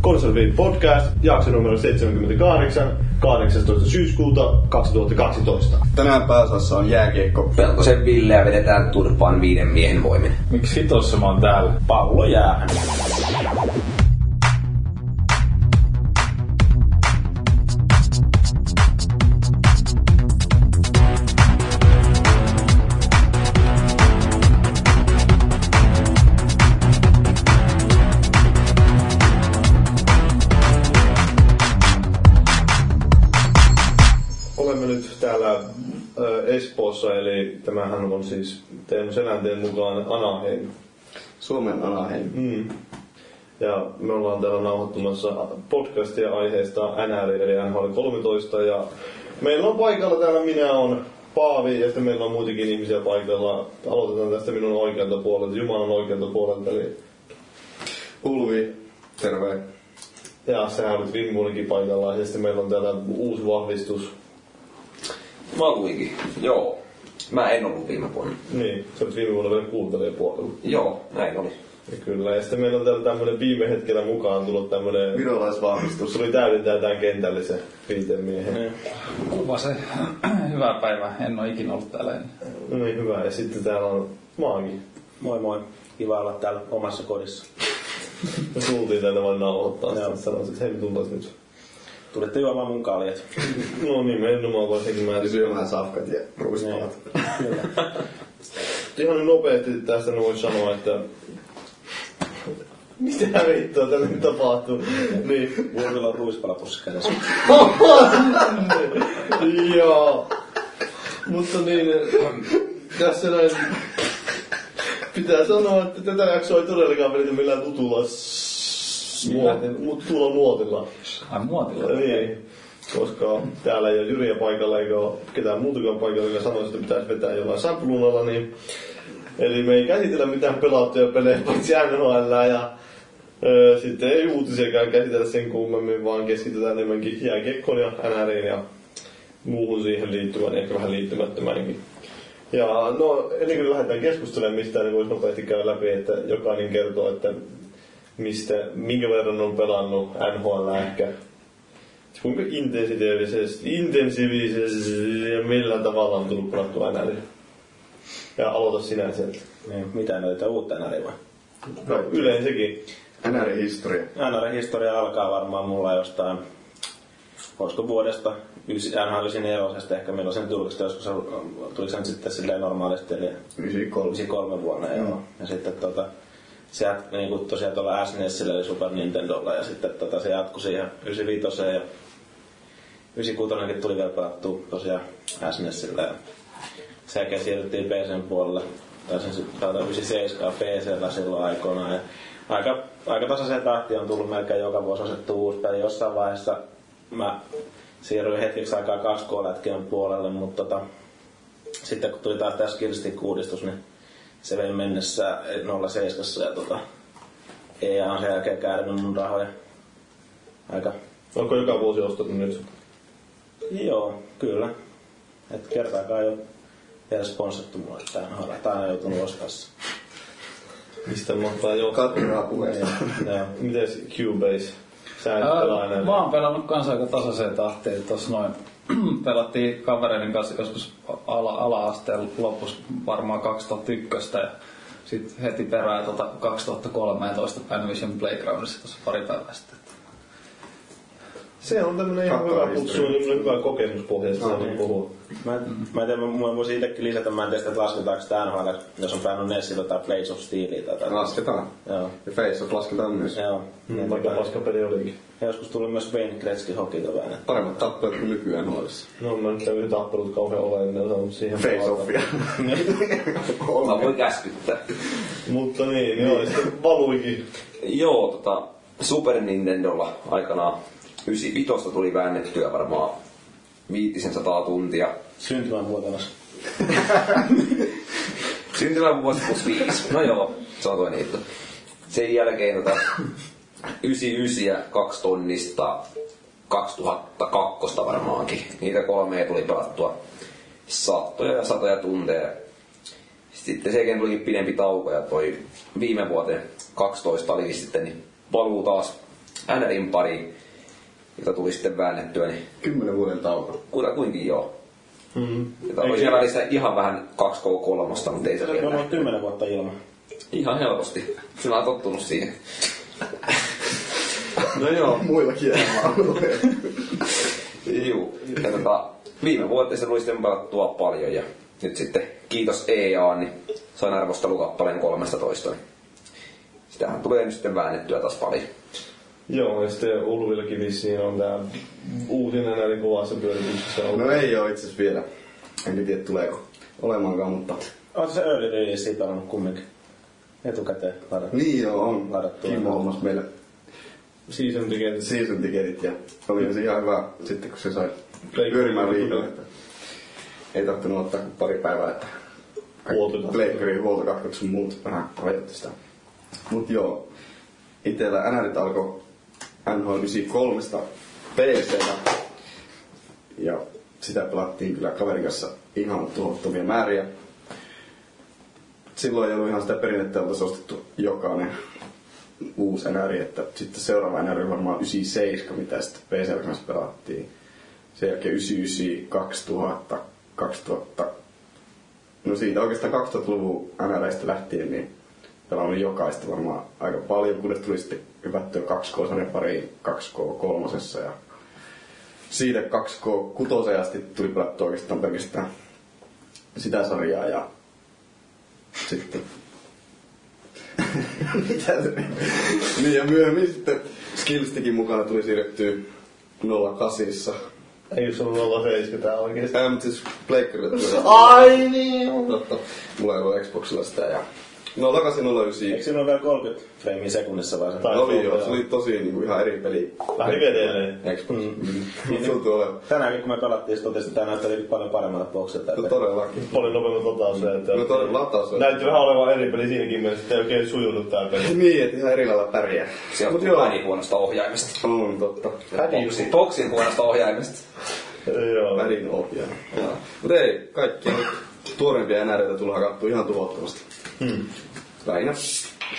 Konserviin podcast, jakso numero 78, 18. syyskuuta 2012. Tänään pääsassa on jääkiekko. Pelkosen Villeä vedetään turpaan viiden miehen voimin. Miksi hitossa mä oon täällä? Pallo jäähän. Olemme nyt täällä ö, Espoossa, eli tämähän on siis Teemu Selänteen mukaan Anaheim. Suomen Anaheim. Mm. Ja me ollaan täällä nauhoittamassa podcastia aiheesta NR eli NHL 13 ja meillä on paikalla täällä minä on Paavi ja sitten meillä on muitakin ihmisiä paikalla. Aloitetaan tästä minun oikealta puolelta, Jumalan oikealta puolelta eli Ulvi, terve. ja sehän nyt viime vuonnakin paikalla ja sitten meillä on täällä uusi vahvistus. Mä luinkin. Joo. Mä en ollut viime vuonna. Niin, se on viime vuonna vielä kuuntelijapuolella. Joo, näin oli. Ja kyllä, ja sitten meillä on täällä tämmönen viime hetkellä mukaan tullut tämmönen... Virolaisvahvistus. Tuli täydentää tämän kentällisen viiteen miehen. Kuva se. Hyvää päivää. En oo ikinä ollut täällä ennen. No niin, hyvä. Ja sitten täällä on Maagi. Moi moi. Kiva olla täällä omassa kodissa. Me tultiin tänne vain nauhoittaa. Joo. Sitten sanoin, että hei, me tultais nyt. Tulitte juomaan mun kaljat. No niin, me ennumaan varsinkin mä Ja syömään safkat ja ruispalat. Kyllä. Ihan niin nopeasti tästä nyt voin sanoa, että... Mitä vittua tälle nyt tapahtuu? niin. Mulla on ruispalapussi kädessä. Joo. Mutta niin, tässä näin... Pitää sanoa, että tätä jaksoa ei todellakaan vedetä millään tutulla s- muotilla, mut tutulla muotilla. Ai muotilla. Niin, koska täällä ei ole Jyriä paikalla eikä ole ketään muutakaan paikalla, joka sanoisi, että pitäisi vetää jollain sapluunalla, niin... Eli me ei käsitellä mitään pelattuja pelejä, paitsi NHL ja öö, sitten ei uutisiakaan käsitellä sen kummemmin, vaan keskitytään enemmänkin jääkiekkoon ja NRiin ja muuhun siihen liittyvän, ehkä vähän liittymättömäänkin. Ja no, ennen kuin lähdetään keskustelemaan mistään, niin voisi nopeasti käydä läpi, että jokainen kertoo, että mistä, minkä verran on pelannut NHL ehkä. Kuinka intensiteellisesti, intensiivisesti ja millä tavalla on tullut pelattua NHL? Ja aloita sinä sieltä. Niin. Mitä näitä uutta NRI vai? No, yleensäkin. NR-historia. NRI historia alkaa varmaan mulla jostain olisiko vuodesta yksi NHL 94 ehkä milloin sen julkaista joskus tuli sen sitten silleen normaalisti eli 93. 93 vuonna mm. joo. Ja sitten tota, se jat, niin kuin tosiaan tuolla SNESillä eli Super Nintendolla ja sitten tota, se jatkui siihen 95 ja 96 tuli vielä pelattua tosiaan SNESillä ja sen jälkeen siirryttiin PCn puolelle. Tai sen sit- tai 97 PCllä silloin aikoinaan. Ja aika, aika tasaiseen tahtiin on tullut melkein joka vuosi asettu uusi peli. Jossain vaiheessa mä siirryin hetkeksi aikaa 2 lätkien puolelle, mutta tota, sitten kun tuli taas tämä skillstick uudistus, niin se vei mennessä 07 ja tota, ei on sen jälkeen käärnyt mun rahoja. Aika, Onko joka vuosi ostettu nyt? joo, kyllä. Et kertaakaan ei ole vielä sponsattu mulle tää nahara. Tää on joutunut ostaa se. Mistä mahtaa jo? Katraa puheesta. Joo. Mites Cubase? Sä et pelaa Ää, enää. Mä oon pelannut kans aika tasaiseen tahtiin, että tossa noin pelattiin kavereiden kanssa joskus ala, ala-asteen lopussa varmaan 2001 ja sit heti perään tota 2013 Panvision Playgroundissa tuossa pari päivää sitten. Se on tämmönen ihan Kattava hyvä kutsu, historia. tämmönen hyvä kokemuspohjaista no, niin. puhua. Mä, mä en tiedä, mä, mä voisin itsekin lisätä, mä en tiedä, että lasketaanko tää nahara, jos on pelannut Nessillä tai Plays of Steelia tai tätä. Lasketaan. Joo. Ja face lasketaan myös. Joo. Mm, Niin, vaikka tota, paska peli olikin. ja joskus tuli myös Wayne Gretzky hokitavänä. Paremmat tappelut kuin nykyään nuorissa. No mä nyt yhden tappelut kauhean olen, en saanut siihen palata. Face-offia. Mä voin käskyttää. Mutta niin, niin, joo, ja sitten valuikin. Joo, tota, Super Nintendolla aikanaan 95 tuli väännettyä varmaan viitisen sataa tuntia. Syntymävuotelas. Syntymä vuosi plus viisi. No joo, se on toinen juttu. Sen jälkeen tota, 99 ja 2 tonnista 2002 varmaankin. Niitä kolmea tuli pelattua satoja ja satoja tunteja. Sitten sen jälkeen tulikin pidempi tauko ja toi viime vuoteen 12 olikin sitten niin paluu taas NRin pari, jota tuli sitten väännettyä, niin Kymmenen vuoden tauko. kutakuinkin joo. Mm-hmm. Mm. Jota oli siellä välissä ihan vähän 2K3, mutta ei se Me vielä. ollaan kymmenen vuotta ilman. Ihan helposti. Sinä olet tottunut siihen. No joo. Muillakin elämäalueilla. Juu. Ja tota, viime vuotta se tuli sitten pelattua paljon ja nyt sitten kiitos EA, niin sain arvostelukappaleen 13. niin Sitähän tulee nyt sitten väännettyä taas paljon. Joo, ja sitten Ulvillakin vissiin on tää uutinen eli kuvassa pyörityksessä ollut. No ei oo itse asiassa vielä. En tiedä tuleeko olemaankaan, mutta... Oletko se Early Release pelannut kumminkin? Etukäteen ladattu. Niin joo, on. Ladattu. Kimmo hommas meille Season ticket. season ticketit ja oli se ihan hyvä sitten kun se sai Pleikka- pyörimään liikolle. Että ei tarvinnut ottaa kuin pari päivää, että Huoltokatkot. Pleikkari huoltokatkot sun muut vähän rajoitti sitä. Mut joo, itellä NRit alkoi NHL 93 pc ja sitä pelattiin kyllä kaverin kanssa ihan tuhottomia määriä. Silloin ei ollut ihan sitä perinnettä, jolta se ostettu jokainen uusi NR, että sitten seuraava NR oli varmaan 97, mitä sitten PCL kanssa pelattiin. Sen jälkeen 99, 2000, 2000, no siitä oikeastaan 2000-luvun NRistä lähtien, niin pelannut jokaista varmaan aika paljon, kunnes tuli sitten hypättyä 2K-sarjan pariin 2K3 ja siitä 2K6 asti tuli pelattua oikeastaan pelkästään sitä sarjaa ja sitten mitä se- niin ja myöhemmin sitten Skillstikin mukana tuli siirrettyä No, 08. Ei jos on 07 tää oikeesti. Ähm, siis Pleikkarilla tuli. Ai niin! Totta. Mulla ei ollut Xboxilla sitä ja... 08 Eikö 09. siinä ole vielä 30 freimiä sekunnissa vai? Tai- Oli joo, se oli tosi niinku ihan eri peli. Vähän niin. vedelee. Xbox. Mut tuntuu olevan. Tänäänkin kun me pelattiin, se totesi, että tämä näytteli paljon paremmalta bokselta. No että- todellakin. Paljon tota nopeammat latausajat. ja- No todella lataus on. Näytti vähän olevan eri peli siinäkin mielessä, että ei oikein sujunut tää peli. Niin, et ihan eri lailla pärjää. Sieltä Mut tuli joo. väri huonosta ohjaimesta. On totta. Boxin, boxin huonosta ohjaimesta. Joo. Värin ohjaa. Mut ei, kaikki nyt tuorempia NRitä tulee hakattua ihan tuhottomasti. Hmm. Lähinnä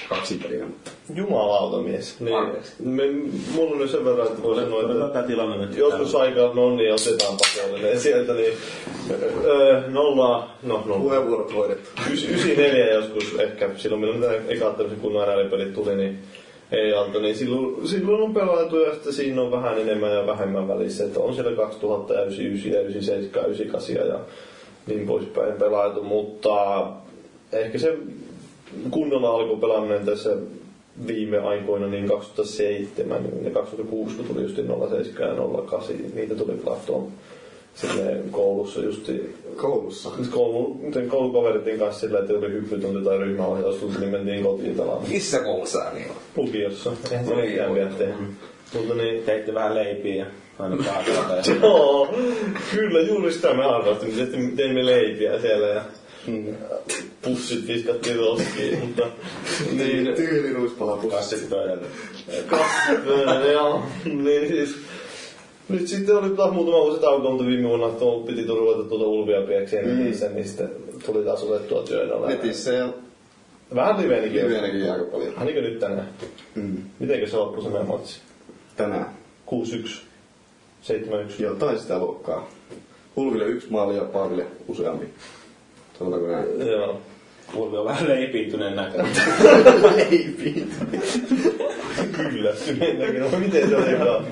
kaksi peliä, mutta Jumalauta mies. Anteeksi. Me, mulla on nyt sen verran, että voi sanoa, Niin. Otetaan että tämä tilanne nyt. joskus aikaan nonni ja otetaan pakollinen sieltä, niin öö, nolla, no nolla. puheenvuorot hoidettu. Ysi- 94 joskus ehkä, silloin milloin nämä ekat tämmöiset kunnon ääripelit tuli, niin ei alta, niin silloin, silloin on pelattu ja sitten siinä on vähän enemmän ja vähemmän välissä, että on siellä 2000 ja 99 ja 97 ja 98 ja niin poispäin pelailtu, mutta ehkä se kunnolla alkoi pelaaminen tässä viime aikoina, niin 2007 ja 2006, kun tuli just 07 ja 08, niin niitä tuli pelattua silleen koulussa justi Koulussa. koulu, sen koulukavereiden kanssa sillä, että oli hyppytunti tai ryhmäohjaustunti, niin mentiin kotiin pelaamaan. Missä koulussa ääni on? Lukiossa. Eihän se No niin, mitään voi. vielä tehnyt. Mutta niin... Teitte vähän leipiä ja aina kahdelta. Ja... Joo, kyllä juuri sitä me arvostin. Me sitten teimme leipiä siellä ja pussit viskattiin roskiin, mutta... niin, Tyyli ruispalapussi. Kassit pöydälle. Öö, joo, niin siis... Nyt sitten oli taas muutama vuosi tauko, mutta viime vuonna tuo- piti ruveta tuota Ulvia piekseen mm. netissä, niin sitten tuli taas otettua työllä. Netissä ja Vähän liveenäkin. liveenäkin aika paljon. Ainakin nyt tänään. Mm. Mitenkö se loppui se meidän matsi? Tänään. 6-1. 7-1. Jotain sitä luokkaa. Hulville yksi maali ja Paaville useampi. Sanotaanko näin? Joo. Ulvi on vähän leipiintyneen näköinen. Kyllä. Mennäkin. No, miten se olikaan?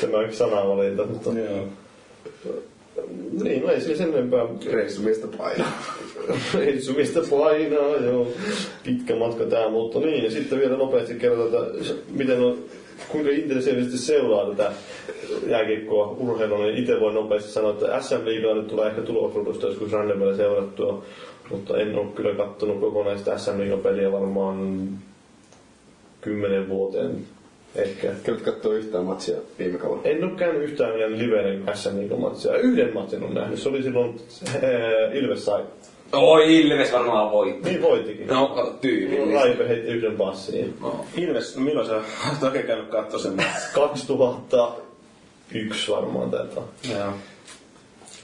Tämä yksi sanavalinta. Mutta... Joo. Niin, no ei se sen enempää. Reissu mistä painaa. ei sun mistä painaa, joo. Pitkä matka tää, mutta niin. Ja sitten vielä nopeasti kerrotaan, että s- miten on kuinka intensiivisesti seuraa tätä jääkiekkoa urheilua, niin itse voin nopeasti sanoa, että SM Liigaa nyt tulee ehkä tuloksulutusta joskus rannevälillä seurattua, mutta en ole kyllä kattonut kokonaista SM Liigan peliä varmaan kymmenen vuoteen ehkä. Kävit kattoo yhtään matsia viime kaudella. En ole käynyt yhtään minä livenä SM Liigan niinku matsia. Yhden matsin on nähnyt, se oli silloin äh, Ilves sai. Oi, Ilves varmaan voitti. Niin voitikin. No, kato tyypillistä. Raipe heitti yhden passin. No. Ilves, milloin sä oot oikein käynyt kattoo sen? 2001 varmaan tätä. Joo.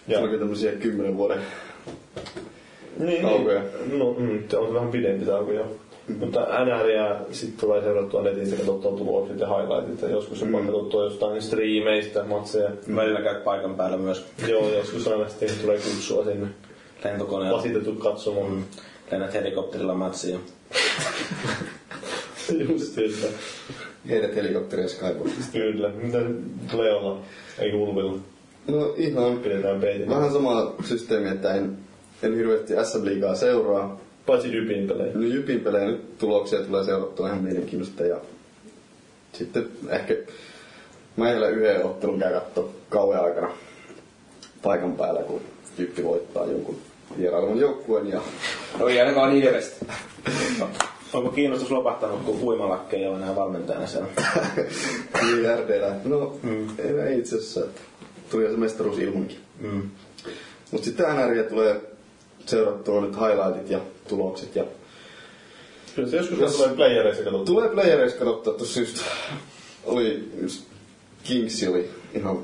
Ja. Oliko tämmösiä kymmenen vuoden Niin, no, Taukoja. niin. No, mm, se on vähän pidempi tauko jo. Mutta NRiä sitten tulee seurattua netistä, katsottua tulokset ja highlightit ja joskus jopa mm. katsottua jostain striimeistä matseja. Mm. Välillä käyt paikan päällä myös Joo, joskus aina sitten tulee kutsua sinne. lentokoneella. Lasitettu katsomaan. Mm. Lennät helikopterilla matsiin. Just siltä. Heidät helikopteria skyboxista. Kyllä. Mitä se tulee olla? Ei ulvilla. No ihan Pidetään peitin. vähän sama systeemi, että en, en hirveästi SM-liigaa seuraa. Paitsi Dypin pelejä. No Jypin pelejä nyt tuloksia tulee seurattua ihan mielenkiinnosta ja sitten ehkä mä vielä yhden ottelun käyn katsoa kauan aikana paikan päällä, kun Jyppi voittaa jonkun vierailun joukkueen ja No ei ainakaan hirveästi. Onko kiinnostus lopahtanut, kun uimalakke ei ole enää valmentajana siellä? JRDllä. No ei, ei itse asiassa, että tuli se mestaruus ilmankin. Mm. Mutta sitten NRJ tulee seurattua nyt highlightit ja tulokset ja Kyllä se joskus Jos- tulee playereissa katsottua. Tulee playereissa katsottua tuossa just. Oli just Kings oli ihan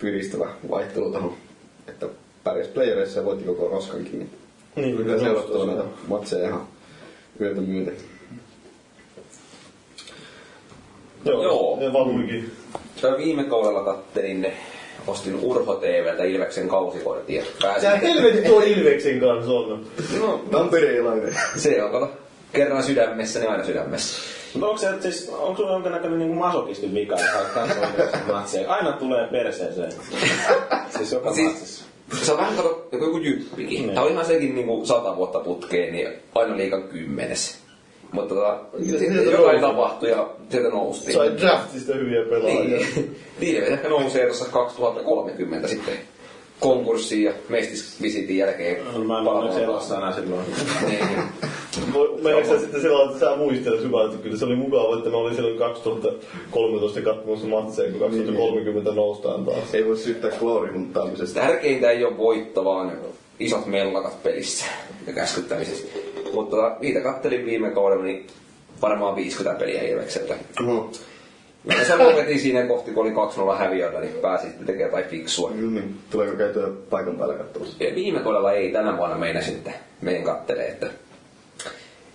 piristävä vaihtelu tuohon. Että pärjäs playereissa ja voitti koko roskankin. Niin Niin, kyllä se seurattua näitä on matseja ihan yötä myöten. Joo, Joo. ne valuikin. Tää viime kaudella kattelin ne. Ostin Urho TVltä Ilveksen kausikortin ja pääsin. Tää helvetti tuo Ilveksen kanssa on. No, Tampereelainen. se on kato. Kerran sydämessä, niin aina sydämessä. Mutta onko se, siis, onko sulla jonkinnäköinen niinku masokistin vika, että katsoo oikeasti matseja? Aina tulee perseeseen. siis joka Siis- siis... matsissa. Se on vähän kato, joku, joku jyppikin. Niin. Tää on ihan sekin niinku sata vuotta putkeen, niin aina liikan kymmenes. Mutta tota, sieltä jotain nousi? tapahtui ja sieltä noustiin. Sai draftista hyviä pelaajia. Niin, Ilves ehkä nousee tuossa 2030 sitten konkurssiin ja mestisvisitin jälkeen. No, Mä en ole nyt elossa enää silloin. Niin. Voi- Meneekö sä sitten sillä lailla, että sä muistelet syvää, että kyllä se oli mukava, että mä olin silloin 2013 katsomassa matseja, kun 2030 noustaan taas. Ei voi syyttää kloorihuntaamisesta. Siis Tärkeintä ei ole voitto, vaan isot mellakat pelissä ja käskyttämisessä. Mutta tota, niitä kattelin viime kaudella, niin varmaan 50 peliä Ilvekseltä. Oho. Ja se lopetin siinä kohti, kun oli 2-0 häviöllä, niin pääsi sitten tekemään jotain fiksua. Juu, niin. Tuleeko käytyä paikan päällä katsomassa? Ja viime kaudella ei, tänä vuonna meinä sitten meidän kattelee, että,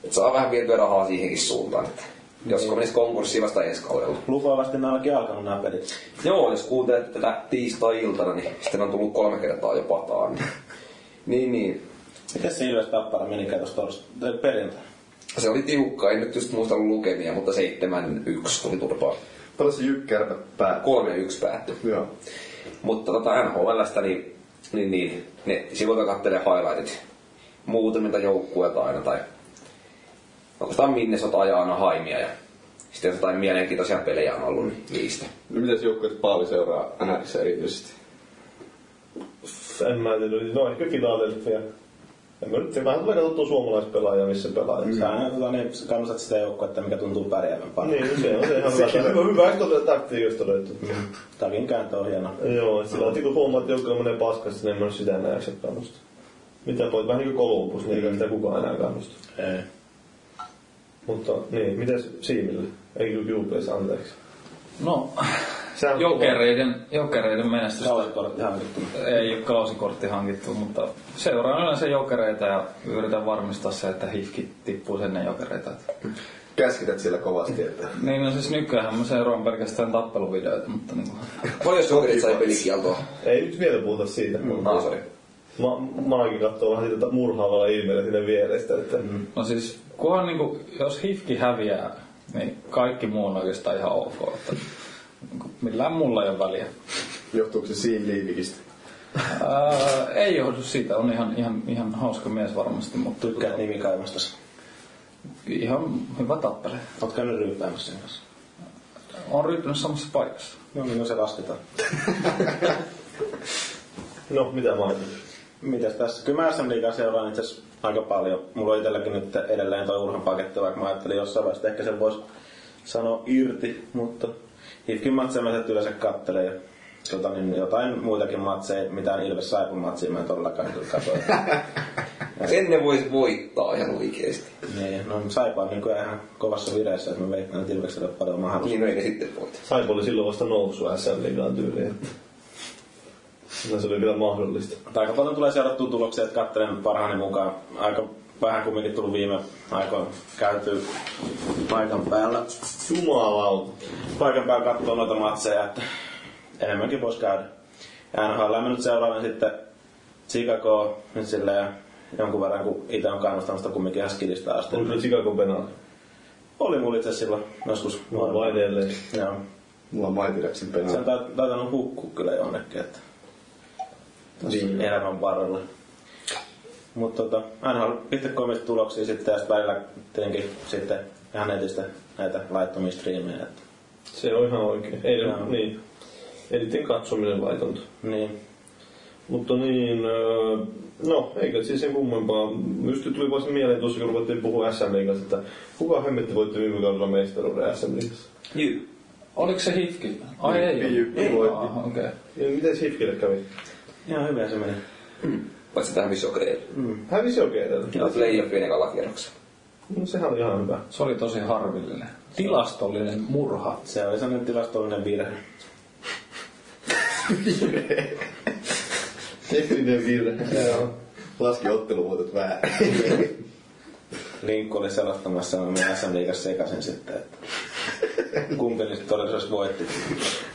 että saa vähän vietyä rahaa siihenkin suuntaan. Että Niin. josko menisi konkurssiin vasta ensi kaudella. Lupaavasti nämä onkin alkanut nämä pelit. Joo, jos kuuntelet tätä tiistai-iltana, niin sitten on tullut kolme kertaa jo pataan. Niin, niin, niin. Mites se Ilves Tappara meni tuossa torst- perjantaina? Se oli tiukka, en nyt just muista lukemia, mutta 7-1 tuli turpaa. Paljon se jykkärpä päällä. 3-1 päättyi. Joo. Mutta tota NHLstä, niin, niin, niin ne sivuilta kattelee highlightit muutamilta joukkueilta aina, tai oikeastaan minne sota ajaa aina haimia, ja sitten jos jotain mielenkiintoisia pelejä on ollut, niin niistä. No mitäs joukkueet Paavi seuraa NRissä erityisesti? En mä tiedä, no ehkä Philadelphia. En mä nyt, se vähän tulee katsottua suomalaispelaajia, missä pelaa. Sä aina tota, niin, kannustat sitä joukkuetta, mikä tuntuu pärjäävän paljon. Niin, se on se ihan hyvä. Sekin Hyvä, hyvä, että on taktiikasta löytyy. Takin kääntö on hieno. Joo, et sillä lailla, kun huomaat, että joku menee paskassa, niin en mä nyt sitä enää jaksa kannustaa. Mitä voit, vähän niin kuin Columbus, niin eikä sitä kukaan enää kannusta. Ei. Mutta niin, mitäs Siimille? Ei kyllä Jupeissa, anteeksi. No, Sä oot jokereiden, jokereiden menestys Kausikortti hankittu. ei ole kausikortti hankittu, mutta seuraan yleensä jokereita ja yritän varmistaa se, että hifki tippuu sen ennen jokereita. Et- Käskität siellä kovasti, että Niin no siis nykyään mä seuraan pelkästään tappeluvideoita, mutta niinku... Paljon jos jokerit sai pelikieltoa? Ei nyt vielä puhuta siitä. Ah, sorry. Mä, Maakin katsoo vähän sitä murhaavalla ilmeellä sinne vierestä, että No siis, kunhan niinku, jos hifki häviää, niin kaikki muu on oikeastaan ihan ok. Että, niinku, millään mulla ei ole väliä. johtuuko se siinä liivikistä? Ää, ei johdu siitä, on ihan, ihan, ihan hauska mies varmasti, mutta Tykkäät nimikaivostasi. ihan hyvä tappele. Oot käynyt ryyppäämässä sen kanssa. On ryyppinyt samassa paikassa. No niin, no se lasketaan. no mitä mä Mitäs tässä? Kyllä mä SM Liigaa seuraan itse asiassa aika paljon. Mulla on itselläkin nyt edelleen toi urhan paketti, vaikka mä ajattelin jossain vaiheessa, että ehkä sen voisi sanoa irti, mutta Hifkin matseja mä sieltä yleensä kattelen ja tota, niin jotain muitakin matseja, mitään Ilves Saipun matsia mä en todellakaan kyllä katsoin. Sen ne vois voittaa ihan oikeesti. niin, no Saipa on nykyään ihan kovassa vireessä, että mä veikkaan, että Ilveksellä on paljon mahdollisuuksia. Niin no ei ne sitten voita. Saipa oli silloin vasta noussut SM Liigaan tyyliin. että Kyllä se oli vielä mahdollista. Mutta aika paljon tulee seurattua tuloksia, että katselen parhaani mukaan aika vähän kumminkin tullut viime aikoina käyty paikan päällä. Jumalauta. Paikan päällä katsoo noita matseja, että enemmänkin voisi käydä. Ja NHL on mennyt seuraavan sitten Chicago nyt silleen jonkun verran, kun itse on kannustanut sitä kumminkin ihan skidistä asti. Oliko se Chicago Benal? Oli mulla itse silloin joskus Mä nuorena. vain edelleen. Joo. Mulla on Mighty Ducksin Se on penaa. tait- taitanut hukkua kyllä jonnekin, että Niin. elämän varrella. Mutta tota, NHL.comista tuloksia sitten ja sit välillä tietenkin sitten ihan netistä näitä laittomia striimejä. Että, Se on ihan oikein. Ei, Joo. no. niin. Eniten katsominen laitonta. niin, Mutta niin, öö, no eikö siis sen kummempaa. Mysti tuli vasta mieleen tuossa, kun ruvettiin puhua SM Liigasta, että kuka hemmetti voitti viime kaudella mestaruuden SM Liigassa? Jyy. Oliko se hifki? Ai Niin, ei. Jyppi, Jyppi Ei, voitti. aha, Okei. Ja miten Sifkille kävi? ihan hyvä se meni. Paitsi tähän misokeille. Mm. Hävisi oikein tällä. Ja playoffien ekalla kierroksella. No sehän oli ihan hyvä. Se oli tosi harvillinen. Tilastollinen murha. Se oli sellainen tilastollinen virhe. Tekninen virhe. Joo. Laski otteluvuotot vähän. Linkku oli selostamassa ja minä SM liigassa sekaisin sitten, että kumpi nyt todellisuudessa voitti.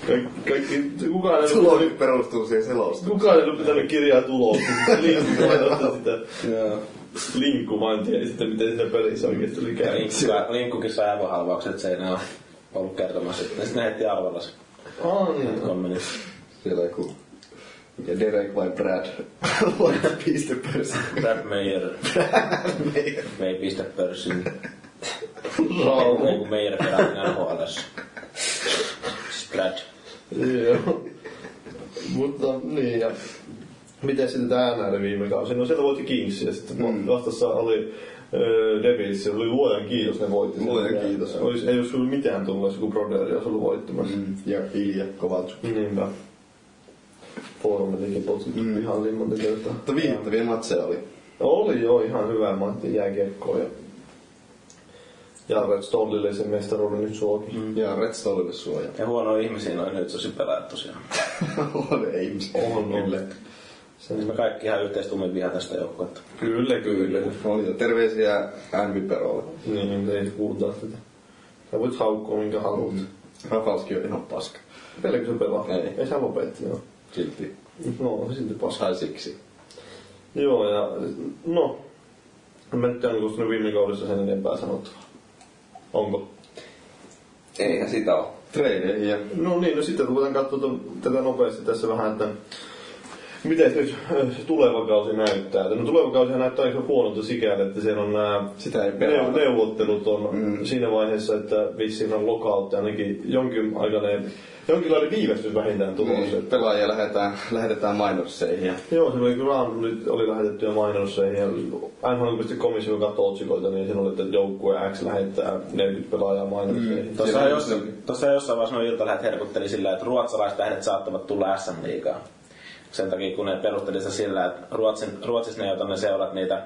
Kaikki, kaikki kukaan ei ollut Tulokin perustuu siihen selostukseen. Kukaan ei ollut pitänyt kirjaa tuloa, linkku vain otti sitä. Joo. Linkku vain tiedä sitten, miten sitä pelissä oikeasti oli Ja käynyt. linkku, linkkukin sai avohalvaukset seinään ollut kertomassa sitten. Sitten ne heti arvella se Aa, niin. kommeni. Siellä joku... Mikä Derek vai Brad? Luoda piste per Brad Meyer. Me ei pistä pörssin. Rauha. Ei kun Meyer pelaa NHLs. Brad. Joo. Mutta niin ja... Miten sitten tämä NHL viime kausi? No sieltä voitti Kings ja sitten mm. vastassa oli öö, Devils. Se oli luojan kiitos ne voitti. sen. Luojan Ja kiitos. Olis, ei olisi ollut mitään tullut, jos joku Broderi olisi ollut voittamassa. Mm. Ja Ilja Kovalchuk. Niinpä. Foorumi teki potkut mm. pihalle monta kertaa. Mutta viihdyttäviä matseja oli. Oli joo ihan hyvä Matti jääkiekkoa ja Jarret Stollille sen mestaruuden nyt suokin. Mm. Ja Red Stallille suoja. Ja huono ihmisiä noin nyt tosi pelaajat tosiaan. on ei ihmisiä. On, on. Kyllä. Sen Me kaikki ihan yhteistumin viha tästä joukkuetta. Kyllä, kyllä. Oli jo terveisiä Anvi Perolle. Niin, ei kuultaa tätä. Sä voit haukkua minkä haluat. Mm. Rafalski on ihan paska. Pelkö se pelaa? Ei. Ei sä lopetti, joo. Silti. No, on se silti paska. Sai siksi. Joo, ja no. En mä nyt tiedä, kun viime kaudessa sen enempää sanottavaa. Onko? Eihän sitä oo. Treidejä. No niin, no sitten ruvetaan katsoa tu- tätä nopeasti tässä vähän, että miten nyt äh, se tuleva kausi näyttää. No tuleva kausi näyttää aika huonolta sikäli, että siellä on nämä Sitä ei neu- pelata. neuvottelut on mm. siinä vaiheessa, että vissiin on lokautti ainakin jonkin aikainen, jonkinlainen viivästys vähintään tulossa. Niin, Mm. Pelaajia lähdetään, lähdetään mainosseihin ja Joo, se oli kyllä nyt oli lähetetty jo mainosseihin ja NHL.comissa kun katsoi otsikoita, niin siinä oli, että joukkue X lähettää 40 pelaajaa mainosseihin. Mm. Tuossa Siellä- jossain, tuossa jossain vaiheessa noin iltalehdet herkutteli sillä, että ruotsalaiset tähdet saattavat tulla SM liigaan. Sen takia kun ne perusteli sitä sillä, että Ruotsin, Ruotsissa ne, jota ne seurat niitä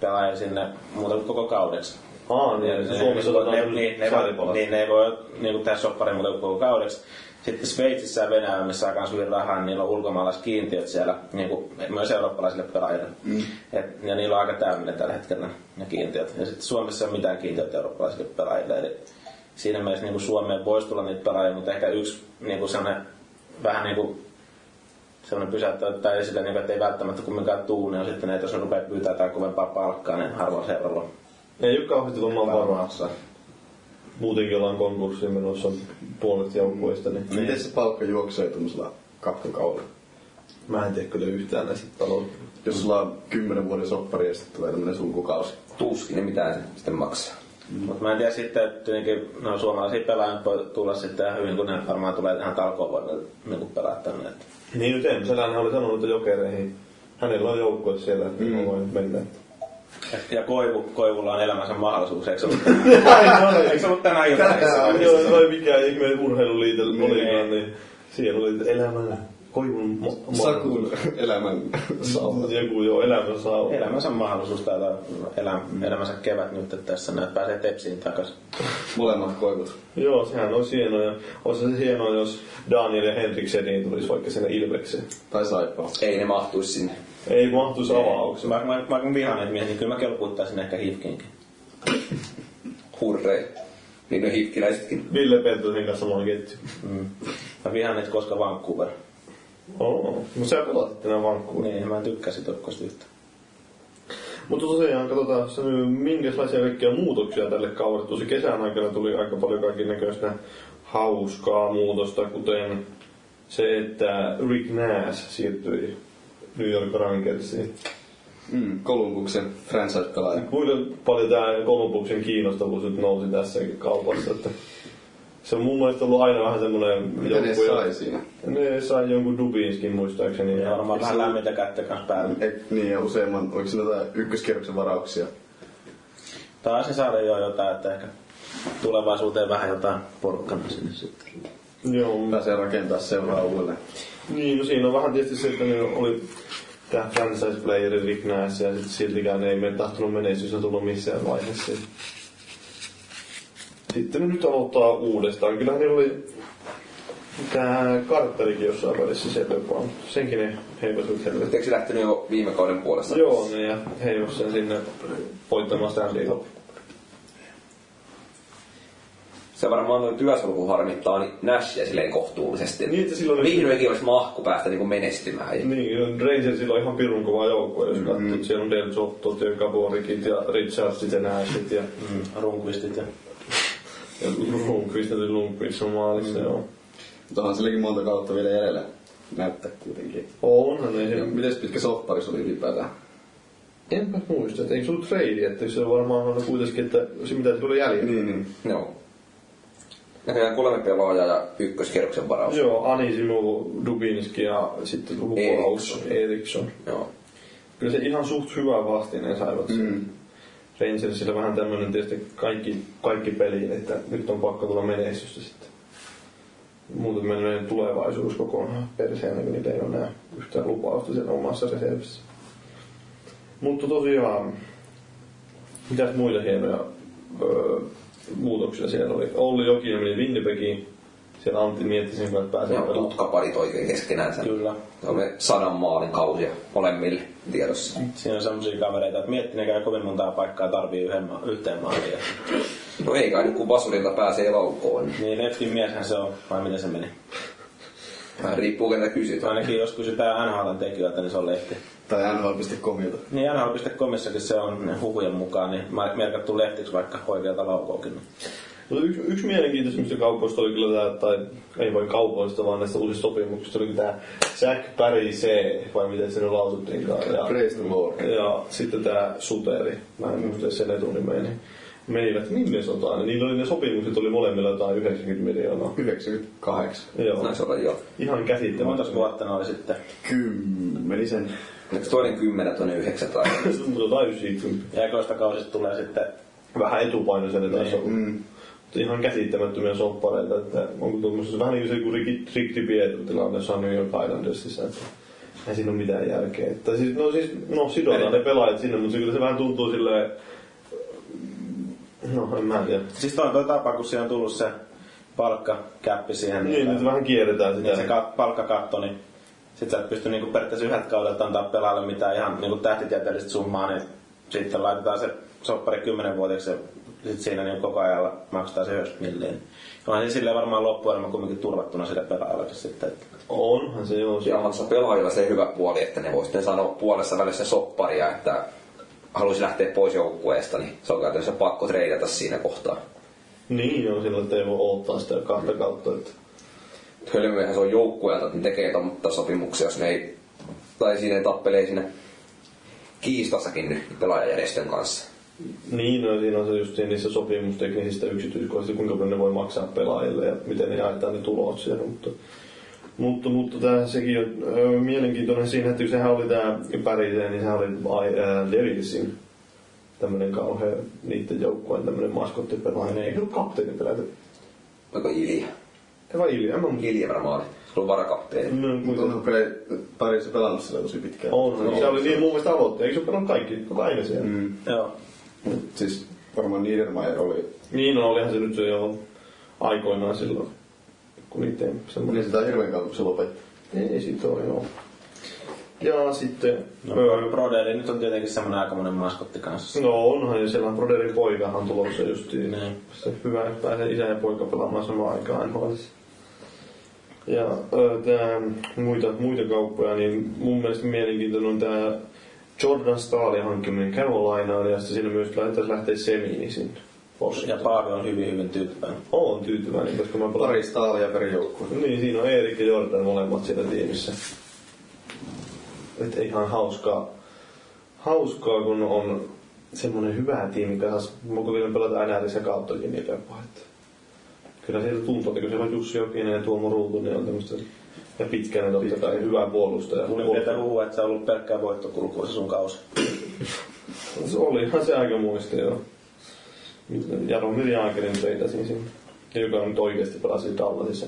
pelaajia sinne muuta kuin koko kaudeksi. Aa, niin, Ne- Suomessa on ne, niin, ne, voi, säälipalasta. niin, ne ei voi niin kuin tehdä sopparia muuta kuin koko kaudeksi. Sitten Sveitsissä ja Venäjällä, missä saa kans hyvin rahaa, niin niillä on ulkomaalaiskiintiöt siellä, niin kuin myös eurooppalaisille pelaajille. Mm. Et, ja niillä on aika täynnä tällä hetkellä ne kiintiöt. Ja sitten Suomessa ei ole mitään kiintiöt eurooppalaisille pelaajille. Eli siinä mielessä niin kuin Suomeen voisi tulla niitä pelaajia, mutta ehkä yksi niin kuin sellainen vähän niin kuin sellainen pysäyttävä tai esille, niin kuin, että ei välttämättä kumminkaan tuu, niin on sitten ne, että jos ne rupeaa pyytää jotain kovempaa palkkaa, niin harvoin seuralla Ei ole kauheasti varmaan varaa. varmassa. Muutenkin ollaan konkurssiin menossa puolet joukkueista, niin Niin. Miten se palkka juoksee tuollaisella kakkokaudella? mä en tiedä kyllä yhtään näistä taloudesta. Jos sulla on kymmenen vuoden soppari ja sitten tulee tämmöinen sulkukausi. Tuskin ne mitään se sitten maksaa. Mutta mä en tiedä sitten, että tietenkin no, suomalaisia pelaajia voi tulla sitten ihan hyvin, kun ne varmaan tulee ihan talkoovoimille niin pelaa tänne. Että. Niin nyt en, Selänne oli sanonut, että jokereihin. Hänellä on joukkue siellä, että mm. voi mennä. Ja Koivu, Koivulla on elämänsä mahdollisuus, eikö se ollut, eikö se ollut tänään Tämä iltana? on- Joo, ei mikään ihme urheiluliitolla Niin. olikaan, niin siellä oli että elämänä. koivun ma- Sakun elämän Saava. Joku jo elämän saava. Elämänsä mahdollisuus täällä elä, elämänsä kevät nyt tässä, näet pääsee tepsiin takaisin. molemmat koivut. Joo, sehän olisi hienoa. Olisi se hienoa, jos Daniel ja Henrikseniin tulisi vaikka sinne Ilvekseen. Tai saipaa. Ei ne mahtuisi sinne. Ei mahtuisi avaukseen. Vaikka mä, mä, mä vihainen mies, niin kyllä mä kelkuuttaisin ehkä hifkiinkin. Hurrei. Niin ne hipkiläisetkin. Ville Peltosen kanssa samaan ketju. Mm. Mä vihaan niitä koska Vancouver. Oo, mutta sä pelasit tänään vankkuun. Niin, mä en tykkäsin tokkosta yhtä. Mutta tosiaan, tota, katsotaan se nyt, minkälaisia kaikkia muutoksia tälle kaudelle. Tosi kesän aikana tuli aika paljon kaiken näköistä hauskaa muutosta, kuten se, että Rick Nash siirtyi New York Rangersiin. Mm, Kolumbuksen franchise-pelaaja. Kuinka paljon tämä Kolumbuksen kiinnostavuus nyt nousi tässä kaupassa? Että se on mun mielestä ollut aina vähän semmoinen... Mitä ne joku- sai siinä? Ne sai jonkun Dubinskin muistaakseni. Ja varmaan vähän lämmintä kättä kanssa päälle. Ei, niin, ja useamman, oliko siinä jotain ykköskierroksen varauksia? Taas se saada jo jotain, että ehkä tulevaisuuteen vähän jotain porkkana sinne sitten. Joo, Pääsee rakentaa seuraa uudelleen. Niin, no siinä on vähän tietysti se, että ne oli tämä franchise playeri Rick Nash ja sit siltikään ei me tahtonut menestystä tullut missään vaiheessa. Sitten ne nyt aloittaa uudestaan. Kyllähän niillä oli tämä kartterikin jossain välissä se vaan. Senkin ne heivasivat helvetin. Eikö se lähtenyt jo viime kauden puolesta? Joo, ne ja heivasi sen sinne voittamaan Stanley Cupin. Se varmaan noin työsulku harmittaa niin Nashia silleen kohtuullisesti. Niin, että silloin- Vihdoinkin olisi mahku päästä niinku menestymään. Ja Niin, Rangersilla on ihan pirun kova joukkue, jos mm-hmm. katsot. Siellä on Del Sotto, Työn Gaborikit ja Richardsit ja Nashit ja Mm. Runkuistit ja Ja Lundqvist, eli Lundqvist on maalissa, mm. joo. Mutta onhan silläkin monta kautta vielä jäljellä näyttää kuitenkin. Onhan ne Ja sen. mites pitkä sopparis oli ylipäätään? Enpä muista, että eikö se ollut trade, että se varmaan on kuitenkin, että se mitä se oli jäljellä. Niin, niin. Joo. Näköjään kolme pelaajaa ja ykköskerroksen varaus. Joo, Anisimo, Dubinski ja sitten Lukolaus, Eriksson. Eriksson. Joo. Kyllä se ihan suht hyvä vastineen saivat sen. Mm. Rangersilla vähän tämmöinen tietysti kaikki, kaikki peliin, että nyt on pakko tulla menestystä sitten. Muuten menee tulevaisuus kokonaan perseen, kun niitä ei ole enää yhtään lupausta sen omassa reservissä. Mutta tosiaan, mitäs muita hienoja öö, muutoksia siellä oli? Olli Jokinen meni Winnipegiin, siellä Antti Miettisen kanssa pääsee Ne on pelaamaan. tutkaparit oikein keskenään. kyllä. Se on ne sadan maalin kausia molemmille tiedossa. Siinä on semmosia kavereita, että miettinenkää kovin montaa paikkaa tarvii yhden ma- yhteen maaliin. Ja- No ei kai nyt kun basurilla pääsee laukkoon. Niin leftin mieshän se on, vai miten se meni? Vähän riippuu keneltä kysytään. Ainakin jos kysytään NHL tekijöiltä, niin se on lehti. Tai NHL.comilta. Niin NHL.comissakin se on ne huhujen mukaan, niin mä- merkattu lehtiksi vaikka oikealta laukoukin. Mutta yksi, yksi mielenkiintoisimmista kaupoista oli kyllä tämä, tai ei vain kaupoista, vaan näistä uusista sopimuksista, oli tämä Jack Parise, vai miten se nyt lausuttiinkaan. Ja, Praise the Lord. ja sitten tämä Suteri, mä en muista sen etunimeä, niin menivät Minnesotaan. Ja niillä oli ne sopimukset, oli molemmilla jotain 90 miljoonaa. 98. Joo, Näin se on joo. ihan Montas käsittämätöntä. vuotta ne oli sitten? Kymmenisen. Eikö toinen kymmenen, toinen yhdeksän tai... Se on täysin Ja ekoista kausista tulee sitten vähän etupainoisena taas Niin. ollut. Mm. Mutta ihan käsittämättömiä soppareita, että onko tuommoisessa vähän niin kuin se kuin Rick, Rick DiPietro tilanne jossain New York Islandersissa, että ei siinä ole mitään järkeä. Että siis, no siis, no sidotaan ne pelaajat sinne, mutta se kyllä se vähän tuntuu silleen, no en mä tiedä. Siis toi on toi tapa, kun siihen on tullut se palkkakäppi siihen. Niin, nyt vähän kierretään sitä. niin se ka- palkkakatto, niin sit sä et pysty niinku periaatteessa yhdeltä kaudelta antaa pelaajalle mitään ihan niinku tähtitieteellistä summaa, niin sitten laitetaan se soppari 10-vuotiaaksi ja sit siinä niin koko ajalla maksetaan se 90 milliä. Onhan se silleen varmaan loppuelämä kumminkin turvattuna sille pelaajalle sitten. Että Onhan se joo. Se. Ja onhan se pelaajilla se hyvä puoli, että ne voi sitten sanoa puolessa välissä sopparia, että haluaisi lähteä pois joukkueesta, niin se on käytännössä pakko treidata siinä kohtaa. Niin joo, silloin että ei voi odottaa sitä kahta kautta. Että. Hölmöjähän se on joukkueelta, että ne tekee tuommoista sopimuksia, jos ne ei, tai siinä ei tappelee siinä kiistassakin nyt pelaajajärjestön kanssa. Niin, no, siinä on se just niissä sopimusteknisistä yksityiskohdista, kuinka paljon ne voi maksaa pelaajille ja miten ne jaetaan ne tulot siellä. Mutta, mutta, mutta tämä, sekin on ö, mielenkiintoinen siinä, että sehän oli tämä Päriseen, niin sehän oli ai- ää, Devilsin tämmöinen kauhean niiden joukkueen tämmöinen maskottipelaaja. Eikö ollut kapteeni pelätä? Onko Ilja? Ei vaan Ilja, en mä muista. Ilja varmaan. oli. Sulla on varakapteeni. No, Mutta kuitenkin. onko Play parissa pelannut sillä tosi pitkään? On, no, se oli niin mun mielestä aloitti. Eikö se pelannut kaikki? Koko aina siellä. Mm. Joo. Mut siis varmaan Niedermayer oli. Niin, no olihan se nyt se jo aikoinaan silloin. Kun itse Niin semmoinen. sitä on hirveän kauan, kun se lopetti. Ei sit oo, joo. Ja sitten... No, öö, Broderi nyt on tietenkin semmonen aikamoinen maskotti kanssa. No onhan, ja siellä on Broderin poikahan on tulossa justiin. Niin. Se hyvä, että pääsee isä ja poika pelaamaan samaan aikaan NHLissa. Ja ö, tää, muita, muita kauppoja, niin mun mielestä mielenkiintoinen on tämä Jordan Staalin hankkiminen Carolinaan, ja sitten siinä myös lähdetään lähteä semiin sinne. Ja Paavi on hyvin hyvin tyytyväinen. Oon tyytyväinen, koska mä pelaan. Pari staalia per joukkue. Niin, siinä on Erik ja Jordan molemmat siellä tiimissä. Et ihan hauskaa, hauskaa kun on semmonen hyvä tiimi kasas. Mä kokeilin pelata NRissä kauttakin niitä jopa. Että. Kyllä sieltä tuntuu, että kun siellä on Jussi Jokinen ja Tuomo Ruutu, niin on tämmöistä ja pitkään totta kai hyvä puolustaja. Kuulin teiltä huhua, että se on ollut pelkkää voittokulkua se sun kausi. Se olihan se aika muista, joo. Jaromir Jaakerin teitä siis, joka nyt oikeasti pelasi Dallasissa.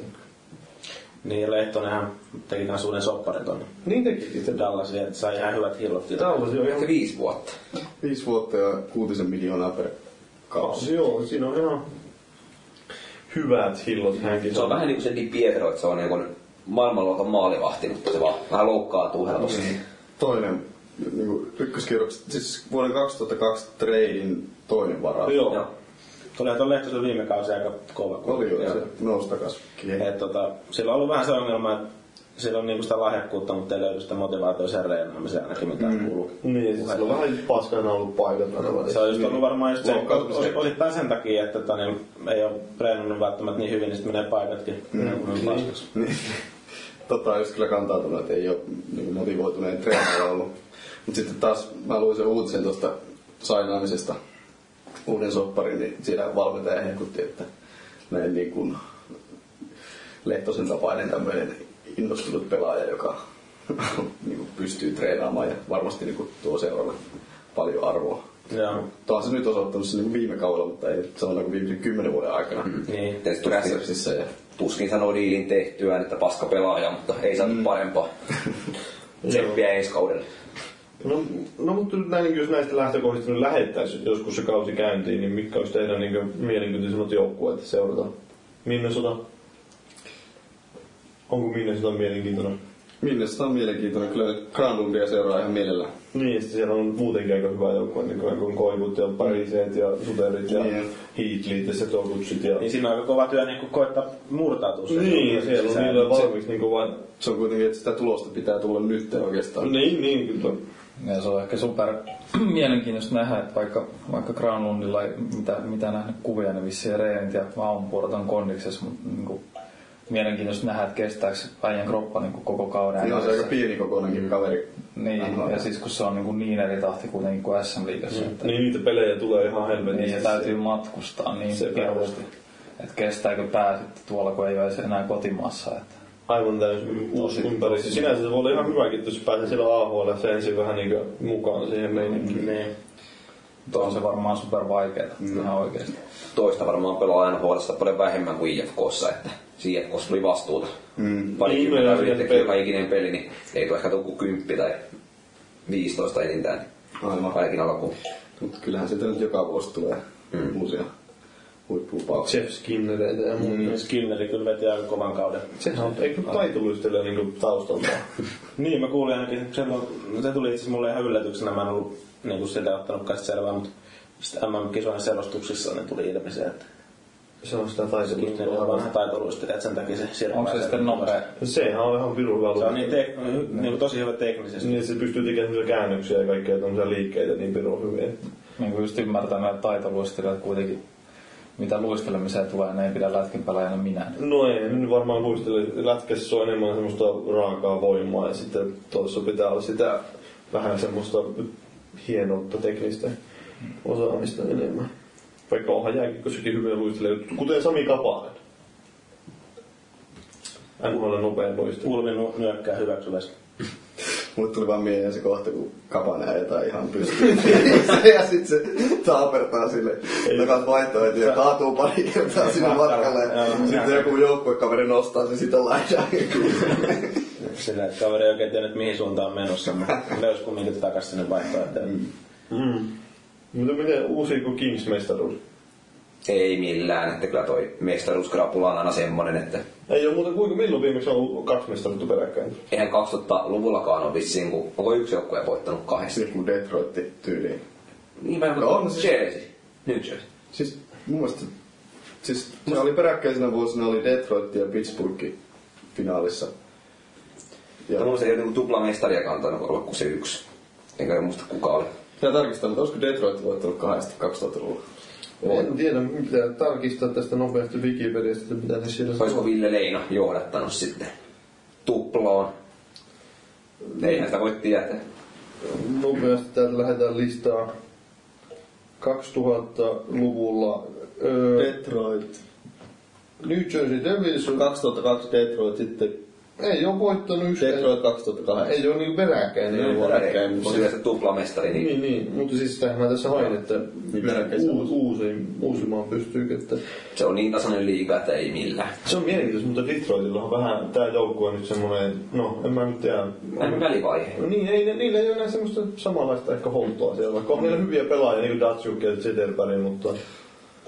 Niin ja Lehtonenhan teki kans uuden sopparin tonne Niin tekikin se Dallasiin, että sai ihan hyvät hillot siitä. Dallas on ihan Ehkä viisi vuotta. Viisi vuotta ja kuutisen miljoonaa per kausi. Joo, siinä on ihan hyvät hillot hänkin. Se on vähän niin kuin se Di Pietro, että se on niin kuin maailmanluokan maalivahti, mutta se vaan vähän loukkaantuu helposti. Toinen niinku, ykköskierroks, siis vuoden 2002 treidin toinen varaus. Joo. Joo. Tulihan tuon Lehtosen viime kausi aika kova. Oli jo, Joo. se nousi takas. Et, tota, sillä on ollut vähän se ongelma, että sillä on niinku sitä lahjakkuutta, mutta ei löydy sitä motivaatiota sen reenaamiseen ainakin mitään mm. kuuluu. Niin, siis sillä on vähän paskana ollut paikat aina Se välillä. on just ollut varmaan just se, Loukkaantumisen- oli- osittain sen takia, että tota, niin, ei ole treenannut välttämättä niin hyvin, niin sitten menee paikatkin. Mm. Paskaksi. Niin. Tota just kyllä kantaa tulla, että ei ole niinku, motivoituneen treenaajalla ollut. Mutta sitten taas mä luin sen uutisen tuosta sainaamisesta uuden sopparin, niin siinä valmentaja hehkutti, että näin niin kuin Lehtosen tapainen tämmöinen innostunut pelaaja, joka niin kuin pystyy treenaamaan ja varmasti niin kuin tuo seuralle paljon arvoa. Joo. Tämä on se nyt osoittanut sen niin kuin viime kaudella, mutta ei sanotaanko viimeisen kymmenen vuoden aikana. siis Mm. Niin. Tietysti Thrashers ja tuskin sanoo diilin tehtyään, että paska pelaaja, mutta ei saanut parempaa. Tseppiä ensi kaudella. No, no mutta nyt näin, jos näistä lähtökohdista nyt lähettäisiin joskus se kausi käyntiin, niin mitkä olisi teidän niin mielenkiintoisimmat joukkueet seurata? Minnesota? Onko Minnesota mielenkiintoinen? Minnesota on mielenkiintoinen. Kyllä Granlundia seuraa ihan mielellään. Niin, ja sitten siellä on muutenkin aika hyvä joukkue, niin kuin on Koivut ja Pariseet ja Suterit ja Niin. Heatlit ja Setokutsit ja... Niin siinä on aika kova työ niin koittaa murtautua sen Niin, joukkueen siellä on sisään. niillä valmiiksi niin kuin vain... Se on kuitenkin, että sitä tulosta pitää tulla nyt oikeastaan. Niin, niin, kyllä. Ja se on ehkä super mielenkiintoista nähdä, että vaikka, vaikka Granlundilla ei mitä, mitä nähnyt kuvia, niin vissiin reenit ja maanpuolet on kondiksessa, mutta niin kuin, mielenkiintoista nähdä, että kestääkö äijän kroppa niin kuin koko kauden. Niin on se äänessä. aika pienikokoinenkin kaveri. niin, NHL. ja siis kun se on niin, kuin niin eri tahti kuitenkin kuin SM-liigassa. että- Niin niitä pelejä tulee ihan helvetin. Niin, ja täytyy matkustaa niin Se pirusti, että kestääkö pää sitten tuolla, kun ei ole edes enää kotimaassa. Että. aivan täysin No, uusi ympäristö. Sinänsä se voi olla ihan hyväkin, että jos pääsee siellä AHL se ensin vähän niin mukaan siihen meininkiin. Niin. Mutta on se varmaan super vaikeaa, mm. ihan oikeasti. Toista varmaan pelaa NHLista paljon vähemmän kuin IFKssa, että siinä IFKssa tuli vastuuta. Mm. Niin, Parikymmentä no ja niin, siihen yritettiin pel- joka ikinen peli, niin ei tule ehkä joku kymppi tai 15 enintään. Aivan. Ainakin alkuun. Mutta kyllähän sitä nyt joka vuosi tulee mm. uusia huippuupauksia. Jeff Skinnereitä ja muuta. Mm. Niin Skinneri kyllä veti aika kovan kauden. Sehän on, eikö taitoluistelija niinku taustalta? Niin, mä kuulin ainakin, se, no, se tuli itse asiassa mulle ihan yllätyksenä, mä en ollut niinku sitä ottanut kanssa selvää, mutta sitten MM-kisojen selostuksissa ne tuli ilmi se, että Se on sitä Skinneri on vanha taitoluistelua. taitoluistelija, että sen takia se sirpää. Onko se sitten nopea? Sehän on ihan pirun hyvä Se on niin, luistelija. tek- niinku tosi hyvä teknisesti. Niin, se pystyy tekemään semmoisia käännöksiä ja kaikkea tommosia liikkeitä niin pirun hyvin. Niin kuin just ymmärtää näitä taitoluistelijat kuitenkin, mitä luistelemiseen tulee, ne ei pidä lätkinpelaajana minä. No ei, nyt varmaan luistele. Lätkässä se on enemmän semmoista raakaa voimaa ja sitten tuossa pitää olla sitä vähän semmoista hienoutta teknistä osaamista enemmän. Vaikka onhan jääkikossakin hyviä luistelijoita, kuten Sami Kapanen. NHL nopea luistelija. Ulvi nu- nyökkää hyväksyvästi. Mulle tuli vaan mieleen se kohta, kun kapana ajetaan ihan pystyyn. ja sit Niin, se taapertaa sille takas vaihtoehtoja ja kaatuu pari kertaa sinne matkalle. Ja sitten joku joukkuekaveri nostaa se sitä laidaa. Mm. Sillä että kaveri ei oikein tiennyt, mihin suuntaan on menossa, mutta löysi kumminkin takas sinne vaihtoehtoon. Mm. Mutta miten uusi kuin Kings-mestaruus? Ei millään, että kyllä toi mestaruuskrapula on aina semmonen, että Ei ole muuta kuinka milloin viimeksi on ollut kaksi mestaruutta peräkkäin. eihän 2000-luvullakaan ole vissiin, kun onko yksi joukkue voittanut kahdesti. Siis kun Detroit tyyliin. Niin mä No no, on on siis- Jersey. New Jersey. Siis mun mielestä, siis se oli peräkkäisenä vuosina oli Detroit ja Pittsburgh finaalissa. Ja, Mutta mun se ei ole niinku tupla mestaria kantanut olla kuin se yksi. Enkä muista kuka oli. pitää tarkistaa, mutta olisiko Detroit voittanut kahdesti 2000-luvulla? En tiedä, pitää tarkistaa tästä nopeasti Wikipediasta, että mitä se siellä Olisiko Ville Leino johdattanut sitten tuploon? Eihän sitä voi tietää. Nopeasti täältä lähdetään listaa. 2000-luvulla öö, Detroit. New Jersey Devils on... 2002 Detroit, sitten Ei ole voittanut yksikään. Detroit 2008. Ei ole niinku peräkkäin. Ei, Ei. Peräkkäin, Ei, mutta On se- yleensä tuplamestari, niin Niin, niin, mutta siis sitähän mä tässä hain, että Niin, peräkkäin uusi, uusi, uusimaan pystyy, että... se on niin tasainen liiga, että ei millään. Se on mielenkiintoista, mutta Detroitilla on vähän, tää joukkue on nyt semmoinen, no en mä nyt tiedä. Mm. Näin välivaihe. No niin, ei, ne- niillä ei ole enää semmoista samanlaista ehkä holtoa siellä, vaikka on niillä hyviä pelaajia, niin kuin Datsuk ja Zetterberg, mutta...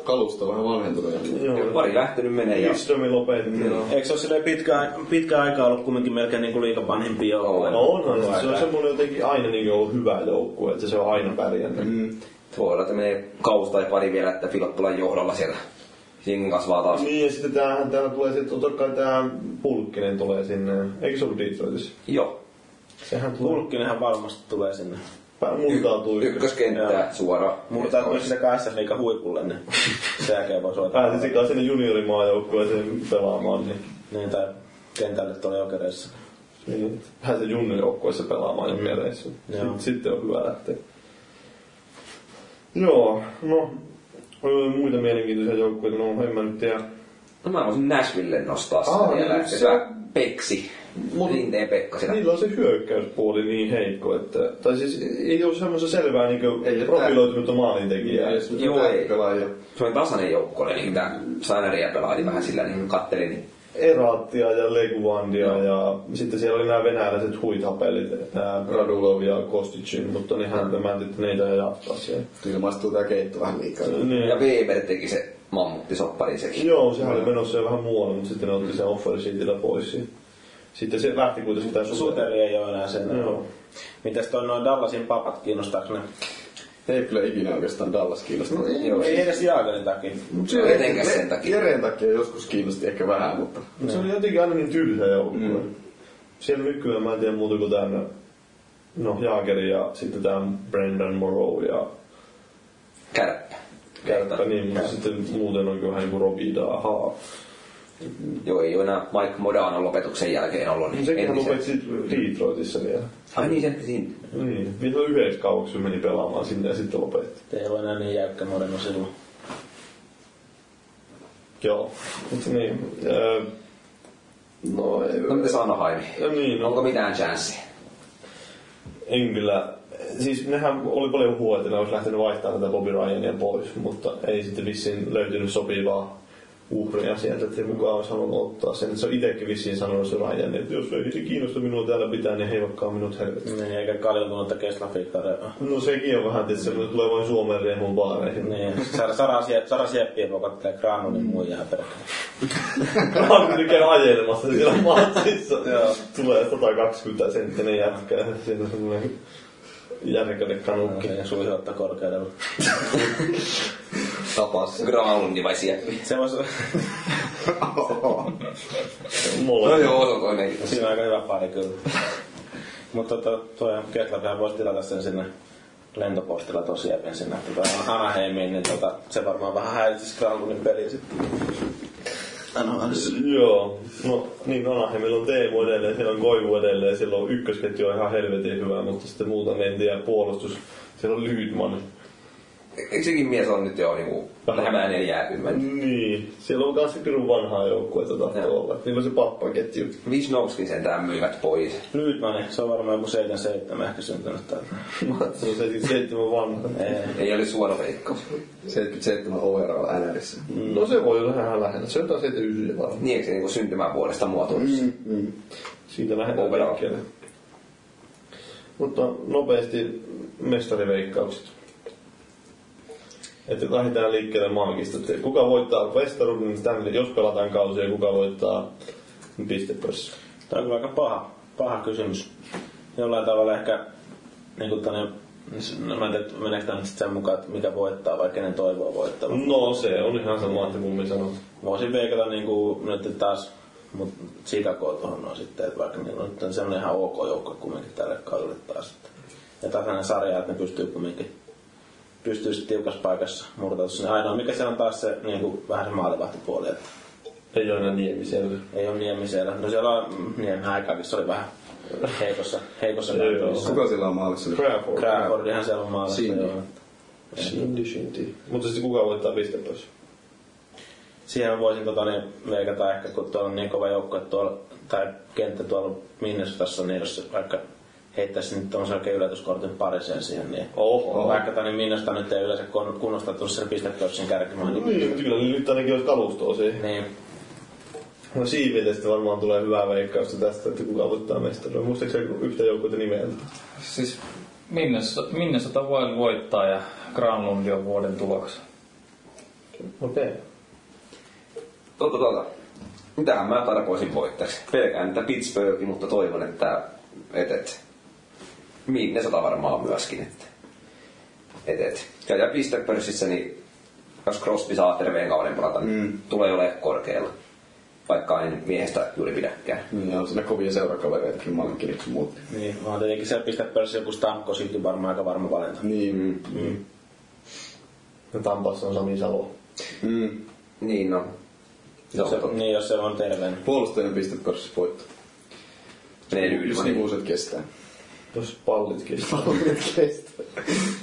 Kalusto on vähän vanhentunut. Joo, Pari lähtenyt menee ja Istomi lopetti. No Eikö se ole silleen pitkä, pitkä aika ollut kumminkin melkein niinku liikan vanhempi joukkue? No onhan, se, se on semmoinen jotenkin aina niin ollut hyvä joukkue, että se on aina pärjännyt. Mm. voi olla, että menee kausi tai pari vielä, että Filippulan johdolla siellä jengi kasvaa taas. Niin ja sitten tämähän täällä tulee sitten, totta kai tää Pulkkinen tulee sinne, eikö se ollut Detroitissa? Joo. Sehän tulee, Pulkkinenhan varmasti tulee sinne. Pä- multautuu Y- ykköskenttää suoraan. Mutta kun sitä kahdessa liikan huipulle, niin sen jälkeen voi soittaa. Pääsisikään sinne juniorimaajoukkueeseen pelaamaan, niin Niin, tai kentälle tuolla jokereissa. Niin, pääsee juniorijoukkueessa pelaamaan Mm. ja peleissä. Joo. Sitten, sitten on hyvä lähteä. Joo, no öö, muita mielenkiintoisia joukkueita, no en mä nyt tiedä. No mä voisin Nashville nostaa sitä Aa, vielä. niin Se, se- Peksi. Mut- Rinteen Pekka sitä. Niillä on se hyökkäyspuoli niin heikko, että... Tai siis ei ole semmoista selvää Ei niin ole profiloitunutta maalintekijää. Joo, Joo, ei. ei. Pelaajia. Se on tasainen joukko, eli niin mitä Saneria pelaili vähän sillä, niin kattelin. Niin Eraattia ja Leguandia ja sitten siellä oli nämä venäläiset huitapelit, nämä Radulov ja Kosticin, mutta nehän tämä, että niitä ei jatkaa siellä. Ilmaistuu tää keitto vähän liikaa. Niin. Ja Weber teki se mammuttisoppari sekin. Joo, sehän oli menossa jo vähän muualle, mutta sitten ne otti sen offer sheetillä pois. siitä. Sitten se lähti kuitenkin tämän suuteen. Suteri ei ole enää sen. Joo. Mitäs toi noin Dallasin papat, kiinnostaako ne? No Ei kyllä ikinä oikeastaan Dallas kiinnostaa. Joo, Ei siis edes Jaagerin takia. Joo, etenkään sen takia. Jereen takia joskus kiinnosti ehkä vähän, mutta... Mutta se oli jotenkin aina niin tylsä joukkue. Mm. Siellä nykyään mä en tiedä muuta kuin tämän no, Jaageri ja sitten tämän Brendan Morrow ja kärppä. Kärppä, niin, mutta sitten muuten on kyllä vähän niin kuin Robida, ahaa. Joo, ei ole enää Mike Modanon lopetuksen jälkeen ollut. Niin No Sekin entisen- lopetti sitten Detroitissa vielä. Ai niin, se siinä. Niin, vielä yhdeksi kauaksi se meni pelaamaan sinne ja sitten lopetti. Ei ole enää niin jäykkä Moreno silloin. Joo, mutta niin. Öö, no, ei, No mitä Anaheim? No niin, no, Onko mitään chanssiä? En kyllä. Siis nehän oli paljon huolta, että ne olisi lähtenyt vaihtamaan tätä Bobby Ryania pois, mutta ei sitten vissiin löytynyt sopivaa uhria sieltä, että ei mukaan olisi halunnut ottaa sen. Se on itsekin vissiin sanonut se Ryan, että jos ei se kiinnosta minua täällä pitää, niin heivatkaa minut helvetin. Niin, eikä kaljautunutta keslafiikkaa. No sekin on vähän tietysti semmoinen, tulee vain Suomen rehun baareihin. Niin, Sara, Sara, Sie- Sara Sieppiä pakottelee Granunin muijaa perkele. Mä oon nyt käynyt ajelemassa siellä matsissa. tulee 120 senttinen jätkä ja siinä on semmoinen järkäne kanukki. Ja suihotta korkeudella. Tapas. Graalundi vai Sieppi? Se voisi No Molemmat. joo, se on toinen. siinä on aika hyvä pari kyllä. Mutta tota, tuo Keslafihan voisi tilata sen sinne lentopostilla tosiaan sinne tota Anaheimiin, niin tota, se varmaan vähän häiritsisi Granunin peliä sitten. Joo, no niin Anaheimilla on Teemu edelleen, siellä on Koivu edelleen, siellä on ykkösketju on ihan helvetin hyvä, mutta sitten muuta en tiedä puolustus. Siellä on Lydman, Eikö sekin mies on nyt jo niinku lähemmän 40? Niin. Siellä on kanssa pirun vanhaa joukkuetta tahtoo Joo. olla. Niillä on se pappaketju. Visnowskin sentään myivät pois. Lyytmäni, se on varmaan joku 77 ehkä syntynyt tai... Se on se siis seitsemän vanha. Ei. Ei ole suora veikkaus. 77 overall NRissä. No se voi olla vähän lähellä. Se on jotain 79 varmaan. Niin eikö se niinku syntymävuodesta muotoilisi? Mm. Mm-hmm. Siitä lähdetään Overall. liikkeelle. Mutta nopeasti mestariveikkaukset. Että lähdetään liikkeelle maagista. Että kuka voittaa Westerunin Stanley, jos pelataan kausia, ja kuka voittaa pistepössä. Tämä on kyllä aika paha, paha kysymys. Jollain tavalla ehkä, niin kuin tänne, no, mä en tiedä, meneekö tämä nyt sit sen mukaan, että mikä voittaa vai kenen toivoa voittaa. Mm. No se on ihan sama, että kummin sanoo. Voisin veikata niin kuin, nyt taas mut Chicago tuohon on sitten, että vaikka niillä on nyt semmoinen ihan ok joukko kumminkin tälle kaudelle taas. Että. Ja tasainen sarja, että ne pystyy kumminkin pystyy sit tiukassa paikassa murtautumaan sinne. Ainoa mikä se on taas se niin kuin, vähän se maalivahtipuoli, että Ei ole enää niemisellä. ei ole Niemi siellä. No siellä on mm, Niemen aikaakin, se oli vähän heikossa, heikossa Joo, joo. näytössä. Kuka siellä on maalissa nyt? Crawford. Crawfordihan siellä on maalissa. Siinä. Joo. Shindy, shindy. Mutta sitten kuka voittaa pistepössä? Siihen mä voisin tota, niin, veikata ehkä, kun tuolla on niin kova joukko, että tuolla, tai kenttä tuolla Minnesotassa, niin jos vaikka heittäisi nyt tuon oikein yllätyskortin pariseen siihen, niin Oho. vaikka tänne Minnesota nyt ei yleensä kun- kunnostautunut sen pistepörssin kärkimaan, niin, Niin, mutta kyllä nyt ainakin olisi kalustoa Mm. siihen. niin No siivilistä varmaan tulee hyvää veikkausta tästä, että kuka voittaa mestaruuden. Muistaakseni yhtä joukkuetta nimeltä? Siis Minnes- Minnesota voi voittaa ja Granlund on vuoden tuloksi. Okei. Totta, totta. Tuota, Mitähän mä tarkoisin voittajaksi? Pelkään niitä Pittsburghi, mutta toivon, että et, et. Minne sata varmaan myöskin. Että. Et, et. Ja, ja pistepörssissä, niin jos Crosby saa terveen kauden pelata, niin mm. tulee olemaan korkealla. Vaikka en miehestä juuri pidäkään. Niin, ja on siinä kovia seurakavereitakin, Malkin ja muut. niin vaan tietenkin siellä pistepörssi joku Stamkosikin varmaan aika varma valinta. Niin. No Tampassa on Sami Salo. Mm. Niin no. Se on Jos se, totta. niin, jos se on terveen. Puolustajan pistepörssi voitto. Menee Jos ylimään. nivuuset kestää. Jos pallit kestää. kestää.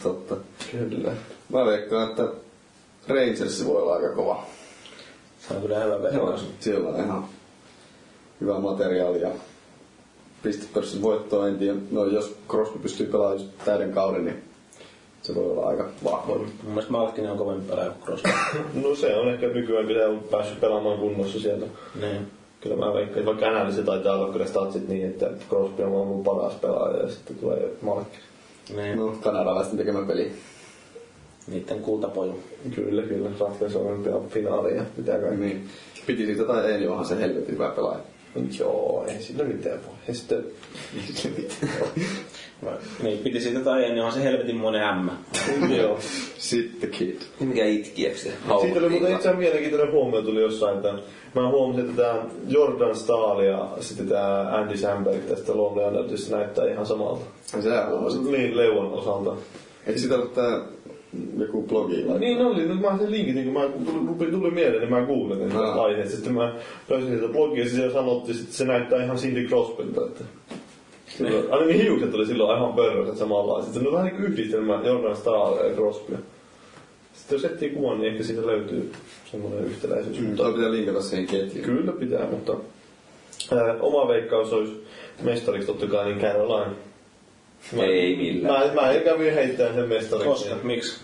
Totta. Kyllä. Mä veikkaan, että Rangers voi olla aika kova. Se on kyllä hyvä veikkaus. Siellä on ihan hyvää materiaalia. Pistepörssin voittoa, en tiedä. No, jos Crosby pystyy pelaamaan just täyden kauden, niin se voi olla aika vahva. Mun mielestä Malkkinen on kovempi pelaaja kuin Crosby. No se on ehkä nykyään, kun se on päässyt pelaamaan kunnossa sieltä. niin. Kyllä mä veikkaan, että vaikka NLC taitaa olla kyllä statsit niin, että Crosby on maailman paras pelaaja ja sitten tulee Markki. Niin. No, kanadalaisten tekemä peli. Niitten kultapoju. Kyllä, kyllä. Ratkaisu on vielä finaali ja mitä kaikkea. Niin. Piti siitä tai ei, niin onhan se helvetin hyvä pelaaja. Joo, ei sillä mitään voi. Ja sitten Niin, piti siitä tai ei, niin on se helvetin monen ämmä. Joo. Sitten kid. Mikä itkiäks se? Siitä oli muuten itse asiassa mielenkiintoinen huomio tuli jossain, että mä huomasin, että tämä Jordan Stahl ja sitten tämä Andy Samberg tästä Lonely Islandista näyttää ihan samalta. Ja Sä huomasit. Niin, leuan osalta. Eikö sitä ole tää joku blogi vai? Niin oli, nyt mä sen linkin, niin kun mä tuli, tuli, tuli mieleen, niin mä googletin tästä Aa. aiheesta. Sitten mä löysin sieltä blogia, ja siellä sanottiin, että se näyttää ihan Cindy Crosbylta. Että... Silloin, ainakin hiukset oli silloin aivan pörröiset samanlaiset. Se on vähän niin kuin yhdistelmä Jordan Stahl ja Crosby. Sitten jos etsii kuvan, niin ehkä siitä löytyy semmoinen yhtäläisyys. Mm, Mutta- Toi pitää linkata siihen ketjuun. Kyllä pitää, mutta ää, oma veikkaus olisi mestariksi totta kai, niin Caroline. Ei millään. Mä, mä en kävin heittää sen mestariksi. Koska? Miksi?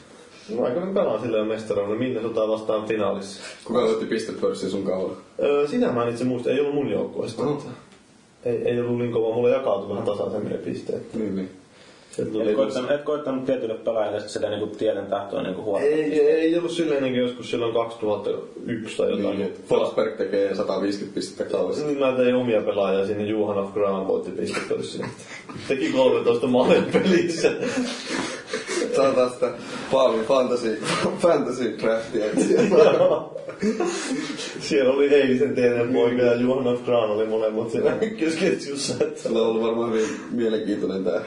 Mä aikoin pelaan silleen mestaruuden, minne sotaa vastaan finaalissa. Kuka voitti pistepörssin sun kaudella? Öö, sitä mä en itse muista, ei ollut mun joukkueesta. No. Ei, ei ollut niin kova, mulla jakautui vähän tasaisemmin ne pisteet. Niin, niin. Se tuli- Et koittanut, et koittanut tietylle pelaajalle sit sitä niinku tieten tahtoa niinku huolta. Ei, ei ollut silleen niin joskus silloin 2001 tai jotain. niin. Forsberg tekee 150 pistettä kaudessa. Niin mä tein omia pelaajia sinne Juhanov Graham voitti pistepörssiin. Teki 13 maalia pelissä. Sanotaan sitä Paulin fantasy, fantasy draftia. Siellä oli eilisen teidän poika ja Johanna Graan oli molemmat siellä kesketjussa. Että... Sillä on ollut varmaan hyvin mielenkiintoinen tää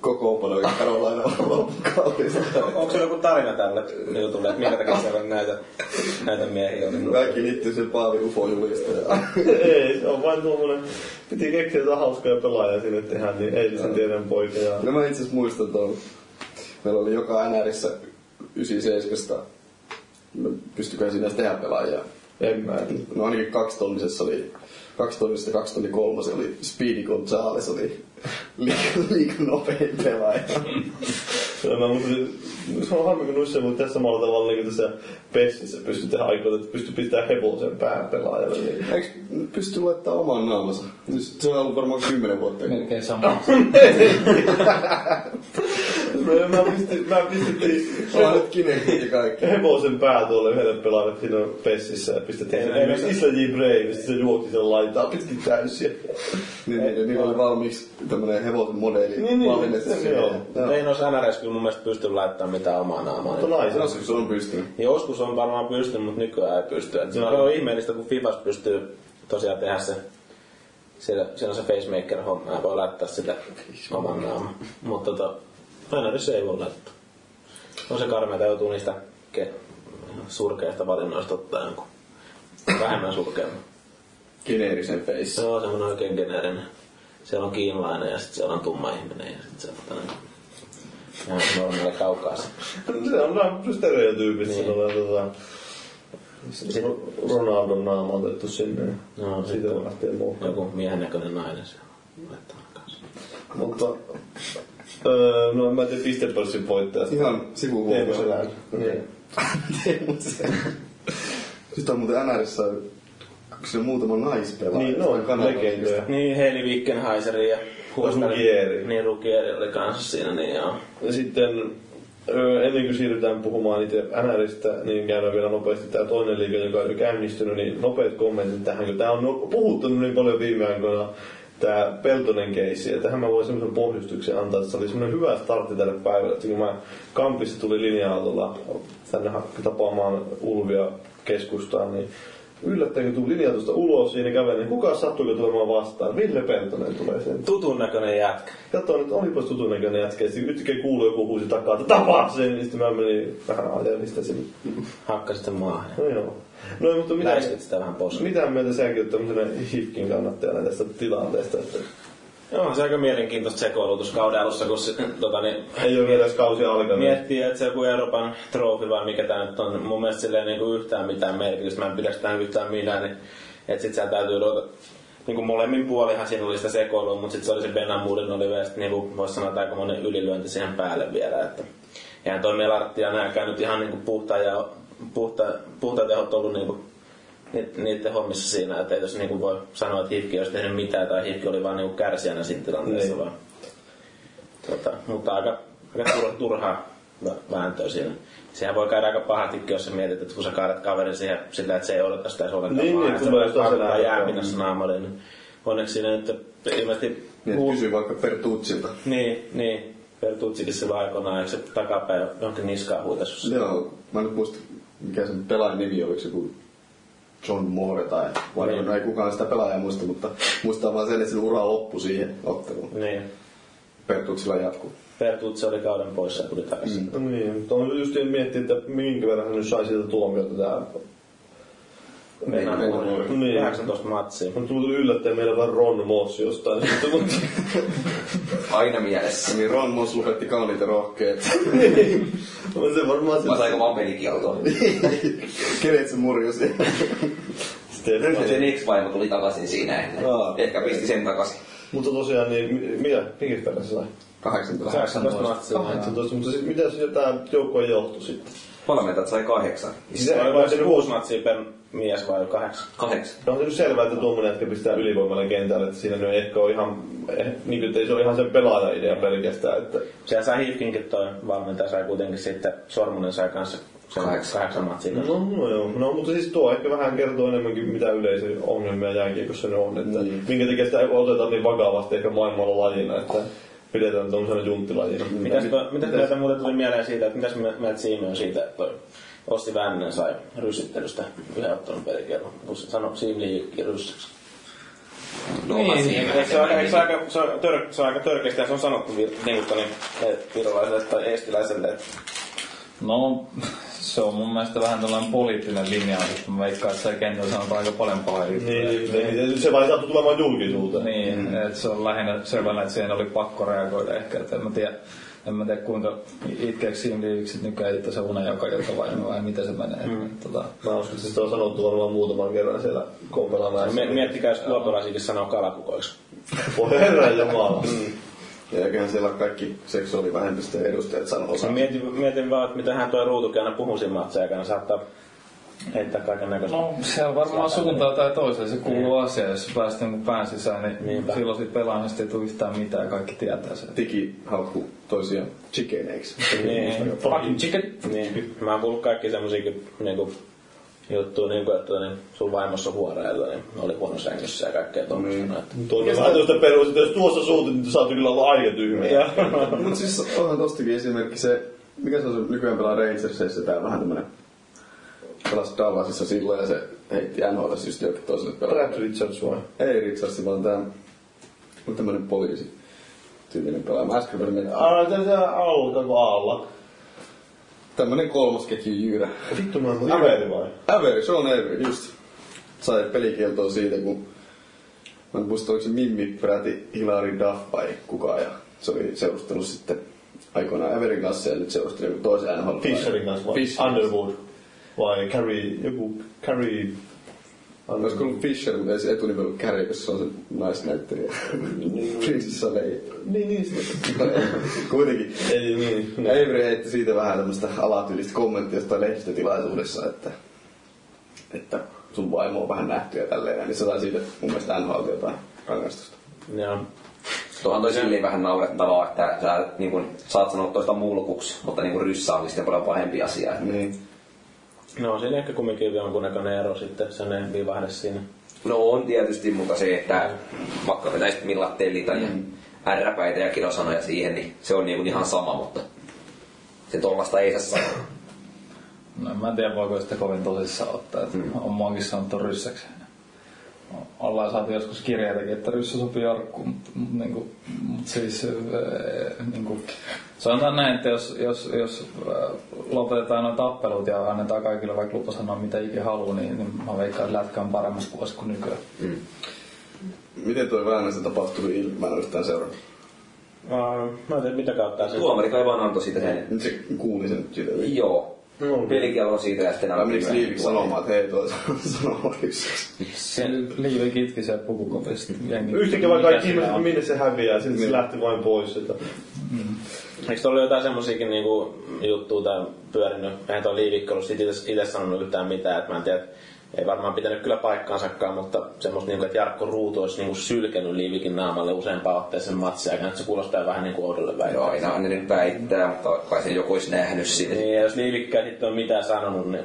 kokoonpano, joka Karolaina on loppukaudesta. Onko se joku tarina tälle jutulle, että minkä takia siellä on näitä, näitä miehiä oli? Kaikki liittyy sen Paavin ufo-julistajaan. Ei, se on vain tuommoinen. Piti keksiä jotain hauskoja pelaajia sinne tehdä, niin eilisen teidän poika ja... No mä itse asiassa muistan tuon. Meillä oli joka NRissä 97. No, Pystyiköhän siinä edes tehdä pelaajia? En mä. No ainakin kaksi tonnisessa oli, kaksi tonnista kaksi tonni kolmosen oli Speedy Gonzales oli liikaa liika nopein pelaaja. Kyllä mä muistin, se on harmi, kun noissa ei voi tehdä samalla tavalla niin kuin tässä Pessissä pystyy tehdä aikoina, että pystyy pistämään hevosen päähän pelaajalle. Niin. Eikö pysty laittamaan oman naamansa? Siis Se on ollut varmaan kymmenen vuotta. Niin. Melkein sama. mä pistin, mä pistin Ollaan nyt kinekit ja kaikki. hevosen pää tuolle yhdelle pelaajalle siinä Pessissä ja pistettiin sen esimerkiksi Isla J. Brave, sitten se juoksi sen laitaa pitkin täysiä. Niin, niin, niin oli valmiiksi tämmönen hevosen modeli Niin, niin, valmennettu se siihen. on. Joo. Ei noissa NRS kyllä mun mielestä pysty laittamaan mitään omaa naamaa. Mutta naisena Sanoisitko, se on pystynyt? Niin Joskus on varmaan pystynyt, mutta nykyään ei pysty. Et se on ihmeellistä, kun Fifas pystyy tosiaan tehdä se siellä, siellä on se pacemaker-homma ja voi laittaa sitä oman naaman. Mutta tota, aina se ei voi laittaa. On se karmeita joutuu niistä ke- surkeista valinnoista ottaa jonkun vähemmän surkeamman. Geneerisen face. Se on semmoinen oikein geneerinen. Siellä on kiinalainen ja sitten siellä on tumma ihminen ja sitten se on tällainen ihan normaali kaukaa. No, Se on vähän stereotyypistä Niin. niin. sellainen tota... Ronaldon naama on otettu sinne. No, Siitä sitten- lähtee muu. Joku miehen näköinen nainen siellä laittaa kanssa. Mutta... Öö, no en mä tiedä pistepörssin voittajasta. Ihan Teemu sivuhuomio. Selän. Niin. Teemu Selä. Sitten on muuten NRissä onko se muutama naispelaaja. siis. Niin, no on Kanadasta. legendoja. Niin, Heili Wickenheiserin ja Rugieri. Niin, Rugieri oli kanssa siinä, niin joo. Ja sitten öö, ennen kuin siirrytään puhumaan itse NRistä, niin käydään vielä nopeasti tämä toinen liiga, joka on jo käynnistynyt, niin nopeat kommentit tähän, kun tämä on no- puhuttanut niin paljon viime aikoina tämä Peltonen keissi, ja tähän mä voin semmoisen pohjustuksen antaa, että se oli semmoinen hyvä startti tälle päivälle, että kun mä kampista tuli linja-autolla tänne ha- tapaamaan Ulvia keskustaan, niin yllättäen kun tuli linja-autosta ulos, siinä kävelin, niin kuka sattuiko tulemaan vastaan? Ville Peltonen tulee sen Tutun näköinen jätkä. Katsoin, että olipas tutun näköinen jätkä. Ja Sitten yhtäkkiä kuului joku huusi takaa, että tapaa sen. Niin sitten mä menin vähän ajelin sitä sinne. Hakkasit sen maahan. No joo. No ei, mutta mitä, Niin. Läiskit sitä vähän pois. mitä mieltä säkin oot tämmöisenä hifkin kannattajana tästä tilanteesta? Että Joo, se on aika mielenkiintoista sekoilu tuossa kauden alussa, kun se, tota, niin, ei ole vielä edes kausi alkanut. miettii, että se joku Euroopan trofi vai mikä tämä nyt on. Mun mielestä sillä ei niinku yhtään mitään merkitystä. Mä en pidä sitä yhtään minä, niin, että sit siellä täytyy ruveta Niinku molemmin puolihan siinä oli sitä sekoilua, mutta sitten se oli se Benamuden oli vielä sit niinku, voisi sanoa, että aika monen ylilyönti siihen päälle vielä. Että eihän toi Melartti ja nääkään nyt ihan niinku puhtaa ja puhta, puhtaat tehot ollut niinku ni- niiden hommissa siinä, että ei tässä niinku voi sanoa, että Hifki olisi tehnyt mitään tai Hifki oli vaan niinku kärsijänä siinä tilanteessa Niin. vaan. Tota, mutta aika, aika turha, turhaa vä- vääntöä siinä. Sehän voi käydä aika pahastikin, jos sä mietit, että kun sä kaadat kaverin siihen sillä, että se ei odota sitä sun Niin, niin, tulee tosiaan tulee näin. jääpinnässä naamalle. Niin onneksi siinä nyt ilmeisesti... Niin, että kysyy vaikka Fertucilta. Niin, niin. Pertutsikin silloin aikoinaan, eikö se takapäin johonkin niskaan Niin. huitasu? Joo, mä nyt muista, mikä sen pelaajan nimi oli, oliko se joku John Moore tai whatever. Niin. No ei kukaan sitä pelaajaa muista, mutta muistaa vaan sen, että sen ura loppui siihen otteluun. Niin. Pertutsilla jatkuu. Pertutsi oli kauden poissa ja tuli takaisin. Mm. No niin, mutta on just miettiä, että minkä verran hän nyt sai sieltä tuomiota tää. Mennään Niin, puoleen. niin. 18 matsia. Mutta tuli yllättäen meillä vaan Ron Moss jostain syystä, mutta Aina mielessä. Niin Ron Moss lopetti kauniit ja rohkeet. on se varmaan se. Mä sainko vaan pelikieltoa? Kenet se murjusi? Stefan. Sen ex-vaimo tuli takaisin siinä ennen. Aa. Ehkä pisti sen takaisin. Mutta tosiaan, niin mi- mitä, minkä verran se sai? 18. 18 matsia. 18, mutta sitten mitä se tää joukkue johtui sitten? Valmentajat sai kahdeksan. Se Vai on onko se se 6 matsia per mies vai 8? Kahdeksan. No on se nyt selvää, että tuommoinen jätkä pistää ylivoimalle kentälle, että siinä nyt ehkä on ihan, eh, niin kuin, että ei se ole ihan sen pelaajan idea pelkästään, että Siellä sai Hifkinkin toi valmentaja, sai kuitenkin sitten Sormunen sai kanssa sen Kahdeksan. kahdeksan Mm. matsia. kanssa. no, no joo, no mutta siis tuo ehkä vähän kertoo enemmänkin mitä yleisiä ongelmia jääkiekossa ne on, että Niin. minkä takia sitä ei oteta niin vakavasti ehkä maailmalla lajina, että pidetään tuommoisena junttilajina. Mitäs, toi, mitäs näitä muuten tuli mieleen siitä, että mitäs me- meiltä siinä on siitä, että toi Osti Vännen sai rysittelystä yhden ottelun pelikielon, kun se sanoi Siimliikki ryssäksi. No, Niin. mä siinä Eikö Se on, eikö se, aika, se, on tör, se on aika törkeästi ja se on sanottu vir, niin kuin tuonne, eh, virolaiselle tai eestiläiselle, että No, se on mun mielestä vähän tällainen poliittinen linja, että mä veikkaan, että siellä kentällä sanotaan aika paljon pahoja juttuja. Niin, niin, niin, se vain sattui tulemaan julkisuuteen. Niin, mm. että se on lähinnä sellainen, että siihen oli pakko reagoida ehkä, että en mä tiedä. en mä tiedä kuinka itkeeksi siinä liiviksi nykyään itse se unen joka ilta vai, vai miten se menee. Mm. Tota, Mä uskon, että sitä on sanottu varmaan muutaman kerran siellä kompelan Me- Miettikää, jos luopalaisikin sanoo kalakukoiksi. Voi herra jumala. Ja eiköhän siellä kaikki seksuaalivähemmistöjen edustajat sano Mä osa. mietin, mietin vaan, että mitähän toi ruutukin aina puhuu siinä matseekana. Saattaa heittää kaiken näköistä. No, siellä varmaan suuntaan tai toiseen se kuuluu asia, jos päästä jonkun pään sisään, niin Niinpä. silloin siitä pelaamisesta ei tule yhtään mitään ja kaikki tietää sen. Tiki haukku toisiaan chickeneiksi. Niin, Fucking chicken! niin. Mä oon kuullut kaikki semmoisiakin niinku, juttuja, niinku, että niin, sun vaimossa on huoreilla, niin oli huono sängyssä ja kaikkea tuommoista. Mm. Tuo on vähän tuosta perus, että jos tuossa suutut, niin sä oot kyllä olla aika tyhmä. Mut siis onhan tostakin esimerkki se, mikä se on se nykyään pelaa Rangersissa tää vähän tämmönen pelas Dallasissa silloin ja se heitti NHL just jokin toiselle pelaajalle. Brad Richards vai? Ei Richards, vaan tää on tämmönen poliisi tyylinen pelaaja. Mä äsken ah, pelin, Aina tässä alta kuin alla. tämmönen kolmosketju jyyrä. Vittu mä en Averi vai? Avery, Sean Avery, just. Sai pelikieltoa siitä, kun mä en muista, oliko se Mimmi peräti Hilary Duff vai kuka, ja se oli seurustellut sitten aikoinaan Averin kanssa, ja nyt seurusteli joku toisen NHL. Fisherin kanssa vai? Fisher. Underwood. Vai Carrie, joku Carrie... Olisiko ollut Fisher, mutta ei se etunimi ollut Carrie, koska se on se naisnäyttelijä. Prinsessa Leija. Niin, niin. sitä- Kuitenkin. Eli niin. Ja Avery heitti siitä vähän tämmöistä alatyylistä kommenttia jostain lehdistötilaisuudessa, että, että sun vaimo on vähän nähty ja tälleen, näin, niin se sai siitä mun mielestä NHL jotain rangaistusta. Joo. Tuohan toi silleen vähän naurettavaa, että sä niin kun, saat sanoa toista mulkuksi, mutta niin kun ryssä oli sitten paljon pahempi asia. Niin. No on siinä ehkä kumminkin jonkunnäköinen ero sitten, sen ei vahde siinä. No on tietysti, mutta se, että vaikka vetäisit millattelita ja ärräpäitä ja kilosanoja siihen, niin se on niinku ihan sama, mutta se tollasta ei saa sanoa. No, en mä tiedä, voiko sitä kovin tosissaan ottaa, että mm. on muakin sanottu ryssäksi. Ollaan saatu joskus kirjeitäkin, että ryssä sopii arkkuun, mutta, mutta, niin kuin, mutta siis äh, niin kuin, sanotaan näin, että jos, jos, jos äh, lopetetaan noin tappelut ja annetaan kaikille vaikka lupa sanoa mitä ikinä haluaa, niin, niin mä veikkaan, että lätkä on paremmassa kuossa kuin nykyään. Miten toi väännöstä tapahtui ilmi? Mä en yhtään seurannut. Mä en tiedä, mitä kautta se... Tuomari kai vaan antoi siitä sen. Nyt se kuuli sen siitä. Joo. Pelikielon siitä ja sitten Mä menikö tuomari. liiviksi sanomaan, että hei toi sanoo yksi. Se liivi kitki se pukukopista. jengi. Yhtäkkiä vaikka Mikä kaikki siinä ihmiset, on? minne se häviää, sitten Niin. se lähti vain pois. Että. Eikö tuolla jotain semmosiakin niinku juttuja tai pyörinyt? Eihän toi liivikko ollut siitä itse sanonut yhtään mitään, että mä en tiedä, ei varmaan pitänyt kyllä paikkaansakaan, mutta semmoista niinku, että Jarkko Ruutu olisi niinku sylkenyt liivikin naamalle useampaan otteeseen matsia aikana, että se kuulostaa vähän niinku oudolle Joo, väitteelle. aina ne nyt väittää, mutta kai sen joku olisi nähnyt sitä. Niin, ja jos liivikkä ei sitten ole mitään sanonut, niin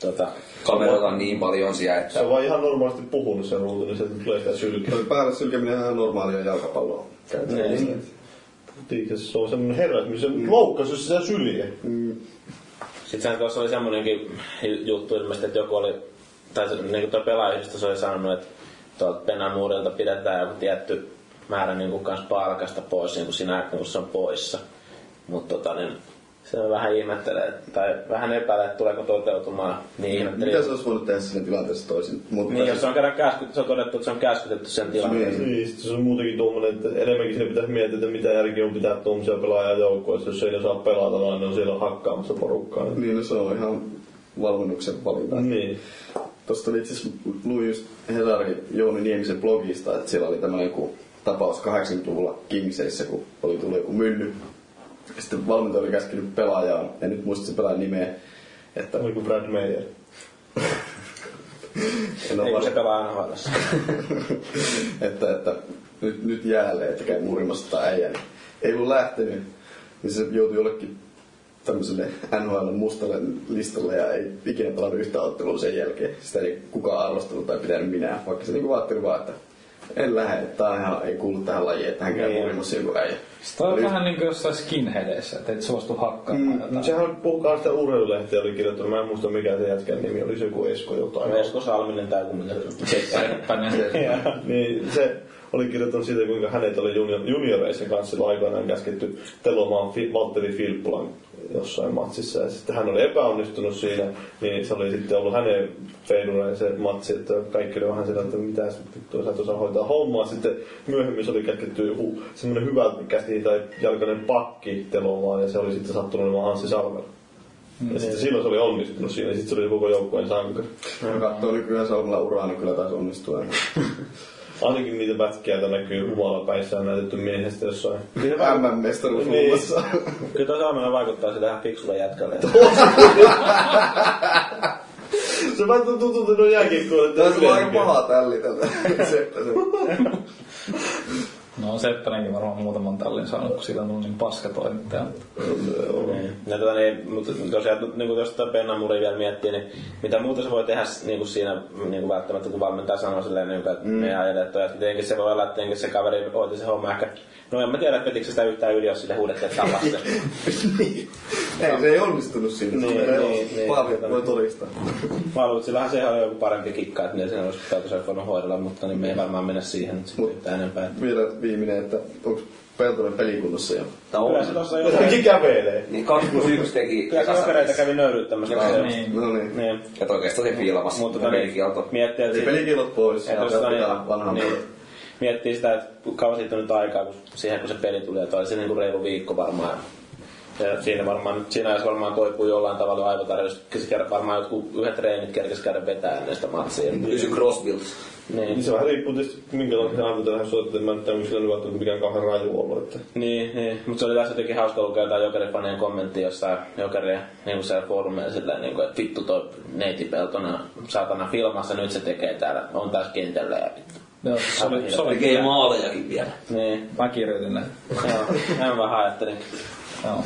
tota... Kameroita on niin paljon siellä, Se että on vaan ihan normaalisti puhunut sen ruutu, niin se tulee sitä sylkeä. Toi päälle sylkeminen on ihan normaalia jalkapalloa. Niin. Puhuttiinko se, se on semmonen herra, että se loukkasi sitä syliä. Sittenhän tuossa oli semmoinenkin juttu ilmeisesti, että joku oli, tai se- niin kuin tuo pelaajista se oli sanonut, että tuolta Penamuudelta pidetään joku tietty määrä niin kuin kans palkasta pois, niin kuin sinä aikana, kun se on poissa. Mutta tota, niin, se vähän ihmettelee, tai vähän epäilee, että tuleeko toteutumaan. Niin ihmettelee. Mitä se olisi voinut tehdä siinä tilanteessa toisin? Mutta Niin, jos se on kerran käskyt, se on todettu, että se on käskytetty sen tilanteen. Niin. Niin, sit se on muutenkin tuommoinen, että enemmänkin siinä pitäisi miettiä, että mitä järkeä on pitää tuommoisia pelaajia joukkueessa, jos ei ne saa pelata, vaan ne on siellä hakkaamassa porukkaa. Niin, no se on ihan valmennuksen valinta. Niin. Tuosta oli itse asiassa, luin just Hesari Jouni Niemisen blogista, että siellä oli tämmöinen joku tapaus 80-luvulla Kingseissä, kun oli tullut joku mylly. Ja sitten valmentaja oli käskenyt pelaajaa, ja nyt muista se pelaajan nimeä, että Oli kuin Brad Meyer. en Ei ole kun se varma, pelaa NHLssä. että, että nyt, nyt jäälle, että käy murimassa tai äijä. Niin ei ollut lähtenyt, niin se joutui jollekin tämmöiselle NHL mustalle listalle ja ei ikinä pelannut yhtä ottelua sen jälkeen. Sitä ei kukaan arvostellut tai pitänyt minä, vaikka se niinku vaatteli vaan, että en lähde, tää on ihan, ei kuulu tähän lajiin, että hän käy Niin. murimassa joku äijä. Sitä on vähän niin kuin jossain skinheadeissä, että et suostu hakkaamaan mm, Mut jotain. Sehän puhukaa sitä urheilulehtiä oli kirjoittanut, mä en muista mikä se jätkän nimi oli, se joku Esko jotain. Esko Salminen tai kumminkin. Seppänen. niin se oli kirjoittanut siitä, kuinka hänet oli junior, junioreissa kanssa silloin aikanaan käsketty telomaan Fi- Valtteri Filppulan jossain matsissa. Ja sitten hän oli epäonnistunut siinä, niin se oli sitten ollut hänen feidureen se matsi, että kaikki oli vähän sillä, että mitä vittua sä et osaa hoitaa hommaa. Sitten myöhemmin se oli kätketty joku semmoinen hyvä käsi tai jalkainen pakki telomaan ja se oli sitten sattunut olemaan Anssi Salmela. Ja sitten silloin se oli onnistunut siinä, ja sitten se oli koko joukkueen sankari. Kun katsoo nykyään Salmella uraa, niin kyllä taisi onnistua. Ainakin niitä pätkiä, joita näkyy humalapäissään näytetty miehestä jossain. MM-mestaruus muun Niin. muassa. Kyllä toi Salmela vaikuttaa sitä tähän fiksulle jätkälle. Se vaan tuntuu, tuntuu noin jääkiekkoon, että Tämä on aika paha tälli tätä. Seppäsen. No Seppänenkin varmaan muutaman tallin saanut, kun sillä on ollut niin paska toimittaja. No, tota, niin, mutta tosiaan, niin kuin tuosta Pennan muri vielä miettii, niin mitä muuta se voi tehdä niin kuin siinä niin kuin välttämättä, kun valmentaja sanoo silleen, niin kuin, että mm. me ajetaan, että tietenkin se voi olla, että tietenkin se kaveri hoiti se homma ehkä. No en mä tiedä, että petikö sitä yhtään yli, jos sille huudettiin, että tapasta. Niin. Ei, se ei onnistunut siinä. Niin, Niin, niin, niin. niin, Paljon voi todistaa. Mä luulen, että sillähän se oli joku parempi kikka, että niin siinä olisi pitänyt se voinut hoidella, mutta niin me ei varmaan mennä siihen nyt sitten Mut- yhtään enempää. Vielä viimeinen, että onko Peltonen pelikunnossa jo? No, Kyllä se tuossa jotain, Jotenkin kävelee. niin 2 plus 1 teki kyllä se jokereita kävi nöyryyttämässä. Joo, paljon. Niin. No niin. Niin. Ja oikeastaan se fiilamassa. Mutta tota, niin, pelikielto. miettii, että Eli siitä- pelikilot pois. Ja Ja tuosta pitää vanhan niin, niin, miettii sitä, että ku- kauan siitä on nyt aikaa, kun siihen kun se peli tuli, että oli se niinku reilu viikko varmaan. Ja siinä varmaan, nyt siinä ajassa varmaan toipuu jollain tavalla aivotarjoista, varmaan jotkut yhdet treenit kerkesi käydä vetää näistä matsia. Kysy Crossfield. Niin Niin, se vähän riippuu tietysti, minkälainen aivo tähän suorittaa. Mä en tiedä, onko sillä nyt välttämättä mikään kauhean raju ollut. Että. niin, niin. mutta se oli tässä jotenkin hauska lukea jotain jokerifanien kommenttia jossain jokerien niin siellä foorumeilla silleen, niin kuin, että vittu toi neiti peltona, saatana filmassa nyt se tekee täällä, on taas kentällä ja vittu. Joo, se oli, se oli Tekee kyllä. maalejakin vielä. Niin, Mä kirjoitin ne. joo, näin vähän ajattelin. Joo.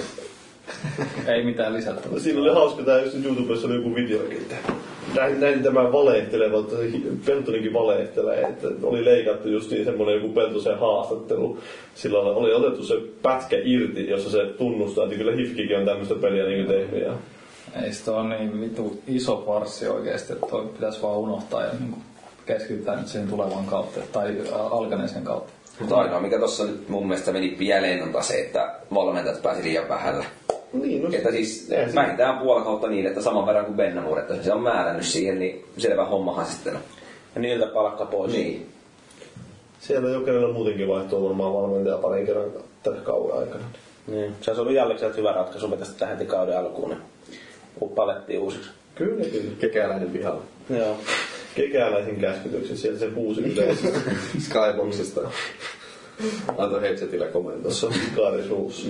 Ei mitään lisättävää. Siinä oli hauska tää, just YouTubessa oli joku videokin, että näin, näin tämä valehtelee, mutta Peltonenkin valehtelee, että oli leikattu just niin semmoinen joku Peltosen haastattelu. Sillä lailla oli otettu se pätkä irti, jossa se tunnustaa, että kyllä Hifkikin on tämmöistä peliä niin kuin tehnyt. Ja Ei se ole niin vitu iso parssi oikeesti, että toi pitäisi vaan unohtaa ja niin keskitytään nyt siihen tulevaan kautta tai ä, alkaneeseen kautta. Mutta ainoa, mikä tuossa nyt mun mielestä meni pieleen, on taas se, että valmentajat pääsi liian vähällä. niin, no, Että siis eihän se- vähintään puolen kautta niin, että saman verran kuin Bennamuur, että se on määrännyt siihen, niin selvä hommahan sitten on. Ja niiltä palkka pois. Niin. Siellä jokerilla muutenkin vaihtuu varmaan valmentaja parin kerran tällä kauden aikana. Niin. Se olisi ollut Jallikselta hyvä ratkaisu vetä sitä heti kauden alkuun. Niin pu- palettiin uusiksi. Kyllä, kyllä. Kekäläinen pihalla. Joo. Kekäläisen käskytyksen, siellä se puusi yleensä. Skyboxista. Laitoin headsetillä Tuossa komentossa. on pikari suussa.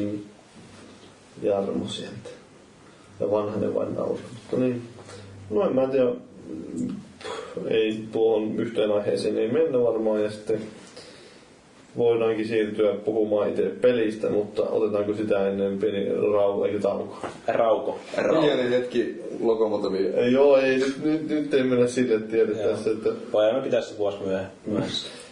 Jarmo sieltä. Ja vanhanen vain nauraa. Mutta niin, no en mä tiedä. Puh, Ei tuohon yhteen aiheeseen ei mennä varmaan ja sitten voidaankin siirtyä puhumaan itse pelistä, mutta otetaanko sitä ennen pieni rau, eikä tauko? Rauko. Rauha. Pieni hetki lokomotivi. Ei, Joo, ei, nyt, nyt, nyt ei mennä sille tiedä Joo. tässä, että Voidaan me pitää se vuosi myöhemmin.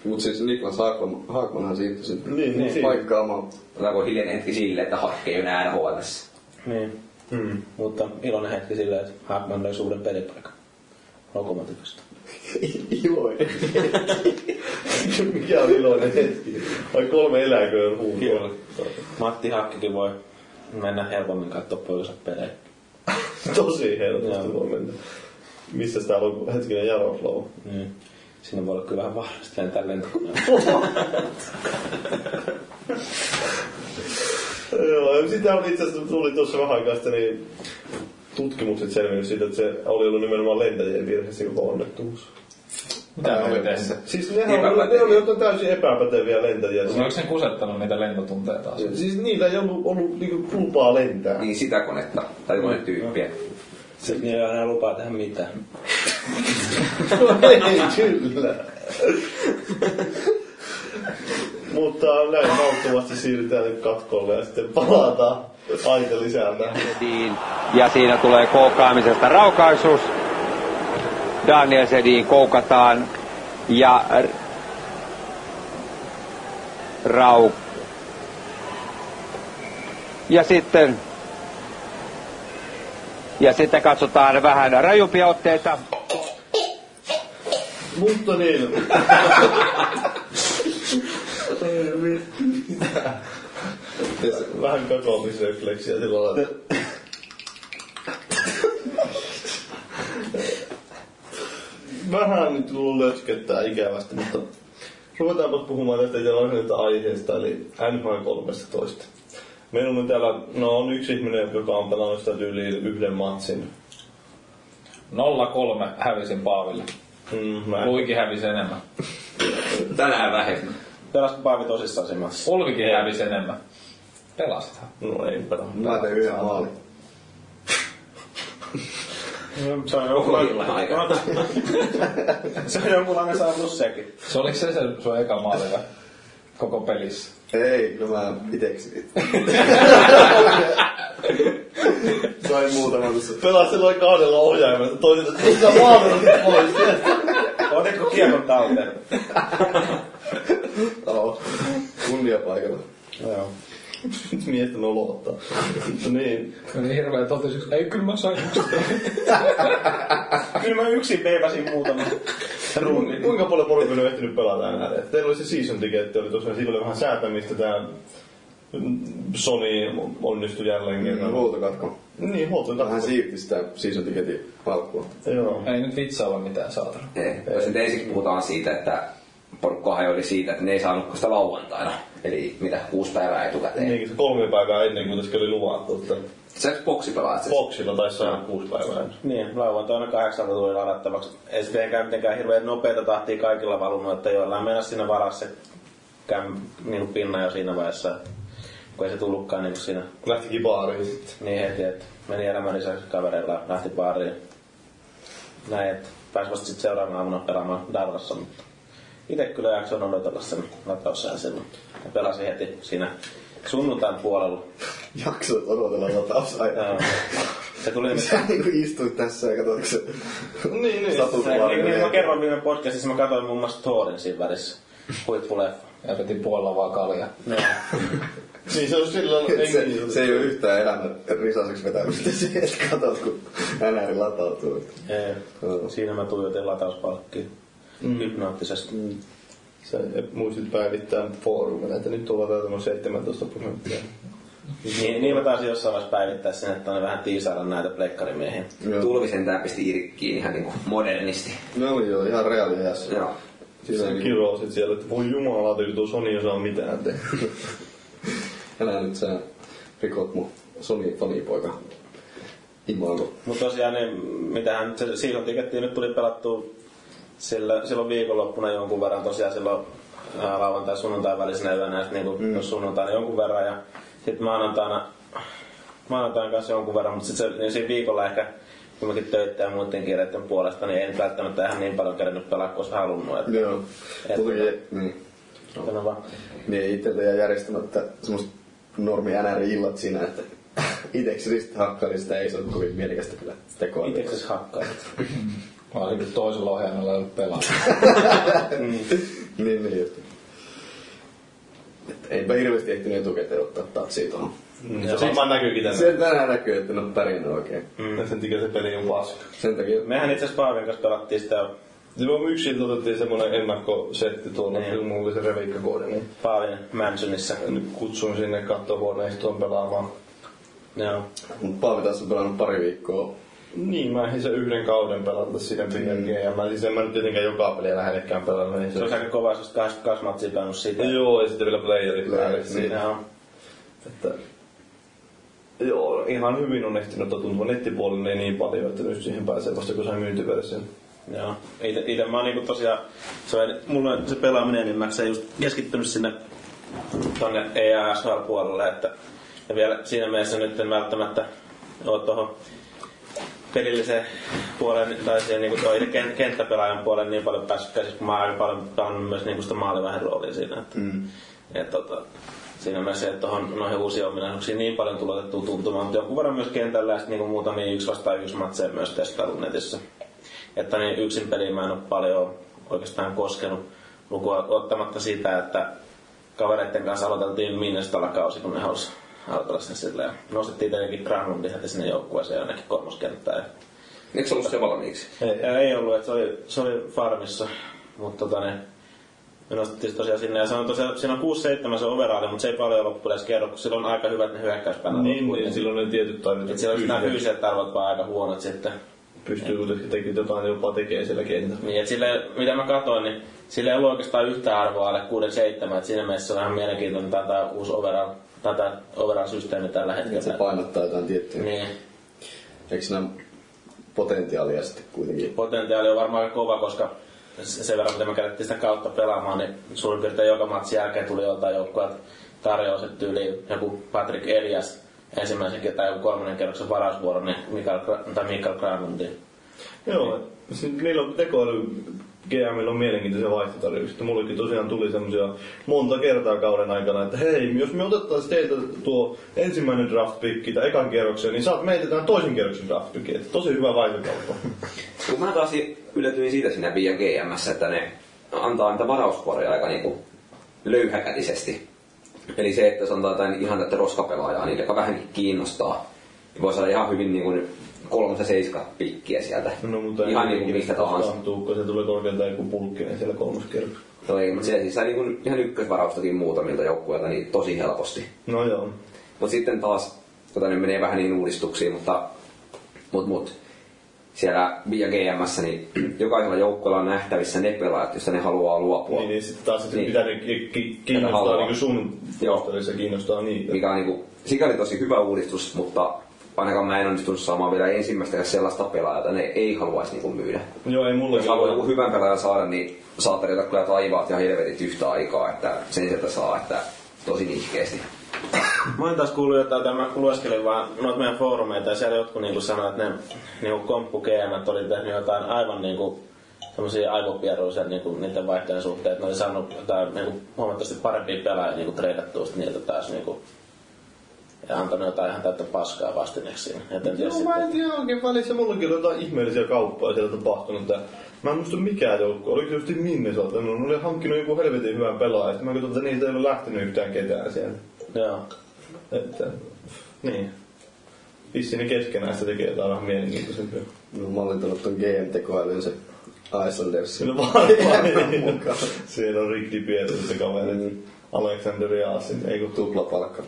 Mut siis Niklas Haakman, Haakmanhan siirtyi sitten Niin, niin, siitä. paikkaamaan. Otetaanko hiljainen hetki sille, että hakee jo nää NHLs. Niin. Mm. Mutta iloinen hetki silleen, että Hackman löi suuren pelipaikan. Lokomotivista. Iloinen. mikä on iloinen hetki. Ai kolme eläköön huutoa. Matti Hakkikin voi mennä helpommin katsoa poikansa pelejä. Tosi helposti Joo. voi mennä. Missä täällä on hetkinen Jaroslav? Niin. Siinä voi olla kyllä vähän vaarallista lentää lentokoneella. Joo, sitä on itse asiassa tuli tuossa vähän aikaa sitten, niin tutkimukset selvinnyt siitä, että se oli ollut nimenomaan lentäjien virhe se koko onnettomuus. Mitä ne oli tehnyt? No, Siis nehän oli, ne Epäpäteviä. oli jotain täysin epäpäteviä lentäjiä. Oliko ne kusettanut niitä lentotunteja taas? Siis niillä ei ollut, ollut niinku lupaa lentää. Niin sitä konetta, tai konetyyppiä. Sitten niillä ei ole enää lupaa tehdä mitään. ei, kyllä. Mutta näin nauttavasti siirrytään nyt katkolle ja sitten palataan aika lisää tähän. Sedin ja siinä tulee koukaamisesta raukaisuus. Daniel Sedin koukataan ja r- rau. Ja sitten ja sitten katsotaan vähän rajumpia otteita. Mutta niin. mitään. Vähän kakoamisrefleksiä sillä lailla. että- Vähän nyt tullut lötköttää ikävästi, mutta ruvetaanpa puhumaan tästä itse varsinaisesta aiheesta, eli NHL 13. Meillä on täällä, no on yksi ihminen, joka on pelannut sitä tyyliin yhden matsin. 0-3 hävisin Paaville. Mm, mä en Luikin hävisi enemmän. Tänään vähemmän. Pelasko Paavi tosissaan se matsi? Olvikin hävisi enemmän. Pelastaa. No ei pelaa. Mä tein yhden maalin. Se on Olvilla aika. Se on jonkunlainen saavutus sekin. Se oliko se se sun eka maali vai? Koko pelissä. Ei, kyllä mä iteksi. Sain muutaman tuossa. Pelaa silloin kahdella ohjaimella, toisella, että sä maailman pois. Otitko kiekon talteen? Joo. Kunnia paikalla. No Joo. Miestä nolottaa. niin. Oli hirveä totesi, että ei kyllä mä sain. Kyllä mä yksin veivasin muutaman. Runni. Kuinka paljon porukka on ehtinyt pelata enää? Et Teillä oli se season ticket, oli tosiaan, siinä oli vähän säätämistä tää mm, Sony onnistui jälleen kerran. Huutokatko. Niin, huolto Vähän siirti sitä season ticketin palkkua. Joo. ei nyt vitsailla mitään saatana. Ei. Jos nyt ensiksi puhutaan siitä, että porukka hajoi siitä, että ne ei saanut sitä lauantaina. Eli mitä, kuusi päivää etukäteen. Niin. Niin, se kolme päivää ennen kuin tässä oli luvattu, että Se boksi pelaa itse asiassa. Foxilla taisi saada kuusi päivää ennen. Niin, lauantaina kahdeksalta tuli ladattavaksi. Ei sittenkään mitenkään hirveän nopeita tahtia kaikilla valunut, että joillain mennä siinä varassa se käm, niin pinna jo siinä vaiheessa. Kun ei se tullutkaan niin siinä Lähtikin baariin sitten. niin heti, että meni elämän lisäksi kavereilla lähti baariin. Näin, että pääsi vasta sitten seuraavana aamuna pelaamaan Darvassa, mutta itse kyllä jaksoin odotella sen lataussään silloin. Ja pelasin heti siinä sunnuntain puolella. Jaksoit odotella latausaikaa. Joo. Se tuli Sä niinku istuit tässä ja katsoit, se Niin, niin. Niin, niin, niin, mä satutulaa. kerron viime podcastissa, mä katsoin muun muassa Thorin siinä välissä. Huippuleffa. Ja piti puolella vaan kalja. Niin, se on silloin se, se ei ole yhtään elämän risaseksi vetämistä se, että katsot, kun NR latautuu. Ei, Joo. Siinä mä tuijotin latauspalkkiin. Mm. Hypnoottisesti. Mm. Sä muistit päivittää foorumilla, että nyt ollaan vielä tämmöinen 17 prosenttia. Niin, niin mä taisin jossain vaiheessa päivittää sen, että on vähän tiisailla näitä plekkarimiehiä. Tulvi sentään pisti irkkiin ihan niinku modernisti. Ne oli jo ihan reaaliajassa. Joo. Siis sä Siinä kirosit siellä, että voi jumalauta, kun tuo Sony ei saa mitään tehdä. Älä nyt sä rikot mun Sony fanipoika. Imago. Mutta tosiaan, niin mitähän nyt se season ticketti nyt tuli pelattua sillä, silloin viikonloppuna jonkun verran tosiaan silloin ää, lauantai sunnuntai välisenä yönä, että niinku mm. sunnuntaina jonkun verran ja sitten maanantaina, maanantaina kanssa jonkun verran, mutta sitten niin siinä viikolla ehkä kumminkin töitä ja muiden kiireiden puolesta, niin ei nyt välttämättä ihan niin paljon kerennyt pelaa kuin olisi halunnut. Mm. Että, Joo. Kuitenkin, niin. no. vaan. Niin itselle jäi järjestämättä semmoista normi NR-illat siinä, että iteksi ristihakkarista ei se ole kovin mielekästä kyllä tekoa. Itseksesi hakkaa. Mä olin kyllä toisella ohjaimella ei ollut pelaa. Mm. Niin, niin just. Että eipä hirveästi ehtinyt etukäteen ottaa tatsia tuohon. Mm. Se varmaan näkyykin tänne. Se tänään näkyy, että ne on pärjännyt oikein. Mm. Sen takia se peli on paska. Sen takia Mehän itse asiassa Paavin kanssa pelattiin sitä Niin me yksin otettiin semmonen ennakkosetti tuolla, Niin. kun mulla oli se reviikkakoodi, niin Paavin Mansonissa. nyt kutsun sinne kattohuoneistoon pelaamaan. Joo. Mun Paavi taas on pelannut pari viikkoa. Niin, mä ehdin sen yhden kauden pelata siinä PNG, ja mä siis en mä nyt tietenkään joka peliä lähellekään pelannut. Niin Se on aika kova, jos 22 matsia pelannut sitä. Joo, ja sitten vielä playerit Playerit, päälle siinä. Joo. Niin, Että, joo, ihan hyvin on ehtinyt tuntua nettipuolelle ei niin paljon, että nyt siihen pääsee vasta kun saa myyntiversion. Joo. Ite, ite mä oon niinku tosiaan, se, on- mulla on se pelaaminen, niin mä se just keskittynyt sinne tonne E EASL-puolelle, että ja vielä siinä mielessä nyt en välttämättä oo tohon pelilliseen puolen, tai siihen niinku toi ken- kenttäpelaajan puolen niin paljon päässyt käsiksi, kun mä oon aika paljon pelannut myös niinku sitä maalivähen roolia siinä, että mm. et, tota, siinä mielessä, että tuohon noihin uusiin ominaisuuksiin niin paljon tulotettu tuntumaan, mutta jonkun verran myös kentällä ja sitten niinku muutamia yksi vastaan yksi matseja myös testaillut netissä että niin yksin peliin mä en ole paljon oikeastaan koskenut lukua ottamatta sitä, että kavereiden kanssa aloiteltiin Minnestalla kausi, kun ne halusi aloitella sen sillä. Ja nostettiin tietenkin Granlundin heti sinne joukkueeseen jonnekin kolmoskenttään. Ja Eikö se ollut se valmiiksi? ei, ei ollut, että se oli, se oli farmissa, mutta tota, ne, Me nostettiin se tosiaan sinne ja se on tosiaan, siinä on 6-7 se overalli, mutta se ei paljon loppujen edes kerro, kun sillä on aika hyvät ne hyökkäyspäällä. Niin, niin silloin ne tietyt taidot. Et siellä on nämä pystyy- fyysiset tarvot vaan aika huonot sitten. Pystyy kuitenkin tekemään jotain, jopa tekee siellä kentällä. Niin, et sille, mitä mä katsoin, niin sillä ei ollut oikeastaan yhtään arvoa alle 6-7, et siinä mielessä se on ihan mielenkiintoinen tää, tää uusi overall, tää, tää overall systeemi tällä Niin, Että se hetkellä. painottaa jotain tiettyä. Niin, Eikö siinä ole potentiaalia sitten kuitenkin? potentiaali on varmaan aika kova, koska se- sen verran, mitä me käydettiin sitä kautta pelaamaan, niin suurin piirtein joka matsin jälkeen tuli joltain joukkueelta tarjous, että tyyli joku Patrick Elias ensimmäisen tai joku kolmannen kerroksen varausvuoro, niin Mikael, Gra- tai Mikael Granlundin. Joo, siis niillä on tekoäly GMillä on mielenkiintoisia vaihtotarjouksia. Mullekin tosiaan tuli semmoisia monta kertaa kauden aikana, että hei, jos me otettaisiin teiltä tuo ensimmäinen draft pick tai ekan kierroksen, niin saat meiltä tämän toisen kierroksen draft pickin. Että Tosi hyvä vaihtokauppa. Mutta mä taas yllätyin siitä siinä Bia GMS, että ne antaa niitä varausvuoroja aika niinku löyhäkätisesti. Eli se, että se antaa jotain ihan tätä roskapelaajaa niille, joka vähänkin kiinnostaa, niin voi saada ihan hyvin niinku kolmas ja seiska pikkiä sieltä. No, mutta ihan niinku mistä tahansa. Tuukko, se tulee korkeintaan joku pulkkinen siellä kolmas kierros. No ei, mutta se siis sai niinku ihan ykkösvaraustakin muutamilta joukkueilta niin tosi helposti. No joo. Mutta sitten taas, tota nyt menee vähän niin uudistuksiin, mutta mut, mut, siellä Bia GMS, niin jokaisella joukkueella on nähtävissä ne pelaajat, joista ne haluaa luopua. Niin, niin sitten taas niin. Niin. pitää ne ki- ki- kiinnostaa, haluaa. niin kuin sun Joo. posterissa kiinnostaa niin. niitä. mikä on niinku, sikäli tosi hyvä uudistus, mutta ainakaan mä en onnistunut saamaan vielä ensimmäistäkään sellaista pelaajaa, jota ne ei haluaisi niinku myydä. Joo, ei Jos mullakin haluaa ole. joku hyvän pelaajan saada, niin saa tarjota kyllä taivaat ja helvetit yhtä aikaa, että sen sieltä saa, että tosi nihkeesti. Mä oon taas kuullut jotain, tai mä lueskelin vaan noita meidän foorumeita, ja siellä jotkut niinku sanoi, että ne niinku komppu GM oli tehnyt jotain aivan niinku semmosia aivopieruisia niinku niiden vaihtojen suhteen, että ne oli saanut jotain niinku huomattavasti parempia pelaajia niinku treidattua sit niiltä taas niinku ja antanut jotain ihan täyttä paskaa vastineeksi siinä. Et en tiedä Joo, mä en sitten. tiedä oikein välissä. Mullakin oli jotain ihmeellisiä kauppoja siellä tapahtunut. Että mä en muista mikä joukko. Oliko se just Minnesota? No, ne oli hankkinut joku helvetin hyvän pelaajan. Sitten mä katsoin, että niistä ei ole lähtenyt yhtään ketään siellä. Joo. Että, niin. Vissi ne keskenään sitä tekee jotain vähän mielenkiintoisempia. No, mä olin tullut tuon GM-tekoälyn se Icelandersin. Sillä vaan vaan Siellä on Rick DiPietro se kaverit. Alexander Jaasin, ei kun tupla. Tuplapalkka.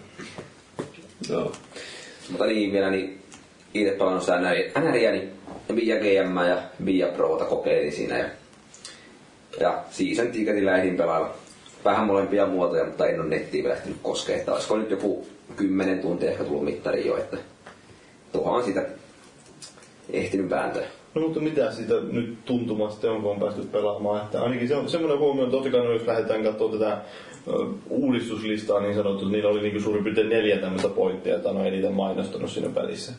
Joo. Mutta niin vielä, niin itse pelannut sitä näin NRiä, niin Via GM ja Via Prota kokeilin siinä. Ja, ja season ticketillä ehdin pelailla vähän molempia muotoja, mutta en ole nettiin vielä ehtinyt koskea. Että olisiko nyt joku 10 tuntia ehkä tullut mittariin jo, että tuohon on sitä ehtinyt vääntöä. No mutta mitä siitä nyt tuntumasta on, kun on päästy pelaamaan? Että ainakin se on semmoinen huomio, että totta kai no, jos lähdetään katsomaan tätä ö, uudistuslistaa niin sanottu, niillä oli niin suurin piirtein neljä tämmöistä pointtia, jota ne on eniten mainostanut siinä pelissä.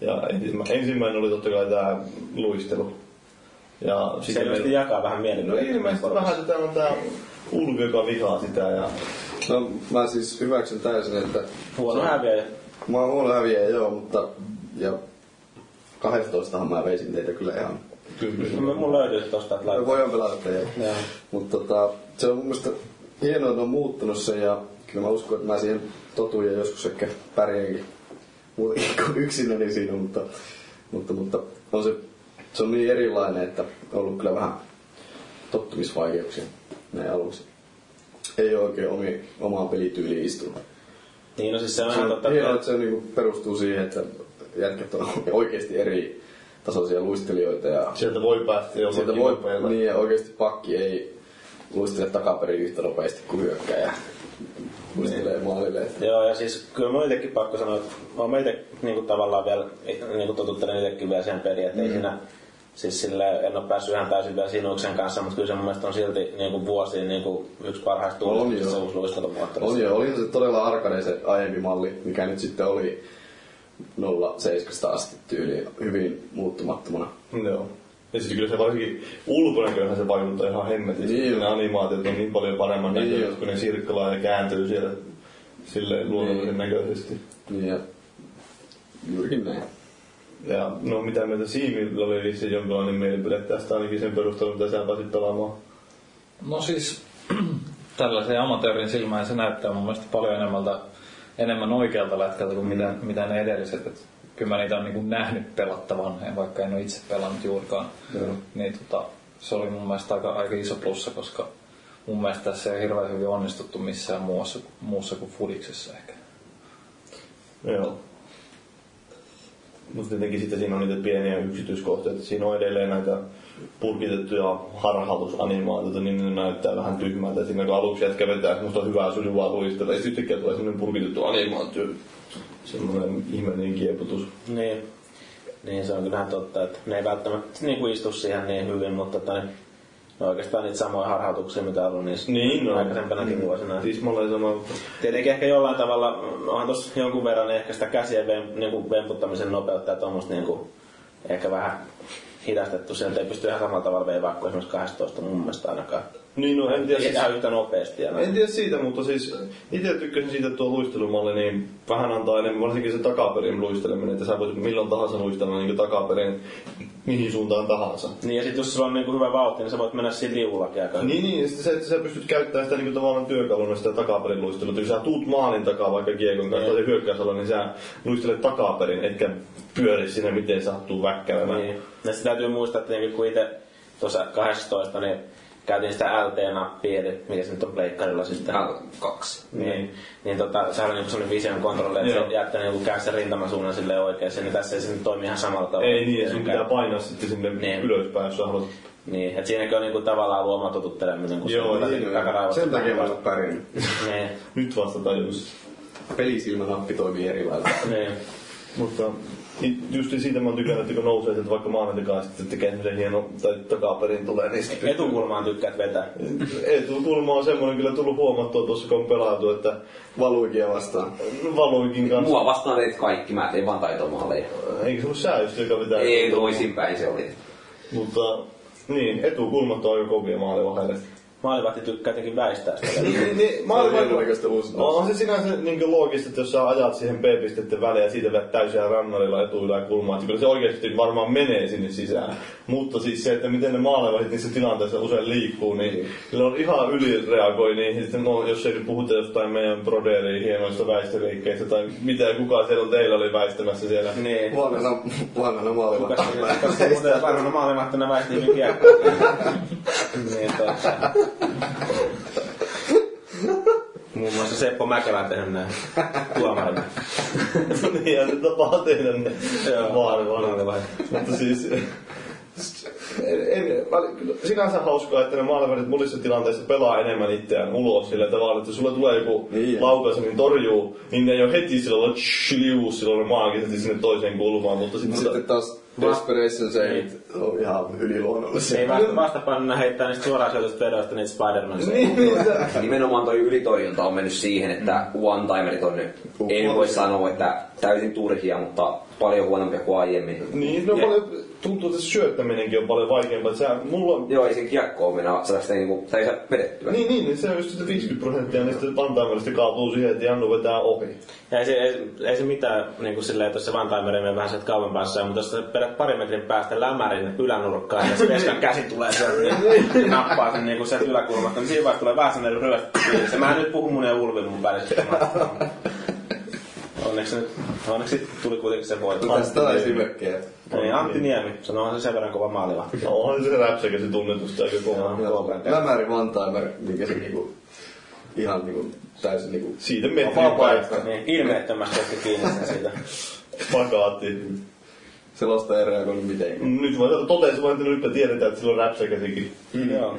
Ja ensimmä, ensimmäinen oli totta kai tämä luistelu. Ja sitten Selvästi meillä- jakaa vähän No mielipiteitä. ilmeisesti vähän sitä on tämä Ulvi, joka vihaa sitä ja No, mä siis hyväksyn täysin, että Huono häviäjä. mä oon huono häviäjä, joo, mutta... Ja 12 mä veisin teitä kyllä ihan M- Mun löytyy tosta, että Me laitetaan. voidaan pelata tätä. Joo. Mutta tota, se on mun mielestä hienoa, että ne on muuttunut sen ja kyllä mä uskon, että mä siihen totuin ja joskus ehkä pärjäänkin muutenkin kuin yksinäni siinä, mutta, mutta, mutta on se, se on niin erilainen, että on ollut kyllä vähän tottumisvaikeuksia näin aluksi. Ei ole oikein omi, omaan pelityyliin istunut. Niin no siis se on Se ihan totta. on hienoa, että se niinku perustuu siihen, että jätkät on oikeasti eri tasoisia luistelijoita ja sieltä voi päästä jollakin Sieltä voi, nopealla. niin ja oikeasti pakki ei luistele takaperin yhtä nopeasti kuin hyökkäjä. Luistelee maalille. että- Joo, ja siis kyllä mä itsekin pakko sanoa, että mä itse niinku tavallaan vielä, niinku totuttelen itsekin vielä sen peliin, Mm. että ei siinä, siis sillä en ole päässyt ihan täysin vielä sinuksen kanssa, mutta kyllä se mun mielestä on silti niinku vuosiin niinku yksi parhaista On tunnistuksista se joo. uusi luistelumuoto. On jo, oli se todella arkainen se aiempi malli, mikä nyt sitten oli 0,7 asti tyyliin hyvin muuttumattomana. Joo. Ja siis kyllä se varsinkin ulkonäköhän se vaikuttaa ihan hemmetisti. Niin. Niin. Ne animaatiot on niin paljon paremman Niin. näköiset, kun ne sirkkalaa ja kääntyy siellä silleen luonnollisen Niin. näköisesti. Niin ja juurikin näin. Ja no mitä mieltä Siimillä oli vissiin jonkinlainen mielipide tästä ainakin sen perusteella, mitä sä pääsit pelaamaan. No siis tällaisen amatöörin silmään se näyttää mun mielestä paljon enemmältä, enemmän oikealta lätkältä kuin mitä, mitä ne edelliset. Et kyllä mä niitä on niin nähnyt pelattavan, en- vaikka en ole itse pelannut juurikaan. Niin tota, se oli mun mielestä aika, aika iso plussa, koska mun mielestä tässä ei ole hirveän hyvin onnistuttu missään muussa, muussa kuin Fudiksessa ehkä. Joo. Mutta tietenkin sitten siinä on niitä pieniä yksityiskohtia, että siinä on edelleen näitä purkitettuja harhautusanimaatioita, niin ne näyttää vähän tyhmältä. Siinä kun aluksi jätkä vetää semmoista hyvää sujuvaa luistella, ja sitten yhtäkkiä tulee semmoinen purkitettu animaatio. Semmoinen ihmeellinen kieputus. Niin. Niin, se on kyllähän totta, että ne ei välttämättä niin kuin istu siihen niin hyvin, mutta että ne, ne on oikeastaan niitä samoja harhautuksia, mitä on ollut niissä Niin, no. aikaisempanakin vuosina. Tismalleen sama. Tietenkin ehkä jollain tavalla, onhan tuossa jonkun verran ehkä sitä käsien vem, niin kuin vemputtamisen nopeutta ja tuommoista niin kuin, ehkä vähän hidastettu. Sieltä ei pysty ihan samalla tavalla veivaa kuin esimerkiksi 12 mun mielestä ainakaan. Niin no, en tiedä. Ei ihan yhtä nopeasti. Ja No, En näin. tiedä siitä, mutta siis itse tykkäsin siitä, että tuo luistelumalli niin vähän antaa enemmän, varsinkin se takaperin luisteleminen, että sä voit milloin tahansa luistella niin takaperin mihin suuntaan tahansa. Niin ja sitten jos sulla on niin kuin hyvä vauhti, niin sä voit mennä siinä liuullakin aika Niin, niin, ja sitten se, että sä pystyt käyttämään sitä niin tavallaan työkaluna sitä takaperin luistelua. Että Kun sä tuut maalin takaa vaikka kiekon kanssa tai hyökkäysalla, niin sä luistelet takaperin, etkä pyöri siinä miten sattuu väkkäilemään. Niin. Ja sitten täytyy muistaa, että niinku kun itse tuossa 18, niin käytiin sitä LT-nappia, eli mikä se nyt on pleikkarilla siis tää- L2. Niin, niin tota, sehän on niinku sellainen vision controller, että Joo. se jättää niinku käy sen rintamasuunnan silleen oikeeseen, niin tässä ei se nyt toimi ihan samalla tavalla. Ei niin, ja sun Tietenkään. pitää painaa sitten sinne Niin. ylöspäin, jos sä haluat. Niin, että siinäkin on niinku tavallaan luoma totutteleminen, kun Joo, se on niin, niinku takaraivasta. Sen takia mä en ole pärjännyt. Niin, Nyt vasta tajus. Pelisilmänappi toimii eri lailla. niin. Mutta i- just niin siitä mä oon tykännyt, että kun nousee sieltä vaikka maanantikaan, sitten tekee semmoisen hienon, tai takaperin tulee, niin sitten Etukulmaan tykkäät vetää. Etukulma on semmoinen kyllä tullut huomattua tuossa, kun on pelattu, että Valuikia vastaan. valuikin kanssa. Mua vastaan teit kaikki, mä tein vaan taitomaaleja. Eikö se ollut säystä, joka pitää... Ei toisinpäin se oli. Mutta niin, etukulmat on aika kovia maalivahdelle. Maalivahti tykkää jotenkin väistää sitä. Niin, niin, hienoinäköistä uusintaa. on se sinänsä niin loogista, että jos sä ajat siihen B-pistettä väliin ja siitä vedät täysin rannarilla etuyläkulmaa, että kyllä se oikeasti varmaan menee sinne sisään. Mutta siis se, että miten ne maalivahdit niissä tilanteissa usein liikkuu, niin kyllä on ihan ylireagoi niihin. Sitten, no, jos ei nyt puhuta jostain meidän broderiin hienoista väistöliikkeistä tai mitä kuka siellä on teillä oli väistämässä siellä. Niin. Huomenna, huomenna maalilla. Kuka se- kuka se muuten varmaan maalivahtina väisti nyt kiekko. Niin, tota. Muun muassa Seppo Mäkelä on tehnyt näin tuomarina. niin, ja se tapaa tehdä ne maalivahdit. Maalivahti. Mutta siis... En, en, väl- kyllä sinänsä hauskaa, että ne maalivärit monissa tilanteissa pelaa enemmän itseään ulos sillä tavalla, että jos sulla tulee joku Niin. niin. laukaisu, niin torjuu, niin ne ei ole heti sillä lailla tsh, liuus silloin ne maagisesti sinne toiseen kulmaan, mutta sitten Sitten taas Desperation Saveit on ihan yliluonnollisia. Ei vasta, vastapainona heittää niistä suoraan sijoitusta vedoista niitä Spider-Man. niin, Nimenomaan toi ylitorjunta on mennyt siihen, että one-timerit on nyt. En voi sanoa, että täysin turhia, mutta paljon huonompia kuin aiemmin. Niin, no paljon, tuntuu, että se syöttäminenkin on paljon vaikeampaa. että Sä, mulla on, Joo, ei se kiekkoon mennä, sä tästä niinku, tai sä vedettyä. niin, niin, niin, se on just että 50 prosenttia niistä pantaimerista kaatuu siihen, että Jannu vetää ohi. Ja ei, se, ei, ei se mitään, niin kuin silleen, että jos se vantaimeri menee vähän sieltä kauan päässä, mutta jos sä perät pari metrin päästä lämärin ylänurkkaan ja se veskan käsi tulee sieltä ja nappaa sen niin kuin sieltä yläkulmasta, niin siinä vaiheessa tulee vähän sellainen ryöstö. Mä en nyt puhu mun ja Ulvi mun välissä. Onneksi, nyt, onneksi tuli kuitenkin se voitto. Tästä on esimerkkejä. Niin, Antti Niemi, sanohan se sen verran kova maaliva. No, onhan se räpsäkä se tunnetusta aika kova. Lämäri Vantaimer, mikä se niinku... Ihan niinku täysin niinku... Siitä miettii Vapaa-aika. Niin, ilmeettömästi otti kiinni sen siitä. Spagaatti. Selosta ei reagoinut mitenkään. Nyt vaan totesin vaan, että nyt me tiedetään, että sillä on räpsäkäsikin. Joo.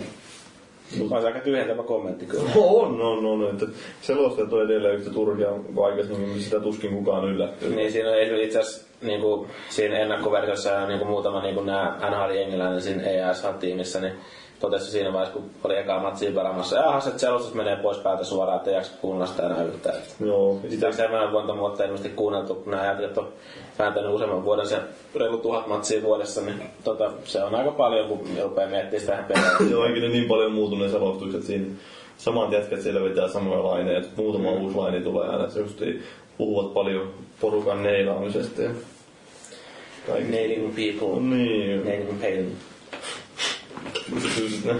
On se aika tyhjentävä kommentti kyllä. On, on, on. no, Että selostajat on edelleen yhtä turhia kuin aikaisemmin, mutta sitä tuskin kukaan yllättyy. Niin siinä oli itse asiassa niinku, siinä ennakkoversiossa ja niinku, muutama niinku, nää NHL-jengiläinen siinä EASH-tiimissä, niin totesi siinä vaiheessa, kun oli ekaa matsia pelaamassa, että ahas, että selostus menee pois päältä suoraan, että ei jaksa kuunnella sitä enää yhtään. Joo. Sitä on sellainen monta vuotta ilmeisesti kuunneltu, kun nämä jätkät on vääntänyt useamman vuoden sen reilu tuhat matsia vuodessa, niin tota, se on aika paljon, kun rupeaa miettimään sitä peliä. Joo, eikä ne niin paljon muutu ne selostukset siinä. Samat jätkät siellä vetää samoja laineja, että muutama uusi laini tulee aina. Se justiin puhuvat paljon porukan neilaamisesta ja kaikista. Nailing people. Niin. Nailing pain. Kyllä.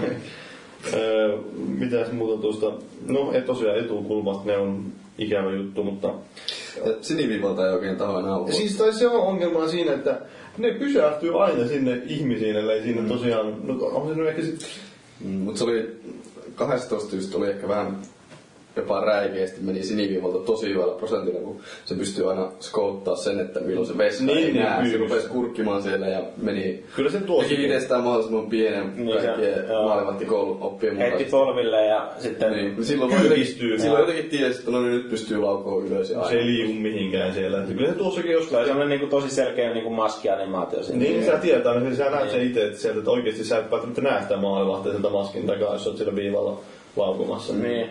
Öö, Mitäs muuta tuosta? No, et tosiaan etukulmat, ne on ikävä juttu, mutta Ja Siniviivalta ei oikein taho enää ollut. Siis tai se on ongelma siinä, että ne pysähtyy Mm. aina sinne ihmisiin, ellei siinä tosiaan, no onko se nyt ehkä sit, Mm, Mut se oli 12 just oli ehkä vähän jopa räikeästi meni siniviivalta tosi hyvällä prosentilla, kun se pystyy aina skouttaa sen, että milloin se vessa Niin, ei niin, näe. Se kyllä. rupesi kurkkimaan siellä ja meni Kyllä se tuo. teki itsestään mahdollisimman pienen Niin, se- kaikkien joo. maalivahtikoulun oppien Heitti mukaisesti. polville ja sitten... Niin, niin silloin vaan Kylkistyy. jotenkin, silloin jotenkin tiesi, että no niin, nyt pystyy laukoon ylös ja Se aina. ei liiku mihinkään siellä. Kyllä se tuossakin jostain. Tulee semmonen niinku tosi selkeä niinku maskianimaatio siinä. Niin, sä tietää, niin sä näet sen itse, että sieltä että oikeesti sä et välttämättä näe sitä maalivahtia sieltä maskin takaa, jos sä oot siellä viivalla laukumassa. Niin.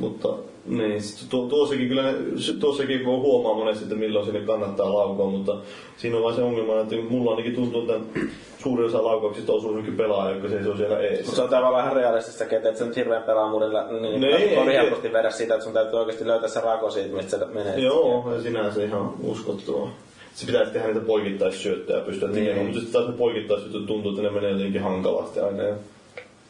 Mutta niin, sit tu- tuossakin kyllä ne- se- tuossakin voi huomaa monesti, että milloin sinne kannattaa laukoa, mutta siinä on vaan se ongelma, että mulla ainakin tuntuu, että suurin osa laukauksista osuu jonnekin pelaaja, joka seisoo siellä Mutta se eessä. on tavallaan ihan realistista, että et sä nyt hirveän pelaamuudella niin, No ei, niin, kovin ei, helposti vedä siitä, että sun täytyy oikeasti löytää se rako siitä, mistä se menee. Joo, ja sinänsä ihan uskottavaa. Se pitäisi tehdä niitä poikittaissyöttöjä pystyä tekemään, Niin. mutta sitten taas ne poikittaissyötöt tuntuu, että ne menee jotenkin hankalasti aina. Ja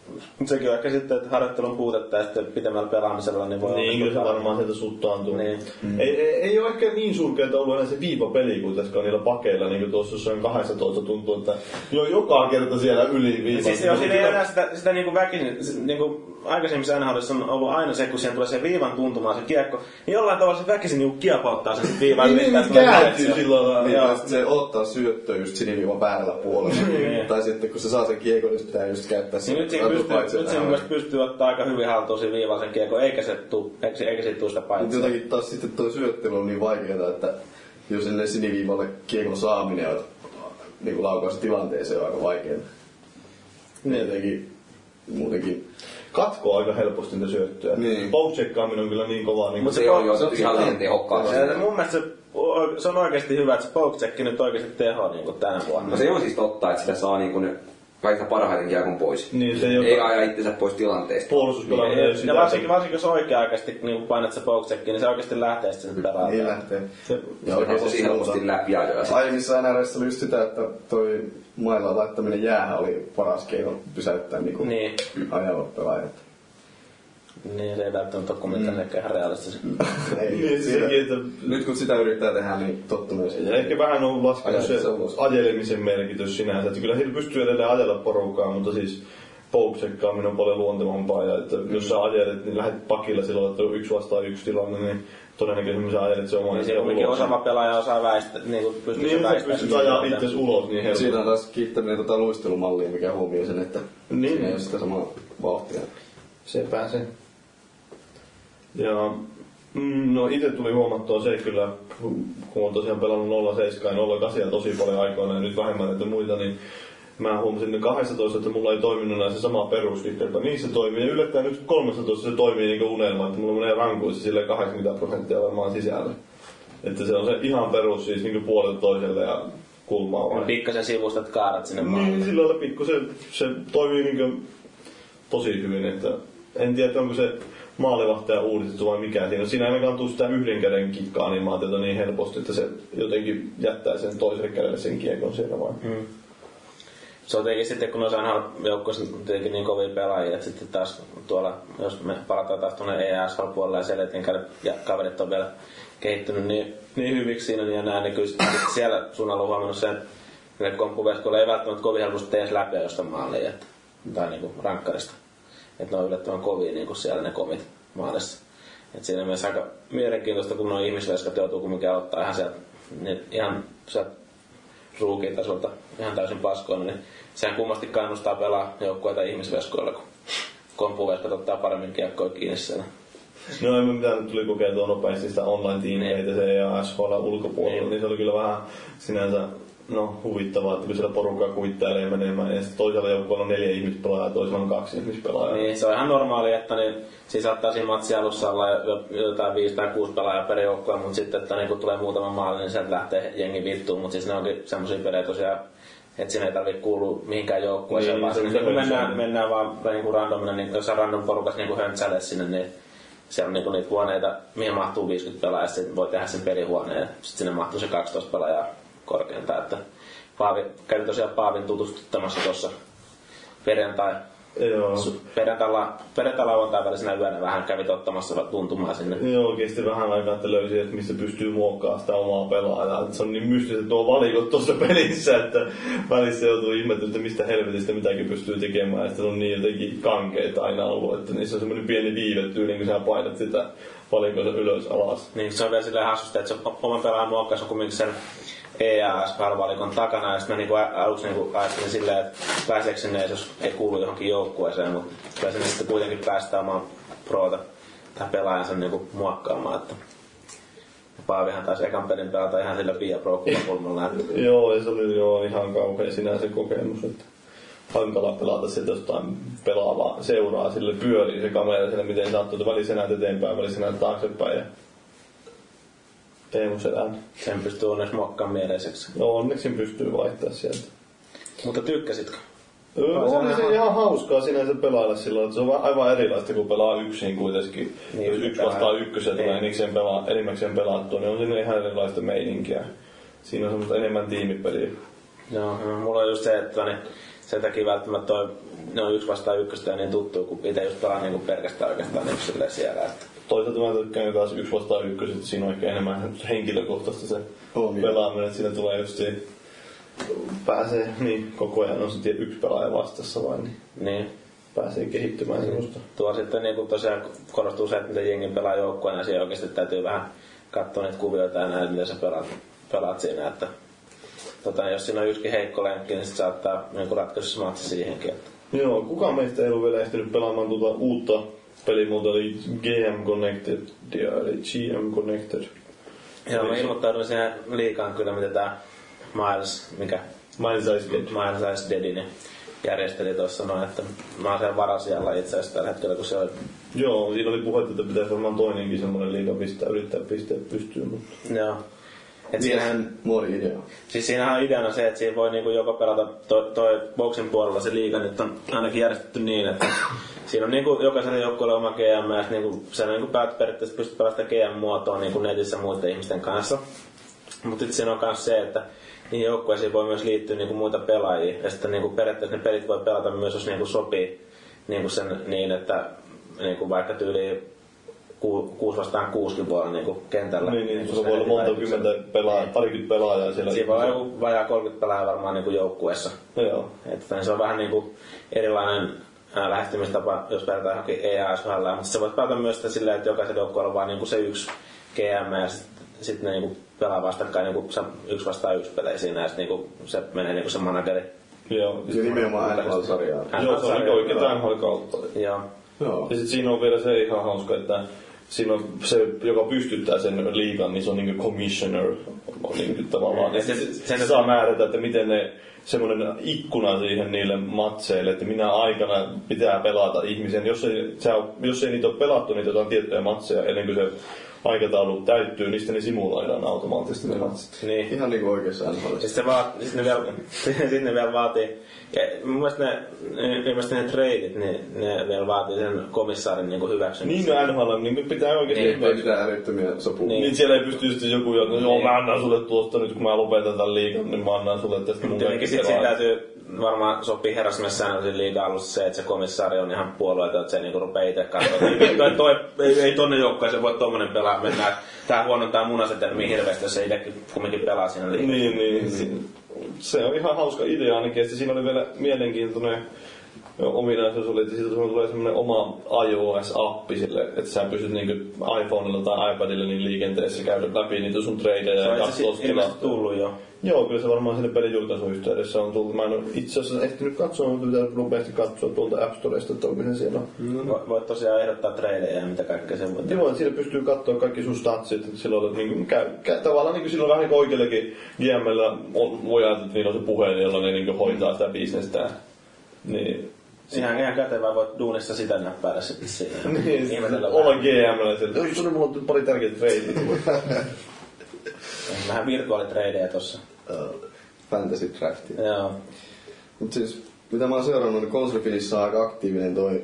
Niin, Mut sekin on ehkä sitten, että harjoittelun puutetta ja sitten pitemmällä pelaamisella niin voi Niin, olla. kyllä se varmaan sieltä suttaantuu. Niin. Mm. Ei, ei, ei ole ehkä niin surkeita ollut enää se viivapeli kuin tässä on niillä pakeilla, niin kuin tuossa jossain 12 tuntuu, että jo joka kerta siellä yli niin viiva. Siis joo, siinä ei enää sitä, sitä niinku väkisin, s- niinku aikaisemmissa NHLissa on ollut aina se, kun siihen tulee se viivan tuntumaan se kiekko, niin jollain tavalla se väkisin niinku kiepauttaa sen sit viivan Niin, yli, niin, että tulee kääntyy maalitsi. sillä lailla. Niin, Joo. tai sitten se ottaa syöttöä just siniviivan väärällä puolella. tai sitten kun se saa sen kiekon, niin se pitää just käyttää Niin sen nyt se pystyy, nyt se mun mielestä pystyy ottaa aika hyvin haltuun sen viivan sen kiekko, eikä se tuu, eikä, se- eikä siitä tuu sitä Mutta paitsi. jotenkin taas sitten tuo syöttely on niin vaikeaa, että jos sinne siniviivalle kiekon saaminen on niin laukaus tilanteeseen on aika vaikeaa. Niin jotenkin muutenkin. Katkoo aika helposti niitä syöttöjä. Niin. Poutsekkaaminen on kyllä niin kovaa. Niin Mut kuin... Se on jo ihan liian tehokkaasti. Ja mun mielestä se, o- se on oikeasti hyvä, että se poke nyt oikeasti teho niinku tänä No vuonna. se on siis totta, että sitä saa niinku ne kaikista parhaiten kiekon pois. Niin, se ei ole Ei aja itsensä pois tilanteesta. puolustuspelaaminen. ei ole sitä, Niin, Ja varsinkin, varsinkin jos oikea-aikaisesti niin painat se poke niin se oikeasti lähtee sitten se pelaa. Niin lähtee. se- Ja Se on tosi oikeasti helposti läpi ajoja. Aiemmissa NRS oli just sitä, että toi mailla laittaminen jäähän oli paras keino pysäyttää niinku Niin. ajalla pelaajat. Niin, se ei välttämättä ole kumminkaan mm. ihan realistista. Ei, Niin, siinä- sekin, että... Nyt kun sitä yrittää tehdä, niin tottunut Ja ehkä vähän on laskenut se Ajatella se ulos. ajelemisen merkitys sinänsä. Että kyllä sillä pystyy edelleen ajella porukkaa, mutta siis pouksekkaaminen on paljon luontevampaa. Ja että jos sä ajelet, niin lähdet pakilla silloin, että on yksi vastaan yksi tilanne, niin todennäköisemmin sä ajelet se oman Niin itse se kumminkin ulos. osaava pelaaja osaa väistää, niin kuin pystyy Niin, se sä väistämään. pystyt ajaa itse ulos niin helposti. Siinä on taas kiittäminen tota luistelumallia, mikä huomioi sen, että Niin. niin. siinä ei ole sitä samaa vauhtia. Se pääsee. Ja mm, no itse tuli huomattua se kyllä, kun olen tosiaan pelannut 07 ja 08 tosi paljon aikoina ja nyt vähemmän näitä muita, niin mä huomasin ne 12, että mulla ei toiminut näissä sama peruskikerta. Niissä toimii ja yllättäen nyt 13 se toimii niin kuin unelma, että mulla menee rankuissa sille 80 prosenttia varmaan sisällä. Että se on se ihan perus siis niin kuin puolelta toiselle ja kulmaa vaan. Pikkasen sivustat kaarat sinne maaliin. Niin, sillä lailla pikkusen se toimii niinku niinkö tosi hyvin, että en tiedä, että onko se maalivahtaja uudistettu vai mikä siinä. on. Siinä ei ainakaan tule sitä yhden käden kikka-animaatiota niin helposti, että se jotenkin jättää sen toiselle kädelle sen kiekon siellä vaan. Mm. Se on tietenkin sitten, kun noissa aina joukkueissa on tietenkin niin kovia pelaajia, että sitten taas tuolla, jos me palataan taas tuonne E ESL-puolelle ja siellä etenkin kädet- ja kaverit on vielä kehittynyt niin, niin hyviksi siinä niin ja näin, niin kyllä sitten siellä sun on huomannut sen, että niille komppuveskoille ei välttämättä kovin helposti tee edes läpi jostain maaliin, että, tai niin kuin rankkarista. Että ne on yllättävän kovia niin kuin siellä ne komit maalissa. Et siinä mielessä aika mielenkiintoista, kun nuo ihmisveskat joutuu kumminkin aloittaa ihan sieltä, niin ihan sieltä ruukitasolta ihan täysin paskoina, niin sehän kummasti kannustaa pelaa joukkueita ihmisveskoilla, kun kompuveskat ottaa paremmin kiekkoa kiinni siellä. No ei me mitään nyt tuli kokeiltua nopeasti sitä online tiimeitä se ja SHL ulkopuolella, niin. Niin. se oli kyllä vähän sinänsä no, huvittavaa, että kun siellä porukkaa kuittailee menemään ja sitten toisella joukkueella on neljä ihmispelaajaa ja toisella on kaksi ihmispelaajaa. Niin, se on ihan normaali, että niin, siis saattaa siinä matsin alussa olla jo- jo- jotain 5 tai 6 pelaajaa per joukkue, mutta sitten, että niin kun tulee muutama maali, niin sieltä lähtee jengi vittuun, mutta siis ne onkin semmoisia pelejä tosiaan, että siinä ei tarvitse kuulua mihinkään joukkueeseen, Niin, niin, vaan se on sinne, kun se mennään, höntsäily. mennään vaan niin kuin randomina, niin jos on random porukas niin höntsäile sinne, niin siellä on niin niitä huoneita, mihin mahtuu 50 pelaajaa, sitten voi tehdä sen pelihuoneen, ja sitten sinne mahtuu se 12 pelaajaa korkeintaan, että Paavi, kävin tosiaan Paavin tutustuttamassa tuossa perjantai Joo. Perjantailla, perjantailla lauantain välisenä yönä vähän kävit ottamassa tuntumaa sinne. Joo, kesti vähän aikaa, että löysin, että mistä pystyy muokkaamaan sitä omaa pelaajaa. Se on niin mystistä tuo valikot tuossa pelissä, että välissä joutuu ihmettelemään, että mistä helvetistä mitäkin pystyy tekemään. Ja sitten se on niin jotenkin kankeita aina ollut, että niissä on semmoinen pieni viivetty, niin kun sä painat sitä valikoita ylös alas. Niin se on vielä silleen hassusta, että se oman pelaajan muokkaus on kumminkin sen EAS-palvalikon takana, ja sitten mä niinku a- aluksi niinku ajattelin silleen, että pääseekö sinne, edes, jos ei kuulu johonkin joukkueeseen, mutta kyllä sinne sitten kuitenkin päästään omaan proota tai pelaajansa niinku muokkaamaan, että Paavihan taisi ekan pelin pelata ihan sillä Pia Pro kulmalla. Joo, ja se oli joo, ihan kauhea sinänsä kokemus, että hankala pelata sieltä jostain pelaavaa seuraa, sille pyörii se kamera siellä, miten sattuu, että välissä näet eteenpäin, välissä näet taaksepäin ja Teemu selän. Sen pystyy onneksi muokkaamaan mieleiseksi. No onneksi pystyy vaihtaa sieltä. Mutta tykkäsitkö? Öö, on se ihan hauskaa sinänsä pelailla silloin, että se on va- aivan erilaista kun pelaa yksin kuitenkin. Niin, Jos se yksi pelaa- vastaa ykkösen tulee Niin. enikseen pelaa, enimmäkseen pelattua, niin on siinä ihan erilaista meininkiä. Siinä on semmoista enemmän tiimipeliä. Joo, no, mulla on just se, että niin, sen takia välttämättä toi, ne on yksi vastaan ykköstä ja niin tuttu, kun itse just pelaan niinku pelkästään oikeastaan yksilleen siellä. Että. Toisaalta mä tykkään taas yksi vastaan ykkösen, että siinä on ehkä enemmän semmoista henkilökohtaista se Niin. On, joo. pelaaminen, että siinä tulee just se, pääsee, niin koko ajan on se tie- yksi pelaaja vastassa vaan, niin Niin. pääsee kehittymään semmoista. Tuo sitten niinku tosiaan korostuu se, että miten jengi pelaa joukkueena ja siihen oikeasti täytyy vähän katsoa niitä kuvioita ja nähdä, miten sä pelaat, pelaat siinä. Että, tota, jos siinä on yksikin heikko lenkki, niin sit saattaa niinku ratkaisussa matsi siihenkin. Että. Joo, kuka meistä ei ollut vielä ehtinyt pelaamaan tuota uutta pelimuotoa, eli GM Connected, eli GM Connected. Joo, mä ilmoittaudun siihen liikaan kyllä, mitä tää Miles, mikä Mine Size Dead. Miles Eyes Deadin järjesteli tuossa noin, että mä oon siellä varasijalla itse asiassa tällä hetkellä, kun se oli, Joo, siinä oli puhetta, että pitäisi varmaan toinenkin semmoinen liiga pistää, yrittää pistää pystyyn, mutta... joo. Et siinä, Siinähän nuori idea. on. siis siinähän on ideana se, että siinä voi niinku joko pelata, toi, toi boksin puolella se liiga nyt on ainakin järjestetty niin, että siinä on niinku jokaisella joukkueella oma GM, ja sit niinku, sä niinku päät periaatteessa pystyt pelaamaan sitä GM-muotoa niinku netissä muiden ihmisten kanssa. Mutta sitten siinä on myös se, että niihin joukkueisiin voi myös liittyä niinku muita pelaajia. Ja sitten niinku periaatteessa ne pelit voi pelata myös, jos niinku sopii niinku sen niin, että niinku vaikka tyyli 6 vastaan 6 voi olla niinku kentällä. Niin, niin, niinku se sen voi olla monta eri- kymmentä pelaajaa, parikymmentä pelaajaa siellä. Siinä voi olla joku vajaa 30 pelaajaa varmaan niinku joukkueessa. No Joo. Että se on vähän niinku erilainen ää, lähestymistapa, jos vertaa johonkin E EASHL, mutta se voit pelata myös sitä silleen, että jokaisen joukkueella on vaan niinku se yksi GM ja sitten sit ne niinku pelaa vastakkain niinku sa- yksi vastaan yksi pelejä siinä ja sit niinku se menee niinku se manageri. Joo. Ja nimenomaan NHL-sarjaa. Hän Joo, se sarja- on oikein tämän kautta. Joo. Joo. Ja sit siinä on vielä se ihan hauska, että siinä on se, joka pystyttää sen liigan, niin se on niinku commissioner on niinku tavallaan. Ja Ja se- se, se- se, se, saa määrätä, että miten ne semmoinen ikkuna siihen niille matseille, että minä aikana pitää pelata ihmisen. Jos ei, sä, jos ei niitä ole pelattu, niitä jotain tiettyjä matseja ennen kuin se aikataulu täyttyy, niin sitten ne simuloidaan automaattisesti ne matsit. Niin. Ihan niinku oikeassa NHL. Ja sitten vaat, sit ne vielä, sit ne vielä vaatii, ja mun mielestä ne, ne, ilmeisesti ne treidit, niin ne vielä vaatii sen komissaarin niinku hyväksymistä. Niin no NHL, niin nyt pitää oikeasti Niin, Ei mitään älyttömiä sopua. Niin. Niin. niin siellä ei pysty sitten joku, että joo mä annan sulle tuosta nyt kun mä lopetan tämän liikan, niin mä annan sulle tästä mun Tietenkin sit siinä pelaajat. täytyy varmaan sopii herrasmiessäännöllisen liigan alussa se, että se komissaari on ihan puolueeton, että se niinku rupee itse katsomaan. että ei, toi, toi, ei, ei tonne joukkueeseen voi tommonen pelaa mennä. että Tää huonontaa mun asetelmia hirveästi, jos se itsekin kumminkin pelaa siinä liigassa. Niin, niin. Se, se on ihan hauska idea ainakin, että siinä oli vielä mielenkiintoinen ominaisuus oli, että siitä tulee semmoinen oma iOS-appi sille, että sä pystyt niinku iPhoneilla tai iPadilla niin liikenteessä käydä läpi niitä sun tradeja Se ja on itse katsoa asiassa ilmeisesti tilaa. tullut jo. Joo, kyllä se varmaan sinne pelin julkaisuyhteydessä on tullut. Mä en ole itse asiassa ehtinyt katsoa, mutta pitää nopeasti katsoa tuolta App Storesta, että onko se siellä. Vo- Voit tosiaan ehdottaa treilejä ja mitä kaikkea sen voi tehdä. Joo, Niin siinä pystyy katsoa kaikki sun statsit, että silloin niin kuin, käy, käy, tavallaan niin kuin silloin vähän niin kuin oikeallakin GMllä on, voi ajatella, että niillä on se puhelin, jolla ne niin kuin hoitaa sitä bisnestään. Niin, Ihan, ihan kätevää voit duunissa sitä näppäillä sitten siinä. niin Ihmetellä olla vähän. GMllä sieltä, oi sori, siis mulla on pari tärkeitä treidiä. Vähän virtuaalitreidejä tossa. Ö, Fantasy draftia. Joo. Mut siis, mitä mä oon seurannut, niin konsolifilissä on aika aktiivinen toi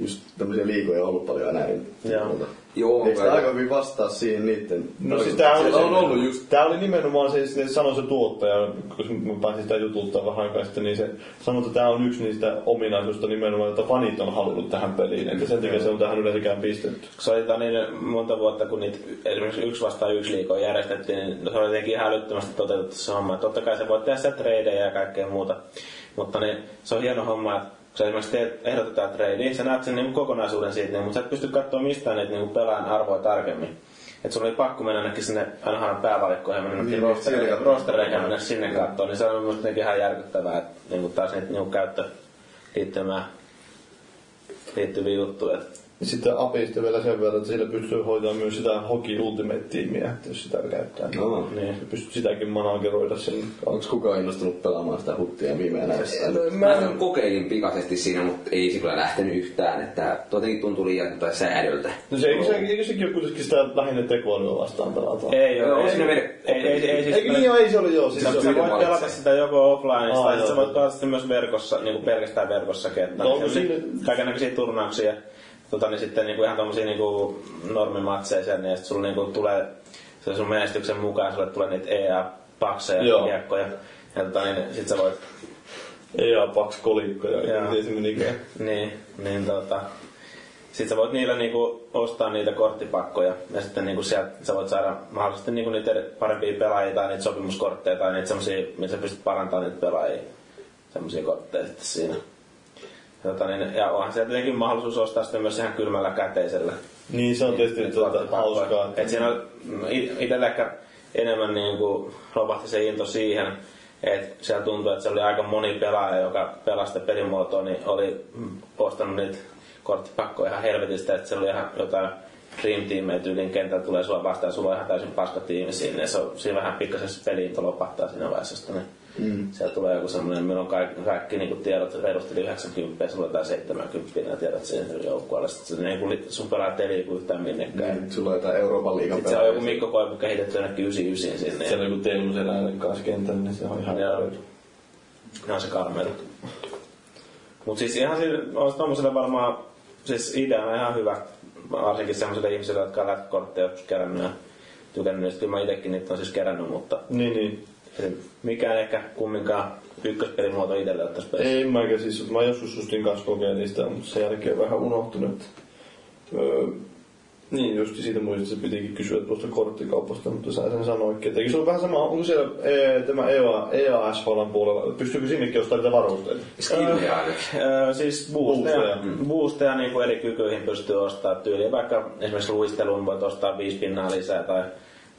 just tämmöisiä liikoja on ollut paljon enää. Joo. Joo, Eikö sitä kai- aika hyvin vastaa siihen niitten? No siis tää oli, Siellä on ollut just... just... Tää oli nimenomaan se, se sanoi se tuottaja, kun mä pääsin sitä jutulta vähän aikaa sitten, niin se sanoi, että tää on yksi niistä ominaisuista nimenomaan, jota fanit on halunnut tähän peliin. Että sen takia se on tähän yleensäkään pistetty. se oli tota niin monta vuotta, kun niitä esimerkiksi yksi vastaan yksi liikoa järjestettiin, niin se oli jotenkin ihan älyttömästi toteutettu se homma. Totta kai se voi tehdä sitä tradeja ja kaikkea muuta, mutta niin, se on hieno homma, että kun sä esimerkiksi teet, ehdotetaan tradea, sä näet sen niin kokonaisuuden siitä, niin, mutta sä et pysty katsoa mistään niitä niin pelaajan arvoa tarkemmin. Et sun oli pakko mennä ainakin sinne ainahan päävalikkoihin, mennä Niin, niin, siellä rostereihin, katsomaan. rostereihin mennä sinne katsoa, niin se on mun mielestä ihan järkyttävää, että niin taas niitä niin käyttöliittymää liittyviä juttuja. että Ja sitten apista vielä sen verran, että sillä pystyy hoitamaan myös sitä Hockey Ultimate-tiimiä, jos sitä käyttää. No. Niin. Se pystyy sitäkin manageroida sen Onks kukaan innostunut pelaamaan sitä huttia viime näistä? No, mä sen kokeilin pikaisesti siinä, mutta ei se kyllä lähtenyt yhtään. Että jotenkin tuntui liian tota säädöltä. No se, eikö, se, eikö sekin ole kuitenkin sitä lähinnä tekoälyä vastaan pelataan? Ei No, oo, on ei, siinä ei, veri- ei, ei, ei, siis Eikö niin joo, ei se ole joo. Siis Sä, se, sä voit valitsee. pelata sitä joko offlineista, Aa, tai sit sä joo. voit pelata sitä myös verkossa, niin kuin pelkästään verkossakin. Että No onko siellä siinä- on Kaikennäköisiä turnauksia, tota, niin sitten niin kuin ihan tommosia niin kuin normimatseja sen, ja sitten sulla niin kuin tulee se sun menestyksen mukaan, sulle tulee niitä EA-pakseja ja Joo. kiekkoja. Ja tota, niin sit sä voit, EA Pax kolikkoja, Joo. miten se menikään. niin, niin tota, sit sä voit niillä niinku ostaa niitä korttipakkoja ja sitten niinku sieltä sä voit saada mahdollisesti niinku niitä eri- parempia pelaajia tai niitä sopimuskortteja tai niitä semmosia, millä sä pystyt parantamaan niitä pelaajia. Semmosia kortteja sitten siinä. Ja Tota, niin, ja onhan sieltä tietenkin mahdollisuus ostaa sitten myös ihan kylmällä käteisellä. Niin se on tietysti Niitä tuota, korttipakkoja. hauskaa. Et siinä on mm, it- itselläkään enemmän niinku lopahti se into siihen, että siellä tuntui, että se oli aika moni pelaaja, joka pelasi sitä pelimuotoa, niin oli mm, ostanut niitä korttipakkoja ihan helvetistä, että se oli ihan jotain Dream Team tyylin kentällä tulee sua vastaan ja sulla on ihan täysin paska tiimi siinä ja se on, siinä vähän pikkasen se peliin lopahtaa siinä vaiheessa, sitten niin mm. siellä tulee joku semmoinen, meillä on kaikki, kaikki niinku tiedot reilusti yli 90 ja sulla on jotain 70 nämä tiedot siihen joukkueelle, sitten se niinku li- sun pelaat ei liiku yhtään minnekään. Niin, Sulla on jotain Euroopan liigan Sitten siellä on joku Mikko Koivu kehitetty jonnekin 99 sinne. Siellä Ja on joku Teemu Selänne kanssa kentällä, niin se on ihan Joo. ne on se karmeita. Mut siis ihan siinä, olisi tommoselle varmaan, siis ideana ihan hyvä. Varsinkin semmoisille ihmisille, jotka on lätkäkortteja joskus kerännyt ja tykännyt niistä. Kyllä mä itekin niitä on siis kerännyt, mutta Niin, niin. eli mikään ehkä kumminkaan ykköspelimuoto itselle ole tässä pelissä. Ei mäkään siis, mä joskus Sustin kanssa kokeilin sitä, mutta sen jälkeen vähän unohtunut. Öö, niin, just siitä muistissa pitikin kysyä tuosta korttikaupasta, mutta sä sen sanoikin. Että eikö se on vähän sama, onko siellä ee, tämä E EA, EASHLn puolella, pystyykö sinnekin ostamaan niitä varusteita? Skilliä ainakin. Öö, siis boosteja, Boosteja, boosteja niin kuin eri kykyihin pystyy ostamaan tyyliä. Vaikka esimerkiksi luisteluun voit ostaa viisi pinnaa lisää tai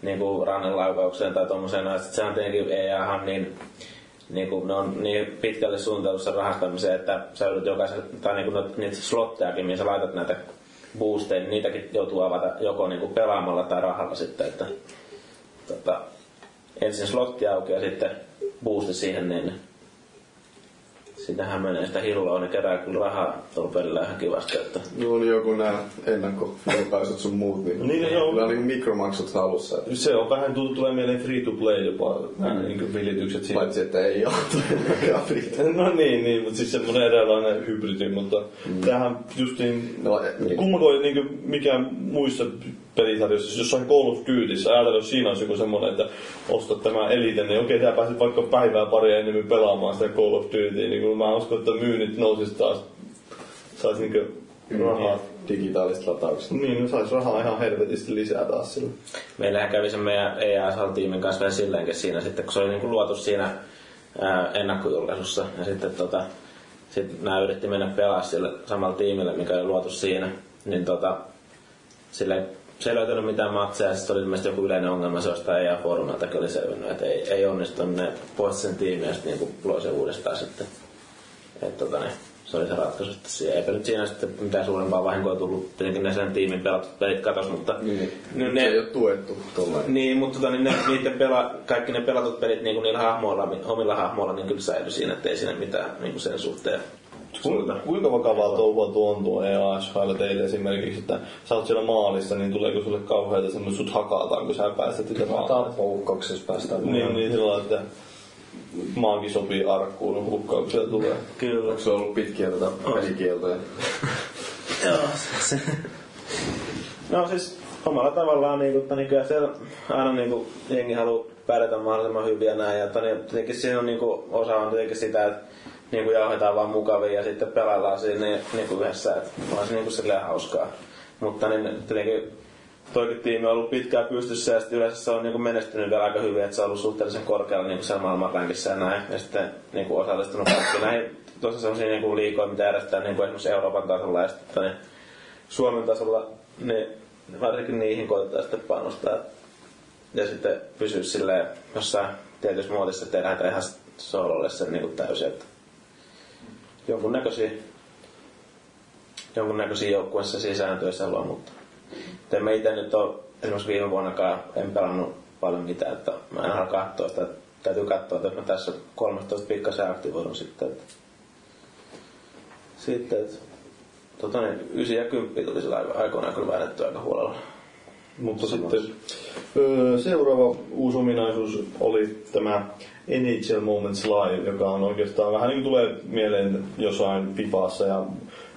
niin kuin rannenlaukaukseen tai tommoseen. Ja sit se on tietenkin EAhan niin, niin kuin ne on niin pitkälle suunnitellussa rahastamiseen, että sä joudut jokaisen, tai niin kuin niitä slottejakin, mihin sä laitat näitä boosteja, niin niitäkin joutuu avata joko niin kuin pelaamalla tai rahalla sitten. Että, tota, ensin slotti auki ja sitten boosti siihen, niin Sitähän menee sitä hilloa, ne kerää kyllä rahaa tuolla pelillä ihan kivasti, että Mulla oli niin joku nää ennakkoilkaisut sun muut, niin, Niin, joo. Kyllä on niinku mikromaksut halussa. Se on vähän tullut, tulee mieleen free to play jopa, nämä mm. niin vilitykset siinä. Paitsi, että ei ole grafit. No niin, niin, mutta siis semmoinen eräänlainen hybridi, mutta mm. tämähän justiin, No, no, niin. niin. kummakoin niin mikään muissa pelisarjoissa, siis jossain Call of Dutyssä, ajatella, jos siinä olisi joku semmoinen, että ostat tämä eliten, niin okei, sä pääset vaikka päivää pari enemmän pelaamaan sitä Call of Dutyä, niin kun mä uskon, että myynnit nousis taas, sais niinku rahaa. Digitaaliset lataukset. Niin, no sais rahaa ihan helvetisti lisää taas sillä. meillähän kävi sen meidän E EASL-tiimin kanssa vielä silleenkin siinä sitten, kun se oli niinku luotu siinä ää, ennakkojulkaisussa ja sitten tota, sit nää yritti mennä pelaa sille samalla tiimille, mikä oli luotu siinä, niin tota, sille se ei löytänyt mitään matseja, ja sitten oli ilmeisesti joku yleinen ongelma, se E jostain EA-foorumiltakin oli selvinnyt, että ei, ei onnistunut, ne poisti sen tiimin ja sitten niinku loi sen uudestaan sitten. Et tota, niin, se oli se ratkaisu sitten siihen. Eipä nyt siinä sitten mitään suurempaa vahinkoa tullut. Tietenkin ne sen tiimin pelatut pelit katos, mutta... No Niin. Se ei ne, ole tuettu tuollainen. niin, mutta tota, niin ne, niiden pela, kaikki ne pelatut pelit niin niillä hahmoilla, mi- omilla hahmoilla, niin kyllä säilyi siinä, ettei siinä mitään niin kuin sen suhteen. Kuinka, kuinka vakavaa touhua tuo on tuo EASHL teille esimerkiksi, että sä oot siellä maalissa, niin tuleeko sulle kauheita semmoista sut hakataan, kun sä päästät itse maalle? Tappoukkauksessa päästään. Niin, niin sillä lailla, että maankin sopii arkkuun, hukkauksia tulee. Kyllä. Onko se ollut pitkiä tätä pelikieltoja? No siis omalla tavallaan niin, että niin kyllä siellä aina niin kuin, jengi haluaa pärjätä mahdollisimman hyvin ja näin. Ja että, niin, tietenkin siinä on niin kuin, osa on tietenkin sitä, että niin kuin jauhetaan vaan mukavia ja sitten pelaillaan siinä niin, niin kuin yhdessä. Että on se niin kuin silleen hauskaa. Mutta niin, tietenkin toikin tiimi on ollut pitkään pystyssä ja sitten yleensä se on niin kuin menestynyt vielä aika hyvin, että se on ollut suhteellisen korkealla niin kuin siellä maailmanrankissa ja näin. Ja sitten niin kuin osallistunut kaikki näihin tuossa sellaisia niin kuin liikoja, mitä järjestetään niin kuin esimerkiksi Euroopan tasolla ja sitten että, niin, Suomen tasolla, niin varsinkin niihin koitetaan sitten panostaa. Ja sitten pysyä silleen jossain tietyssä muodissa, ettei lähdetä ihan sololle sen niin kuin täysin. Että jonkunnäköisiä, jonkunnäköisiä joukkueessa sisääntöissä haluaa muuttaa. Mutta en mä itse nyt ole, esimerkiksi viime vuonnakaan en pelannut paljon mitään, että mä en halua katsoa sitä. Täytyy katsoa, että jos mä tässä 13 pikkasen aktivoidun sitten. Että. Sitten, että tota niin, 9 ja 10 tuli sillä aivan- aikoinaan kyllä väännetty aika huolella. Mutta sitten öö, seuraava uusi ominaisuus oli tämä NHL Moments Live, joka on oikeastaan vähän niin kuin tulee mieleen jossain FIFAssa ja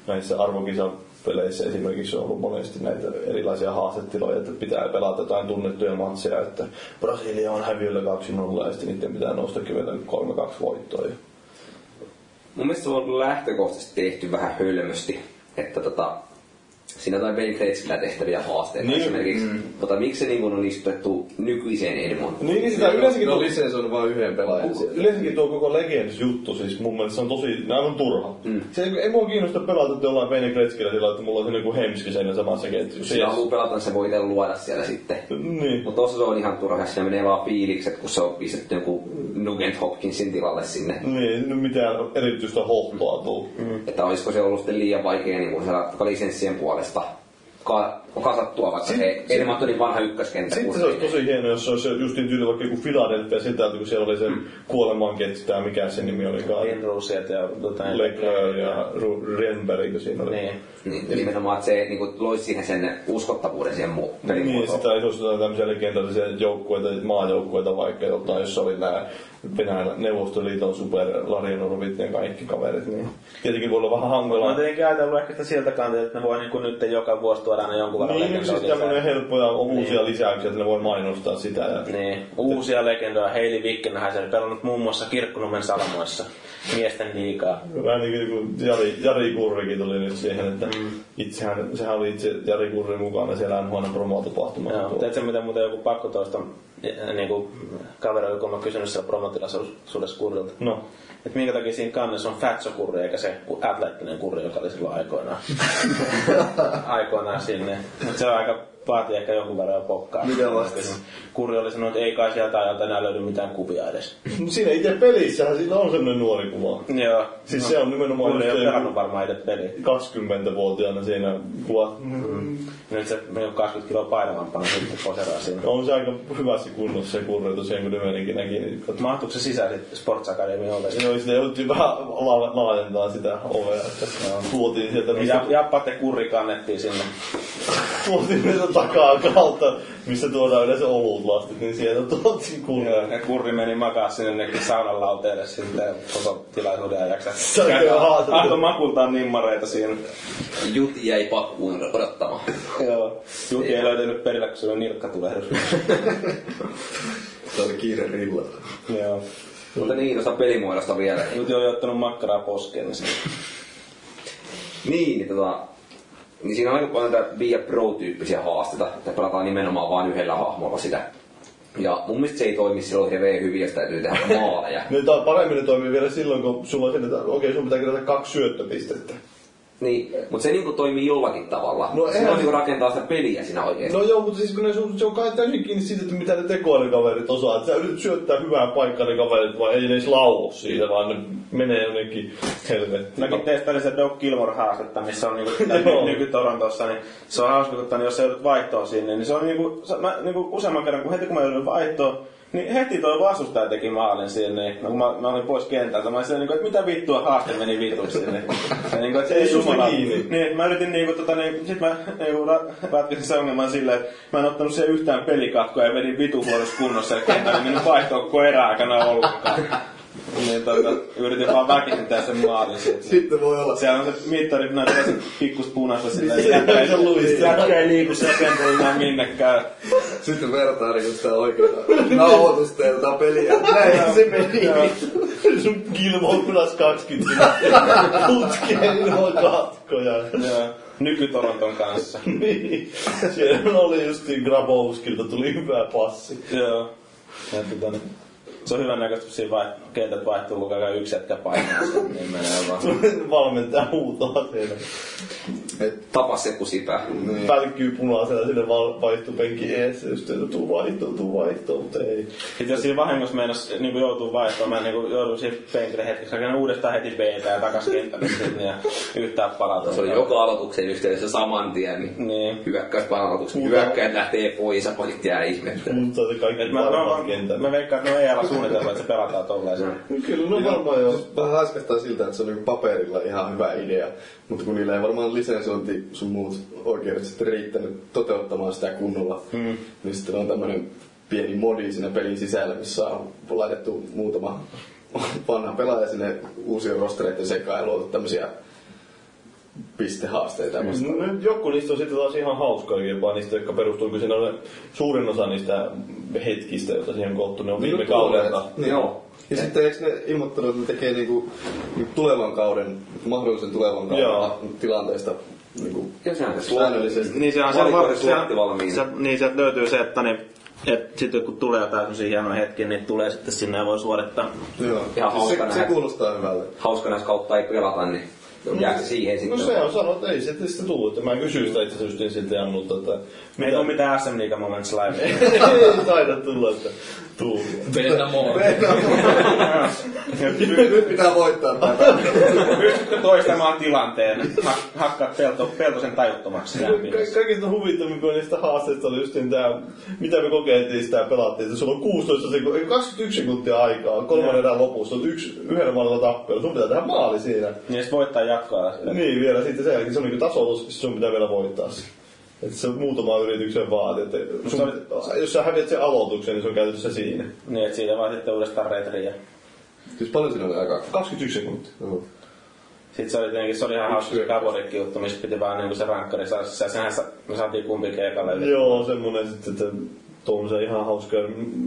näissä arvokisapeleissä esimerkiksi on ollut monesti näitä erilaisia haastetiloja, että pitää pelata jotain tunnettuja matseja, että Brasilia on häviöllä 2-0 ja sitten niiden pitää nousta kivellä 3-2 voittoon. Ja Mun mielestä se on lähtökohtaisesti tehty vähän hölmösti, että tota, siinä on jotain Beyblade tehtäviä haasteita Niin. niin. esimerkiksi, mm. mutta miksi se niin on istutettu nykyiseen Edmonton? Niin, niin sitä yleensäkin No tuli lisää se on vaan yhden pelaajan Ku- siellä. Yleensäkin tuo koko Legends-juttu, siis mun mielestä se on tosi, ne on aivan turha. Mm. Se ei, ei mua kiinnosta pelata jollain Benny Kretskillä sillä, että mulla on siinä joku hemski siinä samassa ketjussa. Jos Yes. haluaa pelata, niin se voi itse luoda siellä sitten. Niin. Mutta tuossa se on ihan turha, siinä menee vaan fiilikset, kun se on pistetty joku Nugent Hopkinsin tilalle sinne. Niin, no mitään erityistä hohtoa tuu. Mm. Että olisiko se ollut sitten liian vaikea niin kun siellä vaikka lisenssien puolesta ka- kasattua vaikka se Edmontonin vanha ykköskenttä. Sitten se olisi tosi hieno, jos se olisi justiin tyyli vaikka joku Philadelphia siltä, että kun siellä oli se mm. kuoleman ketju, tai mikä sen nimi olikaan. Lindruusiat Niin ja tota, Leclerc ja Ru- Renberg, kun siinä oli. Niin. Niin, nimenomaan, että se niin kun, loisi siihen sen uskottavuuden siihen mu- pelin Niin, sitä ei olisi jotain tämmöisiä legendaarisia joukkueita, maajoukkueita vaikka jotain, jossa oli nämä Venäjän Neuvostoliiton super Larinorovit ja kaikki kaverit, niin tietenkin voi olla vähän Mä hankalaa. oon tietenkin ajatellut ehkä sitä siltä kantilta, että ne voi niinku nyt joka vuosi tuoda aina jonkun verran Niin, siis lisää. tämmöinen helppoja uusia lisäyksiä, että ne voi mainostaa sitä. Ja... Niin, uusia legendoja. Heili Vikkenähän se on pelannut muun muassa Kirkkonumen Salmoissa. Miesten liikaa. Vähän niin kuin Jari, Jari Kurrikin tuli nyt siihen, että itsehän, sehän oli itse Jari Kurri mukana siellä huono promotapahtumassa. Joo, tiedätkö mitä muuten joku pakko toista niinku, kaveri, joka mä kysynyt siellä promotilaisuudessa kurrilta. No, Et minkä takia siinä kannessa on fatsokurri eikä se ku- atleettinen kurri, joka oli silloin aikoinaan. aikoinaan sinne. Mut se on aika vaatii ehkä jonkun verran jo pokkaa. Mitä vastasit? Kurri oli sanonut, että ei kai sieltä ajalta enää löydy mitään kuvia edes. siinä itse pelissähän sillä on semmoinen nuori kuva. Joo. Siis se on nimenomaan Kurri just on se- pelannut varmaan itse peliä. 20-vuotiaana siinä kuva. Nyt se on 20 kiloa painavampana sitten poseraa siinä. No on se aika hyvässä kunnossa se kurre tosiaan, kun Dymenikin näki. Niin katso- Mahtuuko se sisään sitten Sports Academy ove? Joo, sitä jouduttiin vähän la- laajentamaan sitä ovea, että tuotiin sieltä, Niin, Ja, mistä, jappate kurri kannettiin sinne. tuotiin sieltä takaa kautta, missä tuodaan yleensä olutlastit, niin sieltä tuotiin kurre. Ja kurri meni makaa sinne nekin saunan lauteelle sitten koko tilaisuuden ajaksi. Se on kyllä haastateltu. Antoi makultaan nimmareita siinä. Juti jäi pakkuun odottamaan. Joo. Juti ei löytynyt perillä, kun se oli nilkkatulehdus. Se oli kiire rillata. Joo. Mutta niin, tuosta pelimuodosta vielä. Juti oli ottanut makkaraa poskeen, niin se Niin, niin, tota, niin siinä on aika paljon näitä Via Pro-tyyppisiä haasteita, että pelataan nimenomaan vain yhdellä hahmolla sitä. Ja mun mielestä se ei toimi silloin hirveän hyvin, jos täytyy tehdä maaleja. No tää paremmin ne toimii vielä silloin, kun sulla on sen, että okei, sun pitää kerätä kaksi syöttöpistettä. Niin, mutta se niinku toimii jollakin tavalla. No No, se eihän- on niinku rakentaa sitä peliä siinä oikeesti. No joo, mutta siis kun ne sun, se on kai täysin kiinni siitä, että mitä ne tekoälykaverit osaa. Että sä yrität syöttää hyvään paikkaan ne kaverit, vaan ei ne edes laulu siitä, vaan ne menee jonnekin helvettiin. Mäkin testailin se Doc Gilmore-haastetta, missä on niinku, Joo. nyky-Torontossa, niin se on hauska, kun tän, jos sä joudut vaihtoon sinne, niin se on niinku, se- mä, niinku useamman kerran, kun heti kun mä joudun vaihtoon, niin heti toi vastustaja teki maalin sinne, niin kun mä, mä olin pois kentältä, mä olin silleen, niinku, että mitä vittua haaste meni vitun sinne. Ja niinku, että Ei ei susta jumala. kiinni. Niin, mä yritin niinku, tota, niin, sit mä niinku, ra- ratkaisin sen ongelman silleen, että mä en ottanut siihen yhtään pelikatkoa ja vedin vitu huonossa kunnossa, että kentällä minun vaihtoon koko erää aikana ollenkaan. Niin tota, yritin vaan väkisin tehdä sen maalin siitä. Sitten voi olla. Siellä on se mittari, kun näyttää sen pikkus punaista silleen, että jätkä ei- jätkä ei liiku sekuntia minnekään. Sitten vertaa niinku sitä oikeeta nauhoitusta ja tätä peliä. Näin se meni. Sun kilmo on punas 20 minuuttia. Putkeen ilman katkoja. Joo, nykytoronton kanssa. Niin. Siellä oli justiin Grabowskilta tuli hyvä passi. Joo. Ja tota, niin, se on hyvän näköistä, kun siinä vai, kentät vaihtuu, kun käy yksi jätkä painaa sitä, niin menee vaan. Valmentaja huutaa siellä. Tapas joku sipä. Välkkyy punaisella sinne val- vaihtuu penkin eessä. Just että tuu vaihtoon, tuu vaihtoon, mutta ei. Sitten jos siinä vahingossa meinas niin joutuu vaihtamaan, mä niin joudun siihen penkille hetkeksi, rakennan uudestaan heti B-tä ja takas kentälle sinne ja yhtään palata. Se on joka aloituksen yhteydessä saman tien, niin Niin. hyökkäyspanoaloituksen hyökkäät lähtee pois ja palit jää ihmettä. Mutta se Et kaikki mä, mä, varmaan mä, kentällä. mä veikkaan, että no ei ala suunnitelma, että se pelataan tolleen. sen. Kyllä, no varmaan joo. Vähän haiskahtaa siltä, että se on niinku paperilla ihan hyvä idea, mutta kun niillä ei varmaan lisensointi sun muut oikeudet sitten riittänyt toteuttamaan sitä kunnolla, mm. niin sitten on tämmöinen pieni modi siinä pelin sisällä, missä on laitettu muutama vanha pelaaja sinne uusien rostereiden sekaan ja luotu tämmöisiä pistehaasteita. Mm. No, nyt joku niistä on sitten taas ihan hauskaa jopa niistä, jotka perustuu, kun siinä on suurin osa niistä hetkistä, joita siihen on koottu, ne on viime kaudelta. Niin. Joo. Ja sitten eikö ne ilmoittanut, että ne tekee niinku tulevan kauden, mahdollisen tulevan kauden Joo. tilanteista niinku Ja sehän se säännöllisesti. Niin sehän se on Valikoiden va- sehän- slotti valmiina. Se, niin sieltä löytyy se, että niin, et sitten kun tulee jotain semmosia hienoja hetkiä, niin tulee sitten sinne ja voi suorittaa. Joo. Ihan Siis hauska se, se nähdä. kuulostaa hyvältä. hauska näissä kautta ei pelata, niin jääkö se siihen No sitten? se on sanonut, että ei se sitä tuu, että mä kysyin sitä itse asiassa niin siltä ja annulta, että Me ei tule mitään SM Liiga momentissa live. ei taida tulla, että tuu. Vedetään moori. Nyt pitää voittaa tämä. Pystytkö toistamaan tilanteen? Ha- hakkaat pelto, peltosen tajuttomaksi läpi. Ka- Kaikista huvittavimpia niistä haasteista oli just niin tää, mitä me kokeiltiin sitä ja pelattiin, että sulla on 16 sekuntia, 21 sekuntia aikaa, kolmannen erään lopussa, on yksi, yhden maalilla tappelu, sun pitää tehdä maali siinä. Niin sit voittaa jatkoa. Niin, vielä sitten sen jälkeen se on niinku tasoitus, siis sun pitää vielä voittaa se. Et se muutama yrityksen vaati, että sun, jos sä häviät sen aloituksen, niin se on käytössä siinä. Niin, et siitä vaan sitten uudestaan retriä. Siis paljon siinä oli aikaa? 21 sekuntia. Sitten se oli tietenkin, se oli ihan hauska se kavorikki juttu, missä piti vaan niinku se rankkari saada sisään. Sehän sa- me saatiin kumpi keikalle. Joo, semmonen sitten, että tuommoisen ihan hauska.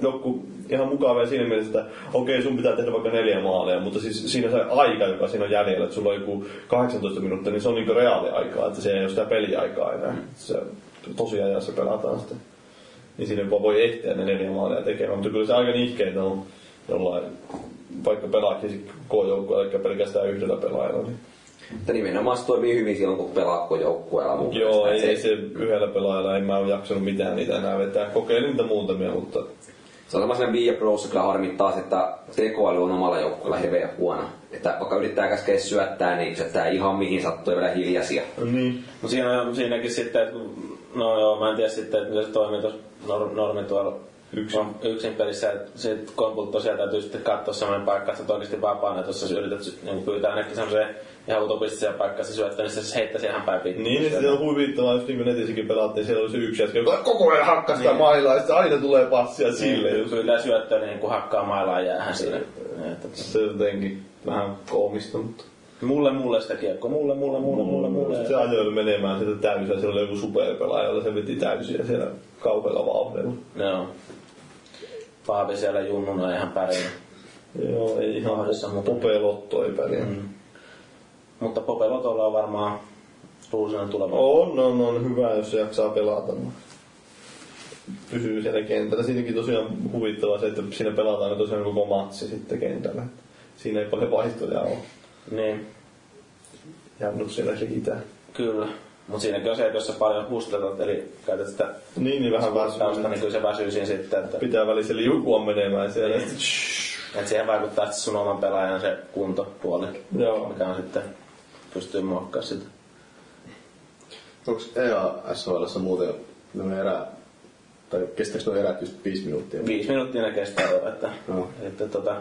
Joku ihan mukavia siinä mielessä, että okei, sun pitää tehdä vaikka neljä maalia, mutta siis siinä se aika, joka siinä on jäljellä, että sulla on joku 18 minuuttia, niin se on niinku reaaliaikaa, että se ei ole sitä peliaikaa enää. Mm. Se tosiajassa pelataan sitä. Niin siinä jopa voi ehtiä ne neljä maalia tekemään, mutta kyllä se aika nihkeintä on jollain vaikka pelaakin K-joukkueella, eli pelkästään yhdellä pelaajalla. Niin Mutta nimenomaan se toimii hyvin silloin, kun pelaatko joukkueella mun Joo, ei, mielestä. ei se yhdellä pelaajalla, en mä ole jaksanut mitään niitä enää vetää. Kokeilin niitä muutamia, mutta Se on sellainen Via Pros, joka harmittaa se, että tekoäly on omalla joukkueella hirveän huono. Että vaikka yrittää käskeä syöttää, niin syöttää ihan mihin sattuu ja vielä hiljaisia. niin. Mut Mm. No siinä on siinäkin sitten, että kun- no joo, mä en tiedä sitten, että miten se toimii tuossa nor- normi tuolla yksin, yksin pelissä. Sitten komput tosiaan täytyy sitten katsoa semmoinen paikka, että sä oot oikeasti vapaana, että jos sä yrität sit niinku pyytää ainakin semmoiseen ihan utopistisen paikkaan, sä syöttää, niin se heittäisi ihan päin pitkin. Niin, niin sitten on huvittavaa, just niin kuin netissäkin pelattiin, siellä oli se yksi jätkä, joka koko ajan hakkaa sitä mailaa, ja sitten aina tulee passia sille. Niin, Just. Kyllä syöttö niin kun hakkaa mailaan jäähän siinä. Niin, että- Se jotenkin vähän koomista, mutta Mulle, mulle sitä kiekko, mulle, mulle, mulle, mulle, mulle. se ajoi menemään sitä täysiä, siellä oli joku superpelaaja, jolla se veti täysiä siellä kaupella vauhdella. Joo. Paavi siellä junnuna ihan pärjää. Joo, ei ihan Kahdessa mukana. popea lotto ei pärjää. Mm. Mutta Popelotolla on varmaan ruusina tuleva. On, on, on hyvä, jos se jaksaa pelata. Pysyy siellä kentällä. Siinäkin tosiaan huvittavaa se, että siinä pelataan tosiaan koko matsi sitten kentällä. Siinä ei paljon vaihtoja ole. Niin, Jannut siellä riitää. kyllä. Mutta siinäkin on se, että jos sä paljon hustletat, eli käytät sitä Niin, niin vähän tausta, väsyy. niin kyllä se väsyy siinä sitten, että, Pitää välissä liukua menemään siellä. Niin. ja sitten- että siihen vaikuttaa sitten sun oman pelaajan se kuntopuoli, Joo. mikä on sitten pystyy muokkaamaan sitä. Onko EA SHL muuten noin erä, tai kestääkö noin erät just viisi minuuttia? Viisi minuuttia ne kestää jo, että, Joo. että tota,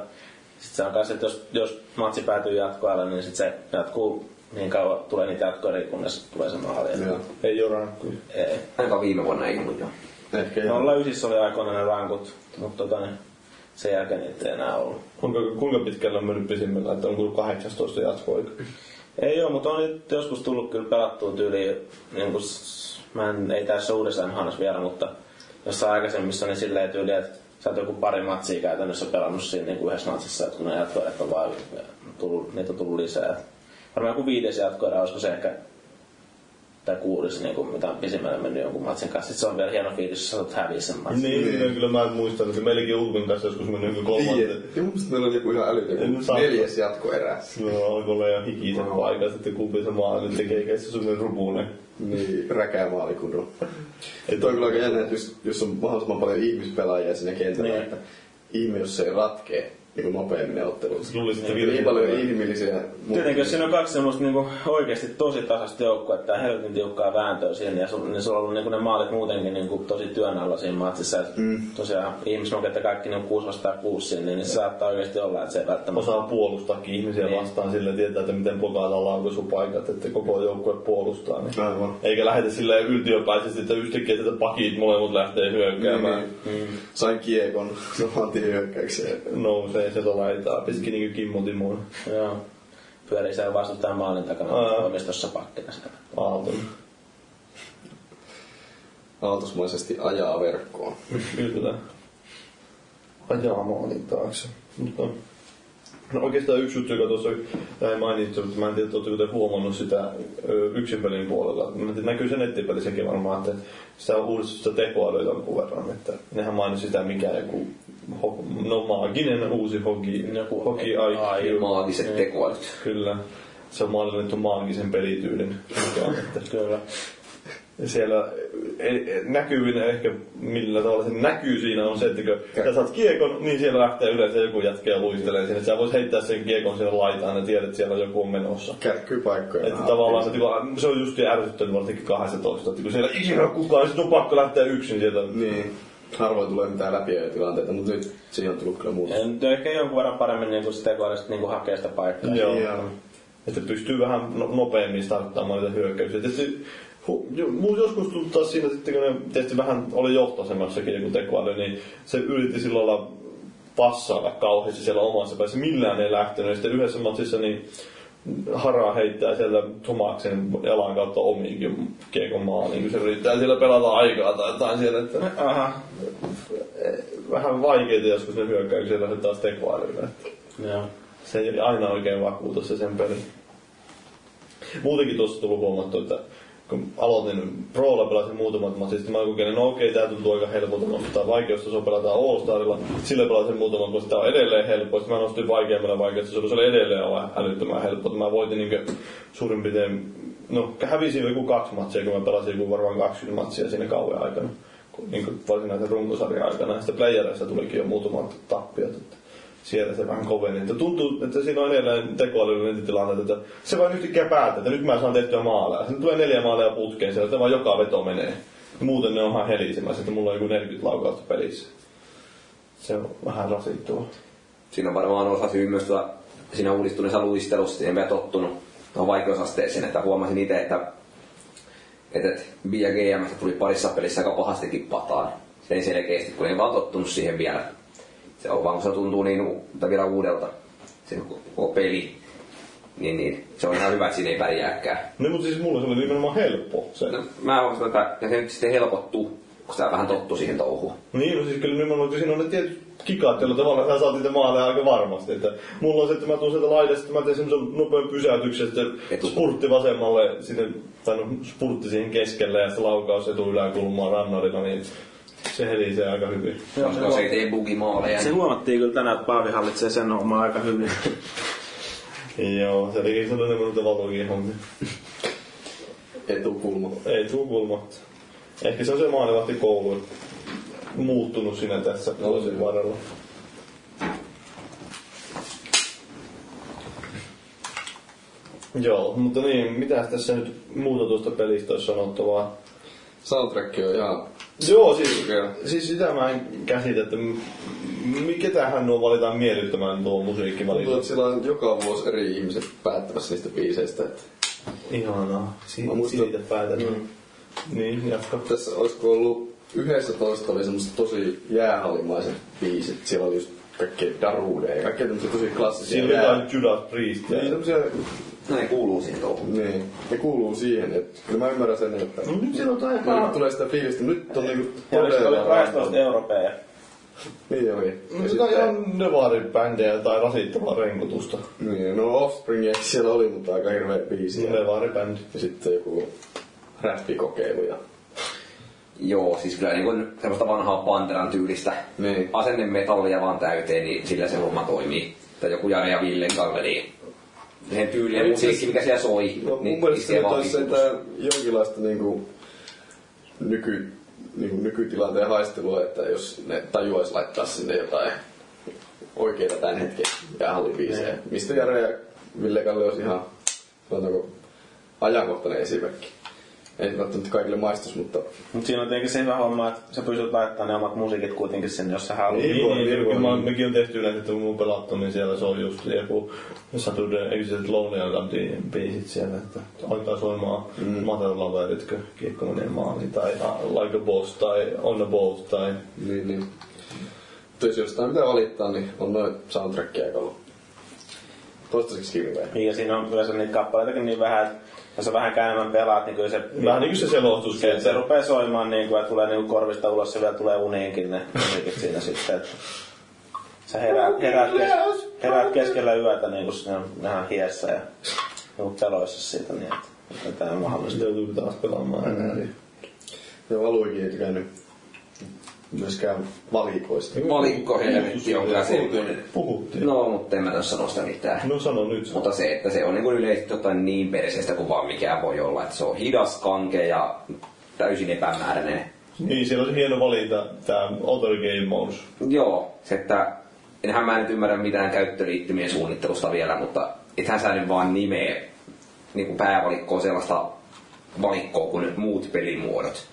sit se on kanssa, että jos, jos matsi päätyy jatkoajalle, niin sit se jatkuu niin kauan, tulee niitä jatkoja, niin kunnes tulee se maali. Joo. Ei ole rankkuja. Ei. Ainakaan viime vuonna ei ollut joo. Ehkä ihan. Nolla ysissä oli aikoinaan ne rankut, mutta tota, niin, sen jälkeen niitä ei enää ollut. Kuinka, kuinka pitkälle on mennyt pisimmällä, että on tullut 18 jatkoaika? Niin, Ei oo, mutta on nyt joskus tullut kyllä pelattua tyyliin, niin kuin, s- mä en, ei tässä uudessaan hannas vielä, mutta jossain aikaisemmissa niin silleen tyyli, että sä oot joku pari matsia käytännössä pelannut siinä niin kuin yhdessä matsissa, että kun ne jatkoerät on vaan tullut, niitä on tullut lisää. Et Varmaan joku viides jatkoerä, olisiko se ehkä tai kuudes, niin kuin, mitä on pisimmälle mennyt jonkun matsin kanssa. Sitten se on vielä hieno fiilis, jos sä oot häviä sen matsin. Niin, niin. kyllä mä en muista, että meilläkin Ulkun kanssa joskus meni joku kolmanteen. Viides. Ja mun mielestä meillä oli joku ihan älytön En joku saa- neljäs jatkoerä. Silloin alkoi olla jo hikiset Wow. paikat, että kumpi se maali tekee, eikä se semmoinen rupuinen. Niin, räkää maalikudun. Että on kyllä aika jännä, että jos, jos on mahdollisimman paljon ihmispelaajia siinä kentällä, Niin. että ihme, jos se ei ratkee niin nopeammin ne ottelut. Se luulisi, että Niin virhe- paljon inhimillisiä Tietenkin, jos siinä on kaksi semmoista niinku oikeasti tosi tasasta joukkuetta ja helvetin tiukkaa vääntöä siinä, ja sun, niin sulla on ollut niinku ne maalit muutenkin niinku tosi työn alla siinä matsissa. Et mm. Tosiaan ihmisnoketta kaikki ne on 6 vastaan 6 siinä, niin se saattaa oikeasti olla, että se ei välttämättä... osaa puolustaakin ihmisiä Niin. vastaan sillä tietää, että miten pokailla laukaisupaikat, että koko joukkue puolustaa. Niin. Aivan. Eikä lähetä silleen yltiöpäisesti, että yhtäkkiä sieltä pakit molemmat lähtee hyökkäämään. Niin, niin. Sain kiekon saman tien hyökkäykseen. Nousee sieltä laitaa, piski niinku Kimmo Timon Joo. Pyörii siellä vastustajan maalin takana Aa. omistossa pakkina siellä. aalton. Aatusmaisesti ajaa verkkoon. Kyllä. Ajaa maalin taakse. Mutta No oikeastaan yksi juttu, joka tuossa jäi mainittu, mutta mä en tiedä, oletteko te huomannut sitä ö, yksin pelin puolella. Mä en tiedä, näkyy se nettipelissäkin varmaan, että sitä on uudistusta tekoälyä jonkun verran. Että nehän mainitsi sitä, mikä joku ho- no maaginen uusi hoki, Niin. Joku hoki IQ. Maagiset tekoälyt. Kyllä. Se on mallinnettu maagisen pelityylin. mukaan, että Kyllä. siellä e- e- näkyvin ehkä millä tavalla se näkyy siinä on se, että kun sä saat kiekon, niin siellä lähtee yleensä joku jätkä luistelee sinne. Sä voit heittää sen kiekon sinne laitaan ja tiedät, että siellä joku on menossa. Kärkkyy paikkoja. Että tavallaan se, tila, se on just ärsyttänyt varsinkin 12, että kun siellä ei ikinä ole kukaan, niin sit on pakko lähteä yksin sieltä. Niin. Harvoin tulee mitään läpiöjätilanteita, mutta nyt siihen on tullut kyllä muuta. Ja nyt ehkä jonkun verran paremmin niinku sitä tekoälystä niinku hakee sitä paikkaa. Joo. Joo. Että pystyy vähän no- nopeammin starttaamaan niitä hyökkäyksiä. Tietysti hu- jo- muu joskus tuntuu siinä, sitten kun ne tietysti vähän oli johtoasemassakin joku tekoäly, niin se yritti sillä lailla passailla kauheasti siellä omassa päässä. Millään ei lähtenyt. Ja sitten yhdessä matsissa niin Haraa heittää sieltä Tomaksen jalan kautta omiinkin kiekon maaliin, kun se yrittää siellä pelata aikaa tai jotain siellä. Että eh, Aha. vähän vaikeita joskus ne hyökkäyksiä lähtee taas tekoälyllä. Että Joo. se ei aina oikein vakuuta se sen peli. Muutenkin tuossa tullut huomattu, että kun aloitin Prolla pelasin muutamat matsit, sitten mä kokeilin, no okei, tää tuntuu aika helpolta, mä nostan vaikeustaso pelataan All Starilla, sillä pelasin muutaman, kun tää on edelleen helppoa, sitten mä nostin vaikeammalla vaikeustasolla, se oli edelleen aivan älyttömän helppoa, mä voitin niinkö suurin piirtein, no hävisin joku kaksi matsia, kun mä pelasin joku varmaan 20 matsia siinä kauan aikana, kun- niin kuin varsinaisen runkosarjan aikana, ja sitten playereissa tulikin jo muutamat tappiot, että siellä se vähän koveni. Että tuntuu, että siinä on edelleen tekoälyllinen tilanne, että se vain yhtäkkiä päättää, että nyt mä saan tehtyä maaleja. Sitten tulee neljä maaleja putkeen sieltä, että vaan joka veto menee. Muuten ne on ihan helisemässä, että mulla on joku 40 laukausta pelissä. Se on vähän rasittavaa. Siinä on varmaan osa syy myös tuota, siinä uudistuneessa luistelussa, siihen mä tottunut tuohon vaikeusasteeseen, että huomasin itse, että että et, B ja GM tuli parissa pelissä aika pahastikin pataan. Se ei selkeästi, kun ei vaan tottunut siihen vielä. Se on vaan, kun se tuntuu niin u- tai vielä uudelta, se koko peli. Niin, niin. Se on ihan hyvä, että siinä ei pärjääkään. No mutta siis mulla se oli nimenomaan helppo se. No, mä huomasin, että ja se nyt sitten helpottuu, kun sitä vähän tottu siihen touhuun. Niin, no siis kyllä nimenomaan, kun siinä on ne tietyt kikat, joilla tavallaan sä saat niitä maaleja aika varmasti. Että mulla on se, että mä tuun sieltä laidasta, että mä teen semmoisen nopean pysäytyksen, että Etu- spurtti vasemmalle, sinne, tai no, spurtti siihen keskelle ja se laukaus etu yläkulmaan rannarilla, niin se helisee aika hyvin. Joo, Koska se ei tee bugimaaleja. Se niin- huomattiin kyllä tänään, että Paavi hallitsee sen omaa aika hyvin. Joo, se teki sellainen minulta valokin hommi. Etukulma. Ei tuu kulmatta. Ehkä se on se maalivahti koulu muuttunut siinä tässä No, vuosien varrella. Joo, mutta niin, mitä tässä nyt muuta tuosta pelistä olisi sanottavaa? Soundtrack on ihan... Joo, siis, Kyllä. siis sitä mä en käsitä, että m- m- ketähän nuo valitaan miellyttämään tuo Tuntuu, musiikkivalinta. että sillä on joka vuosi eri ihmiset päättämässä niistä biiseistä. Että Ihanaa. Mä Si- muistan- siitä päätän. Mm. Niin, jatka. tässä olisiko ollut 11 oli semmoista tosi jäähallimaiset biisit. Siellä oli just kaikkea daruudeja ja kaikkea tämmöisiä tosi klassisia. Siinä oli jää- jotain Judas Priestia. Niin, tämmöisiä, No ne kuuluu siihen touhuun. niin, ne kuuluu siihen, että kyllä mä ymmärrän sen, että No nyt siellä on jotain no, nyt ihan... tulee sitä fiilistä, nyt on niinku Ja oliko se oli todella... 12 europeja? Niin oli. Ja Nyt sitten- Mm, on ihan Nevarin bändejä No tai rasittavaa renkutusta. Niin, no Offspringia siellä oli, mutta aika hirveä biisi. Ja, Nevarin bändi. ja sitten joku räppikokeilu ja... Joo, siis kyllä niin kuin semmoista vanhaa Panteran tyylistä Niin. asennemetallia vaan täyteen, niin sillä se homma toimii. Tai joku Jari ja Villen kanssa, niin sen tyyliä Ei, musiikki, siis- mikä siellä soi, No, mun niin mielestä iskee se vaan olisi piskutus. sitä jonkinlaista niinku nyky, niinku nykytilanteen haistelua, että jos ne tajuaisi laittaa sinne jotain oikeita tämän hetken jäähallibiisejä. Mm. Mistä Jare ja Ville Kalle olisi ihan, sanotaanko, ajankohtainen esimerkki. Ei välttämättä kaikille maistus, mutta Mut siinä on tietenkin se hyvä homma, että sä pystyt laittamaan ne omat musiikit kuitenkin sinne, jos sä haluat. Niin, Virvoin, niin, Virvoin. kyllä mä, mekin on tehty yleensä, että kun mun pelattu, niin siellä se on just joku Saturday Exit Lonely Islandin biisit siellä, että alkaa soimaan mm. Mother Lover, jotka kiekko menee maaliin, tai uh, Like a Boss, tai On a Boat, tai niin, niin. Mutta jos jostain pitää valittaa, niin on noin soundtrackia aika ollut toistaiseksi hirveä. Niin, Ja siinä on yleensä niitä kappaleitakin niin vähän, että jos sä vähän käymään pelaat, niin kyllä se... vähän niin kuin se selostus, se, se että rupeaa soimaan niin kuin, ja tulee niin kuin korvista ulos ja vielä tulee uniinkin ne musiikit siinä sitten. Että sä heräät, heräät, kes, heräät keskellä yötä niin kuin sinä nähdään hiessä ja niin peloissa siitä niin, että miten tää on mahdollista. sitten joutuu taas pelaamaan enää. Niin. Ja valuikin ei tykännyt myöskään valikoista. Valikko helvetti on kyllä se. Puhuttiin. No, No, mutta en mä tässä sano sitä mitään. no sano nyt. Mutta se, että se on niin yleisesti jotain niin perseestä kuin vaan mikään voi olla. Että se on hidas, kanke ja täysin epämääräinen. Niin, siellä oli hieno valinta, tämä Other Game Modes. Joo, se, että enhän mä nyt ymmärrä mitään käyttöliittymien suunnittelusta vielä, mutta ethän sä nyt vaan nimeä niin päävalikkoa sellaista valikkoa kuin muut pelimuodot.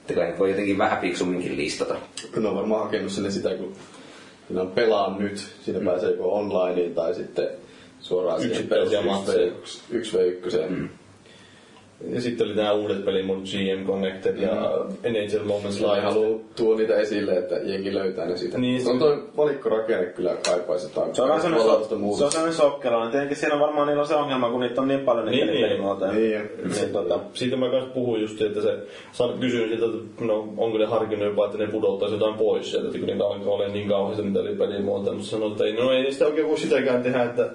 Että kyllä nyt voi jotenkin vähän fiksumminkin listata. Kyllä on varmaan hakenut sinne sitä, kun siinä on pelaa nyt, siinä mm. pääsee joko onlineen tai sitten suoraan siihen Yksittäisiä perus- matseja. 1v1. Mm. Ja sitten oli nämä uudet pelimodot, GM Connected ja NHL Moments Sillä ei Live. halua tuo niitä esille, että jengi löytää ne siitä. Niin, Niin, on toi valikkorakenne kyllä kaipaisi jotain. Se on vähän semmoinen, so, puolesta muuta. se on semmoinen sokkelo, niin tietenkin siinä on varmaan niillä on se ongelma, kun niitä on niin paljon niitä Niin, niin, niin. pelimuotoja. Niin. niin, tota, Siitä mä kanssa puhuin just, että se saan kysyä siltä, että no, onko ne harkinnut jopa, että ne pudottaisi jotain pois sieltä, että kun ne alkaa olla niin kauheita, mitä oli pelimuolta, mutta sanoin, että ei, no ei sitä oikein voi sitäkään tehdä, että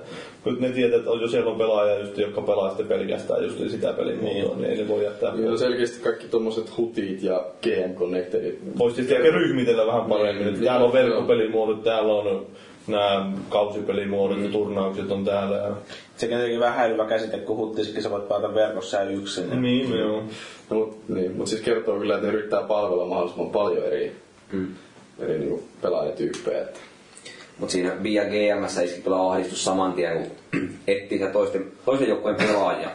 kun ne tietää, että on- jos siellä on pelaaja, just, joka pelaa sitten pelkästään just sitä pelimuotoa, niin ei ne voi jättää. Niillä on pois. selkeästi kaikki tommoset hutit ja GM Connectedit. Voisi tietysti ehkä ryhmitellä vähän paremmin, että täällä on verkkopelimuodot, täällä on nämä kausipelimuodot ja turnaukset on täällä. Ja... sekin on tietenkin vähän häilyvä käsite, kun huttisikin sä voit pelata verkossa ja yksin. Ja Niin, joo. No, mut, niin, mut siis kertoo kyllä, että ne yrittää palvella mahdollisimman paljon eri, mm. eri niinku pelaajatyyppejä. Että. Mutta siinä Via GMS iski kyllä ahdistus saman tien, kun etsii sitä toisten, toisen joukkueen pelaajia.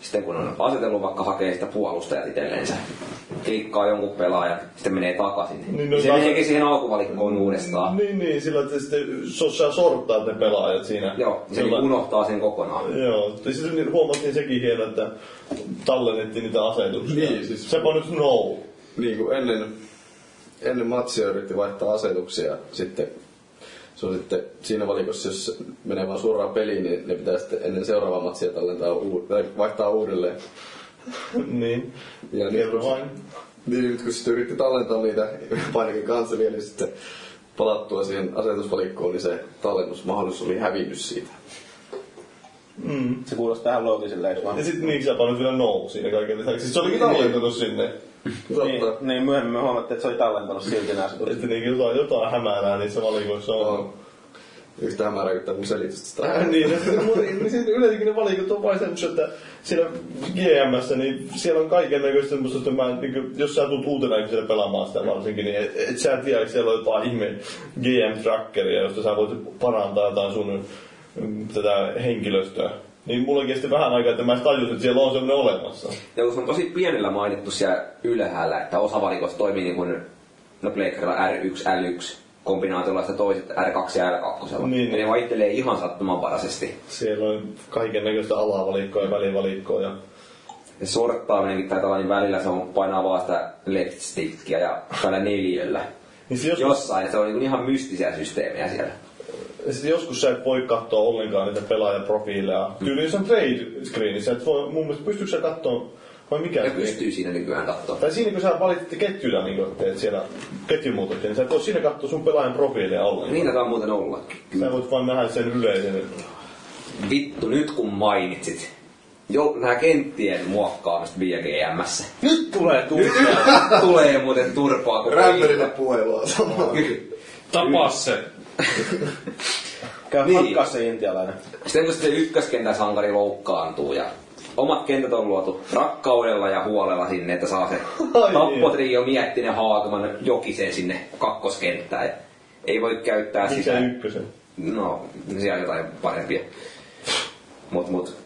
Sitten kun on asetellut vaikka hakee sitä puolustajat itsellensä, klikkaa jonkun pelaajan, sitten menee takaisin. Niin, Niin, no no, se taas- meneekin siihen alkuvalikkoon uudestaan. Niin, niin, sillä että sitten so- sä sortaa ne pelaajat siinä. Joo, se Sillä- niin unohtaa sen kokonaan. Joo, ja siis ni- huomattiin sekin hieno, että tallennettiin niitä asetuksia. Niin, siis- Sepä nyt no. niin kuin ennen, ennen matsia yritti vaihtaa asetuksia, sitten se on sitten siinä valikossa, jos menee vaan suoraan peliin, niin ne pitää sitten ennen seuraavaa matsia tallentaa uud- tai vaihtaa uudelleen. niin. Ja nyt, Kerro vain. niin nyt kun sitten yritti tallentaa niitä painakin kanssa vielä, niin sitten palattua siihen asetusvalikkoon, niin se tallennusmahdollisuus oli hävinnyt siitä. Mm. se kuulostaa ihan loogisilta, eikö vaan? Ja sit niin sä panot vielä no siinä kaiken lisäksi. Siis se olikin tallentanut sinne. Niin, Totta. niin myöhemmin me huomattiin, että se oli tallentanut silti nämä Ja asetukset. sitten niin jotain, jotain hämärää niissä valikoissa on. On. Yhtä hämärää kuin tää mun selitystä. Äh, niin, no, siis, mutta niin, siis yleensäkin ne valikot on vain semmoisia, että siellä GMssä, niin siellä on kaiken näköistä semmoista, että mä, en- niin kuin, jos sä tulet uutena ihmisenä pelaamaan sitä varsinkin, niin et, et sä tiedä, että siellä on jotain ihme GM-trackeria, josta sä voit parantaa jotain sun mm, tätä henkilöstöä. Niin mulla kesti vähän aikaa, että mä edes tajusin, että siellä on semmoinen olemassa. Ja kun se on tosi pienellä mainittu siellä ylhäällä, että osa valikosta toimii niin kuin no Playcardilla R1, L1 kombinaatiolla ja sitten toiset R2 ja R2. Niin. Niin. Ja ne vaan ittelee ihan sattumanvaraisesti. Siellä on kaiken näköistä alavalikkoa ja välivalikkoa ja Ja sorttaaminenkin taitaa olla, niin välillä se on painaa vaan sitä left stickia ja tällä neliöllä. Niin sit joskus, jossain. Se on niinku ihan mystisiä systeemejä siellä. sit joskus sä et voi katsoa ollenkaan niitä pelaajaprofiileja. Mm. Tyyliin sen trade screenissä, et voi, mun mielestä pystyykö sä katsoa vai mikä Ne se on? pystyy siinä nykyään kattoo. Tai siinä kun sä valitit ketjuja, niin kun teet siellä ketjumuutoksia, niin sä et voi siinä katsoa sun pelaajan profiileja ollenkaan. Niin tää on muuten olla. Niin. Sä voit vaan nähdä sen yleisen. niin Vittu, nyt kun mainitsit. Jo, nää kenttien muokkaamista VGMssä. Nyt tulee tunne! Tulee muuten turpaa koko Rämpärillä ilta. puhelua samaa. Kyllä. Tapaa se. Käy Niin. niin. hakkaa se intialainen. Sitten kun se ykköskentän sankari loukkaantuu ja omat kentät on luotu rakkaudella ja huolella sinne, että saa se Ai niin. tappotrio Miettinen, Haakman, Jokisen sinne kakkoskenttään. Ja ei voi käyttää Mikä sitä. Niin. ykkösen? No, siellä on jotain parempia. Mut, mut.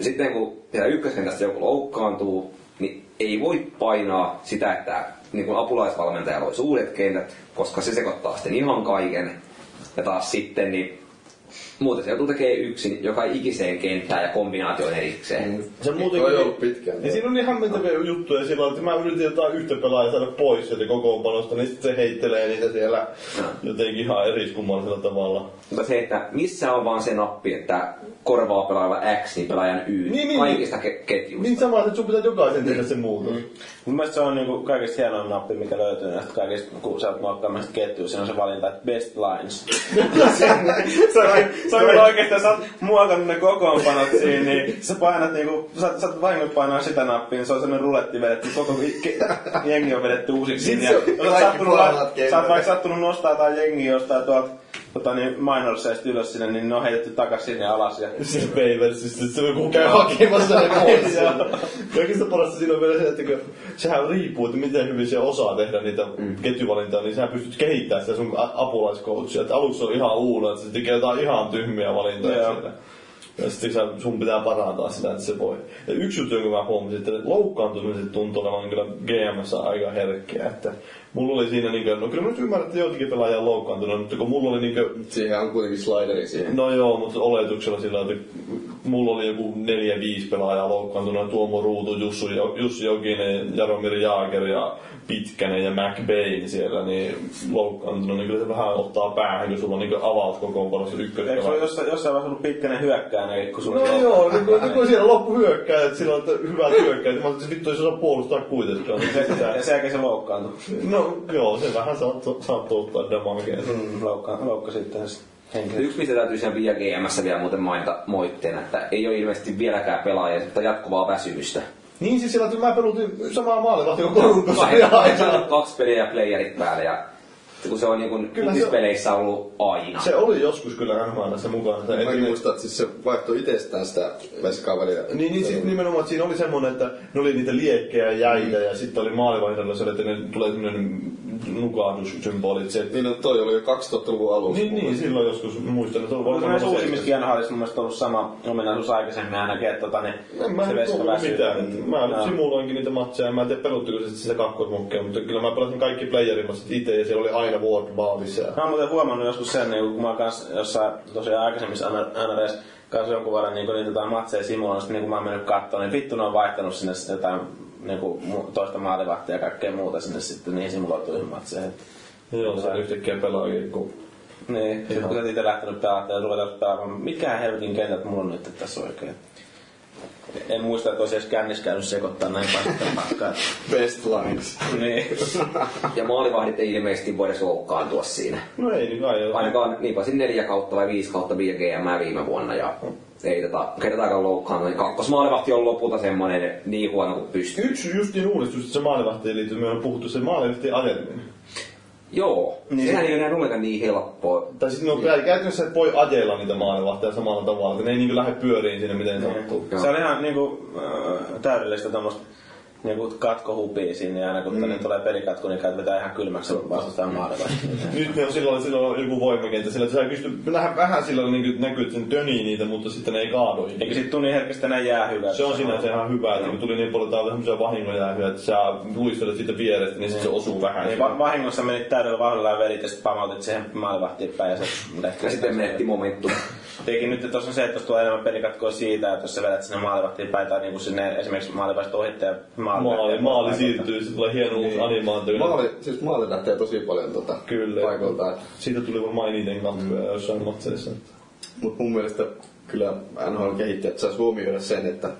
Sitten kun siellä ykköskentässä joku loukkaantuu, niin ei voi painaa sitä, että niin kun apulaisvalmentaja loisi uudet kentät, koska se sekoittaa sitten ihan kaiken. Ja taas sitten, niin muuten se joutuu tekemään yksin joka ikiseen kenttään ja kombinaation erikseen. Mm. Se Niin. Toi on ollut pitkään. Ja siinä on niin hämmentäviä juttuja sillä lailla, että mä yritin jotain yhtä pelaajaa saada pois sieltä kokoonpanosta, niin sitten se heittelee niitä siellä Ah. jotenkin ihan eriskummallisella tavalla. Mutta se, että missä on vaan se nappi, että korvaa pelaava X, niin pelaajan Y, Niin, niin, kaikista ke- ketjuista. Niin sama, että sun pitää jokaisen tehdä se muutos. Mun mielestä se on niinku kaikista hienoin nappi, mikä löytyy näistä kaikista, kun sä oot muokkaamista ketjuja, siinä on se valinta, että best lines. se on, se on kyllä oikeesti, sä oot muokannut ne kokoonpanot siinä, niin sä painat niinku, sä, sä oot vahingot painaa sitä nappia, niin se on sellainen ruletti vedetty, koko vi- ke- jengi on vedetty uusiksi. sinne, se on ja oot kaikki sattunut, parhaat la- sä oot kentät. vaikka sattunut nostaa jotain jengiä jostain tuolta tota niin, minorseista ylös sinne, niin ne on heitetty takas sinne alas. Ja Siis Waversista, se on kun käy hakemassa ne pois. Kaikista parasta siinä on vielä se, että kun sehän riippuu, että miten hyvin se osaa tehdä niitä mm. ketjuvalintoja, niin sä pystyt kehittämään sitä sun a- apulaiskoutsia. Että aluksi se on ihan uuna, että se tekee jotain ihan tyhmiä valintoja Joo. siellä. Ja sitten sä, sun pitää parantaa sitä, että se voi. Ja yksi juttu, jonka mä huomasin, että loukkaantumiset tuntuu olevan kyllä GMssä aika herkkiä. Että mulla oli siinä niinkö, no kyllä mä nyt ymmärrän, että joitakin pelaajia on loukkaantunut, mutta kun mulla oli niinkö Siihen on kuitenkin slideri siihen. No joo, mutta oletuksella sillä, että mulla oli joku neljä, viisi pelaajaa loukkaantuna. Tuomo Ruutu, Jussu, Jo- Jussi Jokinen, Jaromir Jaager ja Pitkänen ja McBain siellä, niin loukkaantuna, niin kyllä se vähän ottaa päähän, kun sulla on niin avaat kokoonpanossa Eikö se ole ykköspelaaja. jossain, jossain vaiheessa ollut pitkäinen hyökkäinen, kun sulla No on- joo, niin kun, niin kun siellä loppu hyökkää, että sillä on että hyvä hyökkää, että mä ajattelin, että vittu ei se osaa puolustaa kuitenkaan. Niin se pitää- Ja sen jälkeen se loukkaantui. No joo, se vähän saattoi saattoi ottaa damagea. Mm, loukka, loukka sitten henkilö. Yksi, mitä täytyy siinä Via GMssä vielä muuten mainita moitteena, että ei ole ilmeisesti vieläkään pelaajia, mutta jatkuvaa väsymystä. Niin siis sillä, että mä pelutin samaa maalivahtia kuin Korukossa. Kahdeksan- Kaksi peliä ja playerit päälle ja kun se on niin kuin Kyllä se on. peleissä ollut aina. Se oli joskus kyllä NHL se mukana. Se Mäkin etinen- muistan, että siis se vaihtoi itsestään sitä veskaa välillä. Niin, niin siis nimenomaan, että siinä oli semmoinen, että ne oli niitä liekkejä jäitä ja sitten oli maalivaihdella se, että ne tulee semmoinen nukahdussymbolit. Se, Niin no toi oli jo 2000-luvun alussa. niin, niin, silloin joskus muistan, että se oli Onko varmaan näissä se- uusimmissa kienohallissa mun mielestä ollut sama ominaisuus aikaisemmin ainakin, että tota, niin, En No, mä se en veska tullut väsyy. mitään. että Mä nyt Joo. simuloinkin niitä matseja. Mä en tiedä peluttiko se sitä kakkosmukkeja, mutta kyllä mä pelasin kaikki playerimassit itse ja siellä oli aina Ward Baalissa. Mä oon muuten huomannut joskus sen, niin kun mä oon kans jossain tosiaan aikaisemmissa NRS kanssa jonkun verran niin niitä jotain matseja simuloinut, sit niin kun mä oon mennyt kattoon, niin vittu ne on vaihtanut sinne s- jotain niin kuin, toista maalivahtia ja kaikkea muuta sinne sitten niihin simuloituihin matseihin. Joo, se yhtäkkiä pelaajia, kun Niin, sit kun sä oot ite lähtenyt pelaamaan ja ruvetaan pelaamaan, mikä helvetin kentät mulla on nyt tässä oikein. En muista, että olisi edes kännissä käynyt sekoittaa näin paljon sitä pakkaa. Best lines. niin. Ja maalivahdit ei ilmeisesti voida loukkaantua siinä. No ei niin kai. Ainakaan niin pääsin neljä kautta vai viisi kautta Via GM viime vuonna ja ei tota, kertaakaan loukkaantunut. Niin Kakkosmaalivahti on lopulta semmoinen niin huono kuin pystyy. Yksi just niin uudistus, että se maalivahtiin liittyen, me on puhuttu se maalivahtien ajelminen. Joo, niin. sehän ei ole enää ollenkaan niin helppoa. Tai sitten no, käytännössä et voi ajella niitä maalivahteja samalla tavalla, että ne ei niinku lähde pyöriin siinä miten Niin. sattuu. Joo. Se oli ihan niinku, äh, täydellistä tommosta niinku katkohupia siinä ja aina kun tänne tulee pelikatko, niin käyt vetää ihan kylmäksi vastustajan maalilla. Nyt ne on silloin, silloin on joku voimakenttä, sillä että sä pystyt, vähän, vähän silloin niin näkyy, että sen tönii niitä, mutta sitten ne ei kaadu. Eikä sit tunni herkästi enää jää hyvä. Se on sinänsä ihan hyvä, että kun tuli niin paljon täällä semmoisia vahingoja, että sä luistelet siitä vierestä, niin sit se osuu vähän. Niin va- vahingossa menit täydellä vauhdilla ja vedit ja sit pamautit siihen maalivahtiin päin ja se Ja sitten menetti momentum. Tietenkin nyt tuossa on se, että jos tulee enemmän pelikatkoa siitä, että jos sä vedät sinne maalivahtiin päitään niin kuin sinne esimerkiksi maalivaista ohittaja maali. Maali, maali siirtyy, se tulee hieno uusi animaatio. Niin. Maali, siis maali lähtee tosi paljon tota Kyllä. paikoilta. et- Siitä tuli varmaan eniten katkoja mm. jossain matseissa. Mut mun mielestä kyllä NHL kehittäjät saisi huomioida sen, että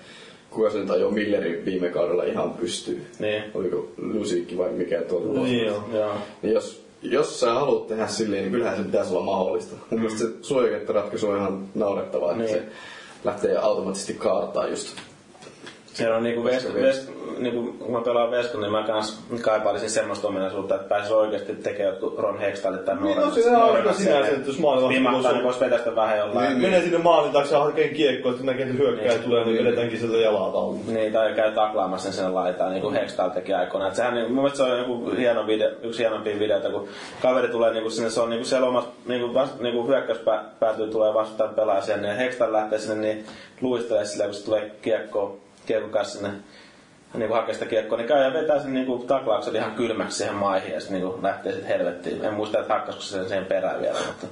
kuka sen tajoo Millerin viime kaudella ihan pystyy. Niin. Oliko Lusikki vai mikä tuolla? Niin joo. Joo. Niin jos, jos sä haluat tehdä silleen, niin kyllähän se pitäisi olla mahdollista. Mun mielestä se suojakenttäratkaisu on ihan naurettavaa, että Niin. se lähtee automaattisesti kaartaa just. Siellä on niinku Vesko, Vesko, niinku, kun mä pelaan Vesko, niin mä kans kaipailisin semmoista ominaisuutta, että pääsis oikeesti tekemään jotkut Ron Hextalit tai Niin, nuoremmat. no se on aika sinänsä, että jos maalivahti Vimahtaa, voisi- niin vois vetästä vähän jollain. Niin, Menee sinne maalin taakse ja hakee kiekkoa, että näkee, että hyökkää Niin. tulee, niin vedetäänkin sieltä jalat alle. Niin, tai käy taklaamassa sen sinne laitaan, Mm. niin kuin Hextall teki aikoinaan. Et sehän, niin, mun mielestä se on joku hieno video, yksi hienompia videoita, kun kaveri tulee niin kuin sinne, se on niin kuin siellä omassa, niin kuin, vast, niin kuin hyökkäys pä, päätyy, tulee vastaan pelaa sen, niin Hextall lähtee sinne, niin luistelee sillä, kun se tulee kiekko, kiekko kanssa sinne, niin kuin hakee sitä kiekkoa, niin käy ja vetää sen niin kuin taklauksen ihan kylmäksi siihen maihin ja sitten niin kuin lähtee sitten helvettiin. En muista, että hakkasko se sen siihen perään vielä, mutta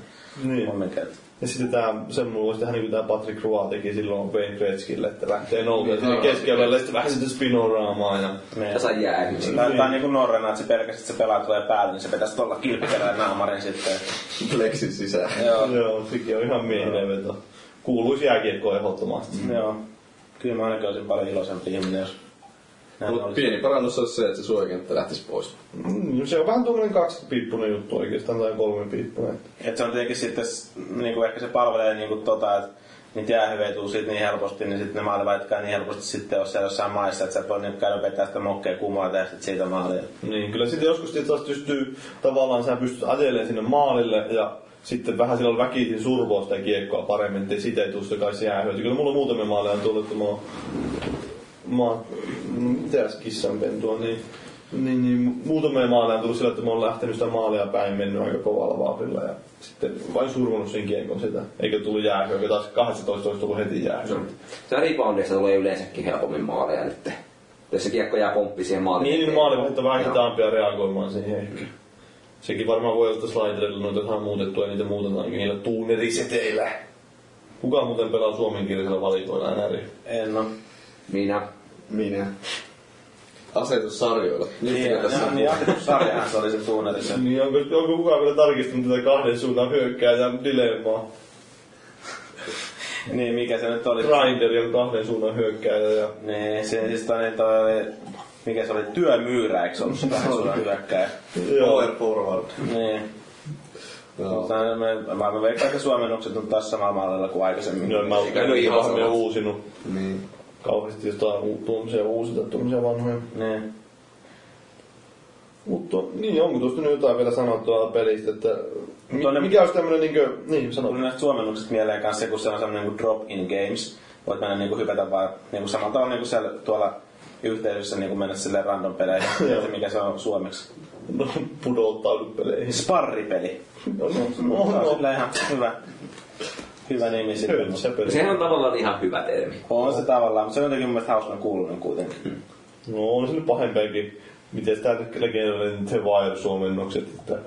Niin. kumminkin. että- Ja sitten tää, sen mulla olisi tähän niin tää Patrick Roy teki silloin Wayne Gretzkille, että lähtee nousemaan sinne keskelle, sitten vähän sitten spinoraamaan ja Niin. Ja sai jää nyt. Tai, tai niinku Norrena, että se pelkäsi, että se pelaa tulee päälle, niin se pitäisi tuolla kilpikerran naamarin sitten. Plexin sisään. Joo. Joo, sekin on ihan miehinen veto. Kuuluisi jääkiekko ehdottomasti. Joo. Kyllä mä ainakin olisin paljon iloisempi ihminen, jos näin Mut olisi. pieni parannus olisi se, että se suojakenttä lähtisi pois. Mm, se on vähän tuommoinen kaksipiippunen juttu oikeastaan, tai kolmipiippunen. Et se on tietenkin sitten, s- niinku ehkä se palvelee niinku tota, että niitä jäähyvejä tuu siitä niin helposti, niin sitten ne maalivaihtikaan niin helposti sitten ole siellä jossain maissa, että sä et voi niinku käydä vetää sitä mokkea kumoa ja sitten siitä maalia. Niin, kyllä sitten joskus sit taas pystyy, tavallaan sä pystyt ajeleen sinne maalille ja sitten vähän silloin väkisin survoa sitä kiekkoa paremmin, ettei siitä ei tule sitä kai se jäähyöty. Kyllä mulla muutamia maaleja on tullut, että mä oon, mä oon, mm, mitäs kissanpentua, niin, niin, niin muutamia maaleja on tullut sillä, että mä oon lähtenyt sitä maalia päin, mennyt aika kovalla vauhdilla ja sitten vain survonut sen kiekon sitä, eikä tullut jäähyö, joka taas 18 olisi tullut heti jäähyö. Se reboundista tulee yleensäkin helpommin maaleja nyt. Jos se kiekko jää pomppi siihen maaliin. Niin, niin maalivahdit on vähän hitaampia reagoimaan siihen ehkä. Sekin varmaan voi olla, että sliderilla noita saadaan muutettua ja niitä muutetaankin niillä tuuneriseteillä. Kuka muuten pelaa suomenkielisellä valikoilla NR? En no. Minä. Minä. Asetussarjoilla. Niin, Niin, tässä tässä on niin, niin sarjahan se oli se tuuneri se. Niin, onko, onko kukaan vielä tarkistanut tätä kahden suunnan hyökkää ja dilemmaa? Niin, mikä se nyt oli? Grinderi on kahden suunnan hyökkääjä ja Niin, se siis toi, niin toi oli, mikä se oli, työmyyrä, eikö se ollut se vähän suora hyökkäjä? Joo. power forward. Niin. Joo. Mutta me, mä, mä veikkaan, että suomennukset on taas samalla mallilla kuin aikaisemmin. Joo, mä oon Eikä nyt ihan ihan samat. uusinut Niin. kauheasti jotain u- tuommoisia uusita, tuommoisia vanhoja. Niin. Mutta niin, onko tuosta nyt jotain vielä sanottua pelistä, että mi- Tuonne- mikä olisi tämmönen niinkö, niin sano. Tuli näistä suomennukset mieleen kanssa se, kun se on semmoinen niin drop-in games. Voit mennä niin kuin hypätä vaan niin kuin samalla tavalla niin kuin siellä tuolla yhteisössä niin kuin mennä sille random peleihin. Tiedätkö, mikä se on suomeksi? No, pudottaa peleihin. Sparripeli. No, no, No, no, se on no. sillä ihan hyvä, hyvä nimi sitten. mutta- Sehän on tavallaan ihan hyvä termi. On se tavallaan, mutta se on jotenkin mun mielestä hauskan kuulunut kuitenkin. No on se nyt pahempiakin. Miten sitä legendainen The Wire-suomennokset, että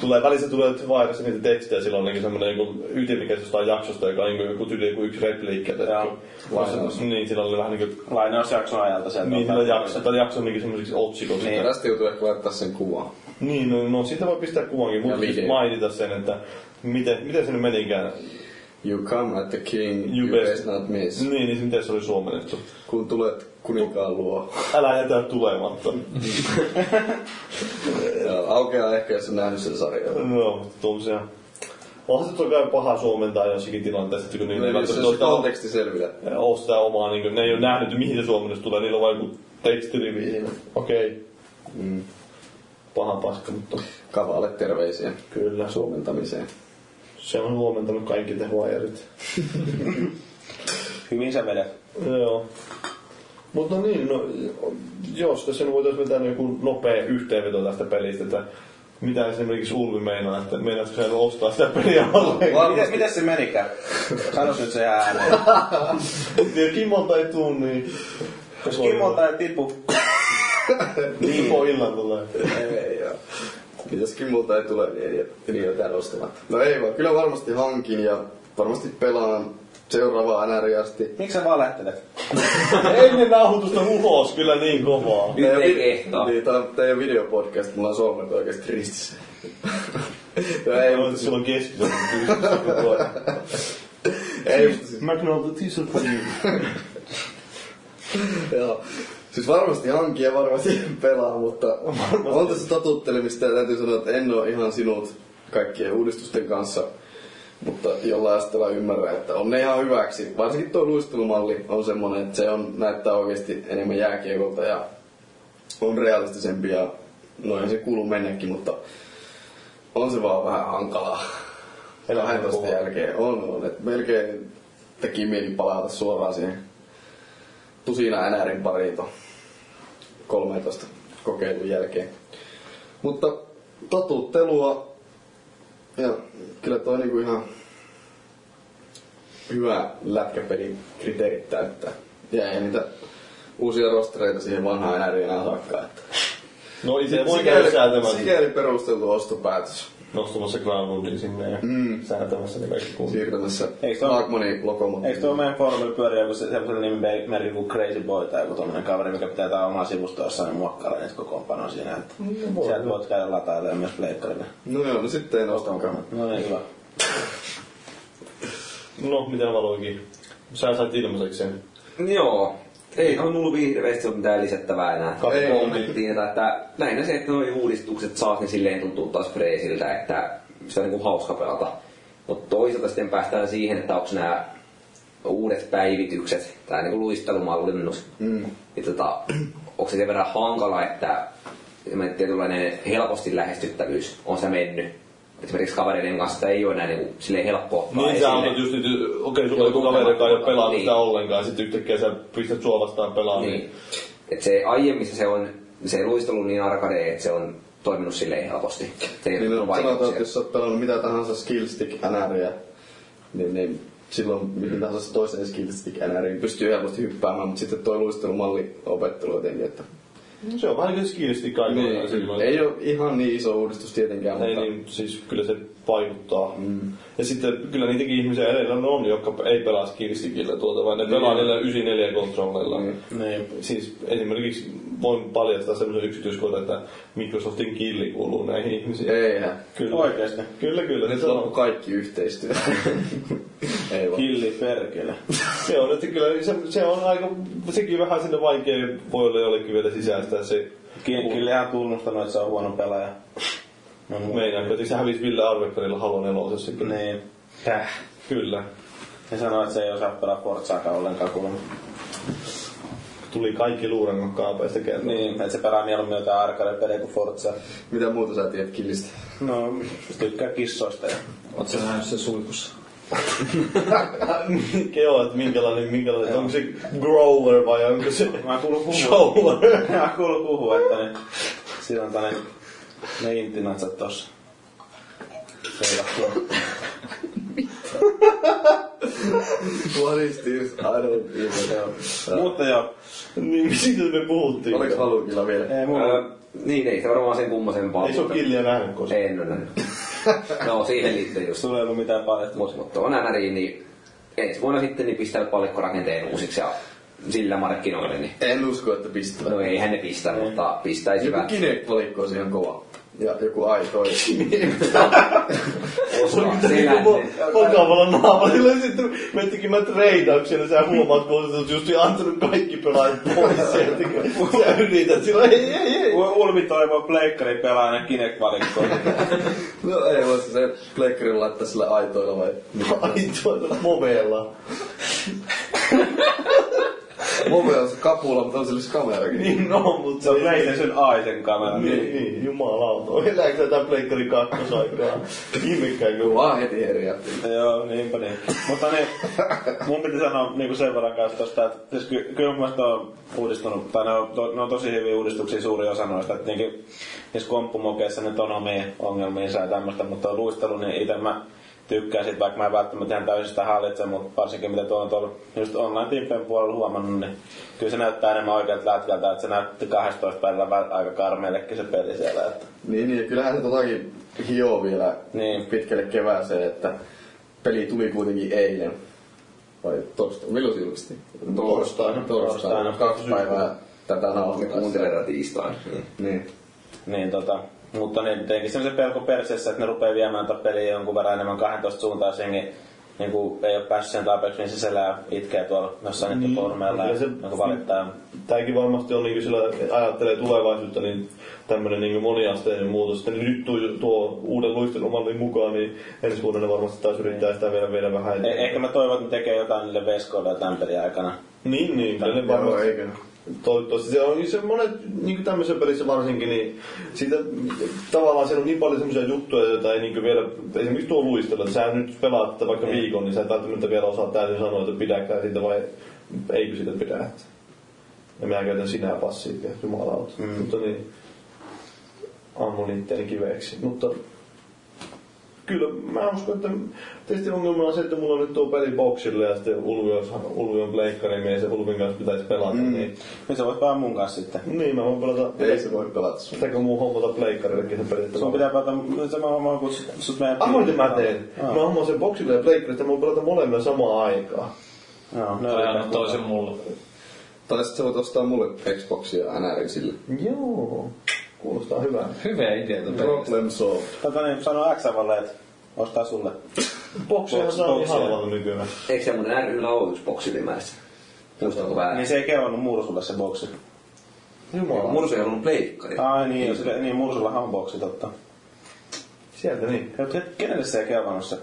tulee välissä tulee The Wireissa niitä tekstejä, sillä on niinku semmoinen joku ytimikäs jostain jaksosta, joka on niinku joku tyyli joku yksi repliikki. tai Joo. joku- Vastaus. Niin, sillä oli vähän niinku Lainausjakson ajalta sieltä. niin, sillä jakso, tai jakso on niinku semmoiseksi otsikoksi. Niin. Tästä joutuu ehkä laittaa sen kuvaan. Niin, no, no siitä voi pistää kuvankin, mutta video. siis mainita sen, että miten, miten se nyt menikään. You come at the king, You you, best- best not miss. Niin, niin se- miten se oli suomennettu. Kun tulet kuninkaan luo. Älä jätä tulematta. Mm-hmm. Joo, aukeaa ehkä, jos on nähnyt sen sarjan. Joo, mutta tuommoisia... Onhan se toki paha suomentaa jossakin tilanteessa, että kun niillä Niin, ei jos välttämättä se ole on sitä- konteksti selvillä. ole sitä omaa, niin kuin, ne ei ole nähnyt, mihin se suomennus tulee, niillä on vain joku tekstirivi siinä. Okei. Okay. Mm. Paha paska, mutta Kavalle terveisiä kyllä. Su- suomentamiseen. Se on huomentanut kaikki te huajarit. Hyvin sä vedät. Joo. Mutta no niin, no, jos tässä nyt voitaisiin vetää niin joku nopea yhteenveto tästä pelistä, että mitä esimerkiksi Ulvi meinaa, että meinaatko sä ostaa sitä peliä ollenkaan? Mites, mites se menikään? Sano nyt se ääneen. Ja Kimolta ei tuu, niin... Jos Kimolta ei tipu. Niin. Kipo illan tulee. Ei, joo. Mitäskin muuta ei tule, niin ei jotain ostamat. No ei vaan, kyllä varmasti hankin ja varmasti pelaan seuraavaa NRI asti. Miksi sä vaan lähtelet? Ennen nauhoitusta ulos kyllä niin kovaa. Nyt Tää ei vi- kehtaa. Niin, tää, tää ei oo videopodcast, mulla on solmet oikeesti ristissä. no ei, Ei, mutta mutta siis, silloin keskitys. ei, mutta siis, McDonald's t-shirt for you. joo. Siis varmasti hankin ja varmasti pelaa, mutta on tässä totuttelemista ja täytyy sanoa, että en oo ihan sinut kaikkien uudistusten kanssa. Mutta jollain asteella ymmärrän, että on ne ihan hyväksi. Varsinkin tuo luistelumalli on semmonen, että se on, näyttää oikeasti enemmän jääkiekolta ja on realistisempi ja noin se kuuluu mennäkin, mutta on se vaan vähän hankalaa. Elämän 12 kuvaa. jälkeen on, on. Et melkein teki mieli palata suoraan siihen tusina NRin pariin tuon 13 kokeilun jälkeen. Mutta totuttelua ja kyllä toi niinku ihan hyvä lätkäpelin kriteerit täyttää. Ja ei niitä uusia rostereita siihen vanhaan NRiin enää saakkaan. Että No itse voi käydä sikäli, säätämässä. sikäli perusteltu ostopäätös Nostamassa Granlundin sinne ja Mm. säätämässä ne kaikki kuntoon. siirtämässä Eikö se ole- Lagmanin lokomotiiviin. Eikö tuo meidän foorumilla pyöri joku se- semmoinen nimi meri kuin Crazy Boy tai joku tommonen kaveri, mikä pitää tää omaa sivustoa jossain ja muokkailla niitä kokoonpanoa siinä. Että sieltä voit käydä latailemaan myös pleikkarille. No joo, no sitten en ostakaan. No niin, hyvä. No, mitä valoikin. Sä sait ilmaiseksi sen. Joo. Ei on mulla hirveästi ole mitään lisättävää enää. Ei. Kommenttiin, että, että lähinnä se, että noi uudistukset saas, niin silleen tuntuu taas freesiltä, että sitä on niinku hauska pelata. Mutta toisaalta sitten päästään siihen, että onko nämä uudet päivitykset, tai niinku luistelumallinnus, mm. niin tota, onko se sen verran hankala, että semmoinen tietynlainen helposti lähestyttävyys on se mennyt. Esimerkiksi kavereiden kanssa sitä ei ole enää niinku, silleen helppo ottaa Niin sä esille. annat just nyt, okei, sulla Joo, on joku kaveri, joka ei ole tuntemattomalla. pelannut Niin. sitä ollenkaan, sit yhtäkkiä sä pistät suolastaan pelaamaan. Niin. Et se aiemmissa se on, se ei luistellut niin arkade, että se on toiminut silleen helposti. Se ei Niin ole no, sanotaan, että vaikeuksia. jos sä oot pelannut mitä tahansa skillstick NRiä, niin, niin silloin miten tahansa se toiseen skillstick NRiin niin pystyy helposti hyppäämään, mutta sitten toi luistelumalli opettelu jotenkin, että No Se on vähän niin skillisti kaikilla. niin, ei ole ihan niin iso uudistus tietenkään, Ei mutta niin, siis kyllä se vaikuttaa. Mm. Ja sitten kyllä niitäkin ihmisiä edelleen on, jotka ei pelaa skillstikillä tuota, vaan ne pelaa niillä 94 kontrolleilla. Mm. Niin. Siis esimerkiksi voin paljastaa semmoisen yksityiskohdan, että Microsoftin killi kuuluu näihin ihmisiin. eihän. Kyllä. Oikeesti. Kyllä, kyllä. Nyt se loppu on, kaikki yhteistyö. ei vaan. Killi perkele. se on, että kyllä se, se on aika, sekin vähän sinne vaikea voi olla jollekin vielä sisäistää se. Ki- Killihän on tunnustanut, että se on huono pelaaja. No, mu- Meinaan, että se hävisi Ville Arvekkarilla Halo nelosessa. Kyllä. Niin. Täh. kyllä. Ja sanoi, että se ei osaa pelaa Forzaakaan ollenkaan kuulemma. Tuli kaikki luurangon kaapeista kerran. Niin, että se pelaa mieluummin jotain arcade-pelejä kuin Forzaa. Mitä muuta sä tiedät killistä? No, tykkää kissoista ja Oot sä nähnyt sen suikussa? Joo, että minkälainen, minkälainen, että onko se grower vai onko se Mä kuulun puhua. shower? Mä kuulun puhua, että ne, siinä on tänne ne intinatsat tossa. Seilattua. What is this? I don't even Joo. Mutta joo, niin siitä me puhuttiin. Oliko halukilla vielä? ei mulla. Öö, niin, ei se varmaan sen kummosempaa. Ei se ole killiä nähnyt koskaan. Ei, no, no. no siihen liittyy just. Sulla ei ollut mitään paljastua. Mutta mut on NRI, niin ensi vuonna sitten niin pistää palikkorakenteen uusiksi ja sillä markkinoille. Niin. En usko, että pistävät. No eihän ne pistä, mutta Joku pistäisivät kinekvalikko on siihen kova. Ja joku aitoi. osaa Niin selän. kuin vakavalla naamalilla ja sitten me tekemään treidauksia, niin sä huomaat, kun sä oot just antanut kaikki pelaajat pois sieltä. kun Sä yrität silloin, ei, ei, ei. U- Ulmi toivoo pleikkari pelaa aina kinek-valikkoon. no ei voisi se pleikkarin laittaa sillä aitoilla vai? Ai tuota, moveella. Move on se kapula, mutta on sillä se siis kamerakin. Niin no, mutta Se on PlayStation Aisen kamera. Niin, niin, jumalauta. Elääkö tätä pleikkari kakkosaikaa? Ihmekäänkö Vaan heti herjätti. Joo, niinpä niin. Mutta niin, mun piti sanoa niin sen verran kanssa tosta, että siis ky- kyllä mun mielestä on uudistunut, tai ne on, to, ne on tosi hyviä uudistuksia suuri osa noista, että niinkin, niissä komppumokeissa nyt on omia ongelmiinsa ja tämmöistä, mutta luistelu, niin itse mä tykkää siitä, vaikka mä en välttämättä ihan täysin sitä hallitse, mutta varsinkin mitä tuo on tuolla just online-timpien puolella huomannut, niin kyllä se näyttää enemmän oikealta lätkältä, että se näytti 12 päivällä vä- aika karmeellekin se peli siellä. Että. Niin, niin ja kyllähän se totakin hioo vielä Niin. niin. pitkälle kevääseen, että peli tuli kuitenkin eilen. Vai torstaina? Milloin se julkaistiin? Torstaina. Torstaina. Kaksi päivää tätä Me nauhoittaa. kuuntelen tätä tiistaina. Niin. Niin. Niin tota, mutta niin, tietenkin se on se pelko perseessä, että ne rupeaa viemään tätä peliä jonkun verran enemmän 12 suuntaan jos jengi niin kuin ei ole päässyt sen tarpeeksi sisällä ja itkee tuolla jossain niiden Niin, foorumeilla ja kyllä se- joku valittaa. Tämäkin varmasti on niin sillä, että ajattelee tulevaisuutta, niin tämmöinen niin moniasteinen muutos. Sitten nyt tuo, tuo uuden luistelumallin mukaan, niin ensi vuonna ne varmasti taas yrittää sitä vielä, vielä vähän Eh- Ehkä mä toivon, että ne tekee jotain niille veskoille ja tämän pelin aikana. Niin, niin, kyllä ne Joo, varmasti. eikö? Toivottavasti se on se monet, niin kuin tämmöisessä pelissä varsinkin, niin siitä tavallaan siellä on niin paljon semmoisia juttuja, joita ei niin vielä, esimerkiksi tuo luistelu, että sä nyt pelaat tätä vaikka viikon, niin sä et välttämättä vielä osaa täysin sanoa, että pidäkää siitä vai eikö siitä pidä. Ja mä käytän sinä passiivia, jumalauta. Mm. Mutta niin, ammun itteeni kiveeksi. Mutta Kyllä, mä uskon, että tietysti ongelma on se, että mulla on nyt tuo peli boksille ja sitten Ulvi on, Ulvi on pleikkarimies ja Ulvin kanssa pitäisi pelata, mm. niin, Nyt sä voit vaan mun kanssa sitten. niin mä voin pelata. Ei se voi pelata sun. Pitääkö muu hommata pleikkarillekin se pelit? Sun pitää päätä, se mä voin kun sut, sut meidän Ah, mitä mä teen? Joo. Mä hommaan sen boksille ja pleikkarille, että mä voin pelata molemmilla samaan aikaan. Joo, No, se- ja anna toisen mulle. Tai sit sä voit ostaa mulle Xboxia ja NRin sille. Joo, kuulostaa hyvältä. Hyvä idea tuo peli. Problem solved. Tota niin, sano X-avalle, että ostaa sulle. Boksiahan Boks- saa ihan boksia. halvalla nykyään. Eikö semmonen ryllä ole yksi boksi nimässä? Muistatko Niin väärin? se ei kerronut Mursulle se boksi. Jumala, Mursu ei ollut pleikkari. Ai niin, jos- niin Mursullahan on boksi totta. sieltä niin. Ja ket- Kenelle se ei kelvannut se?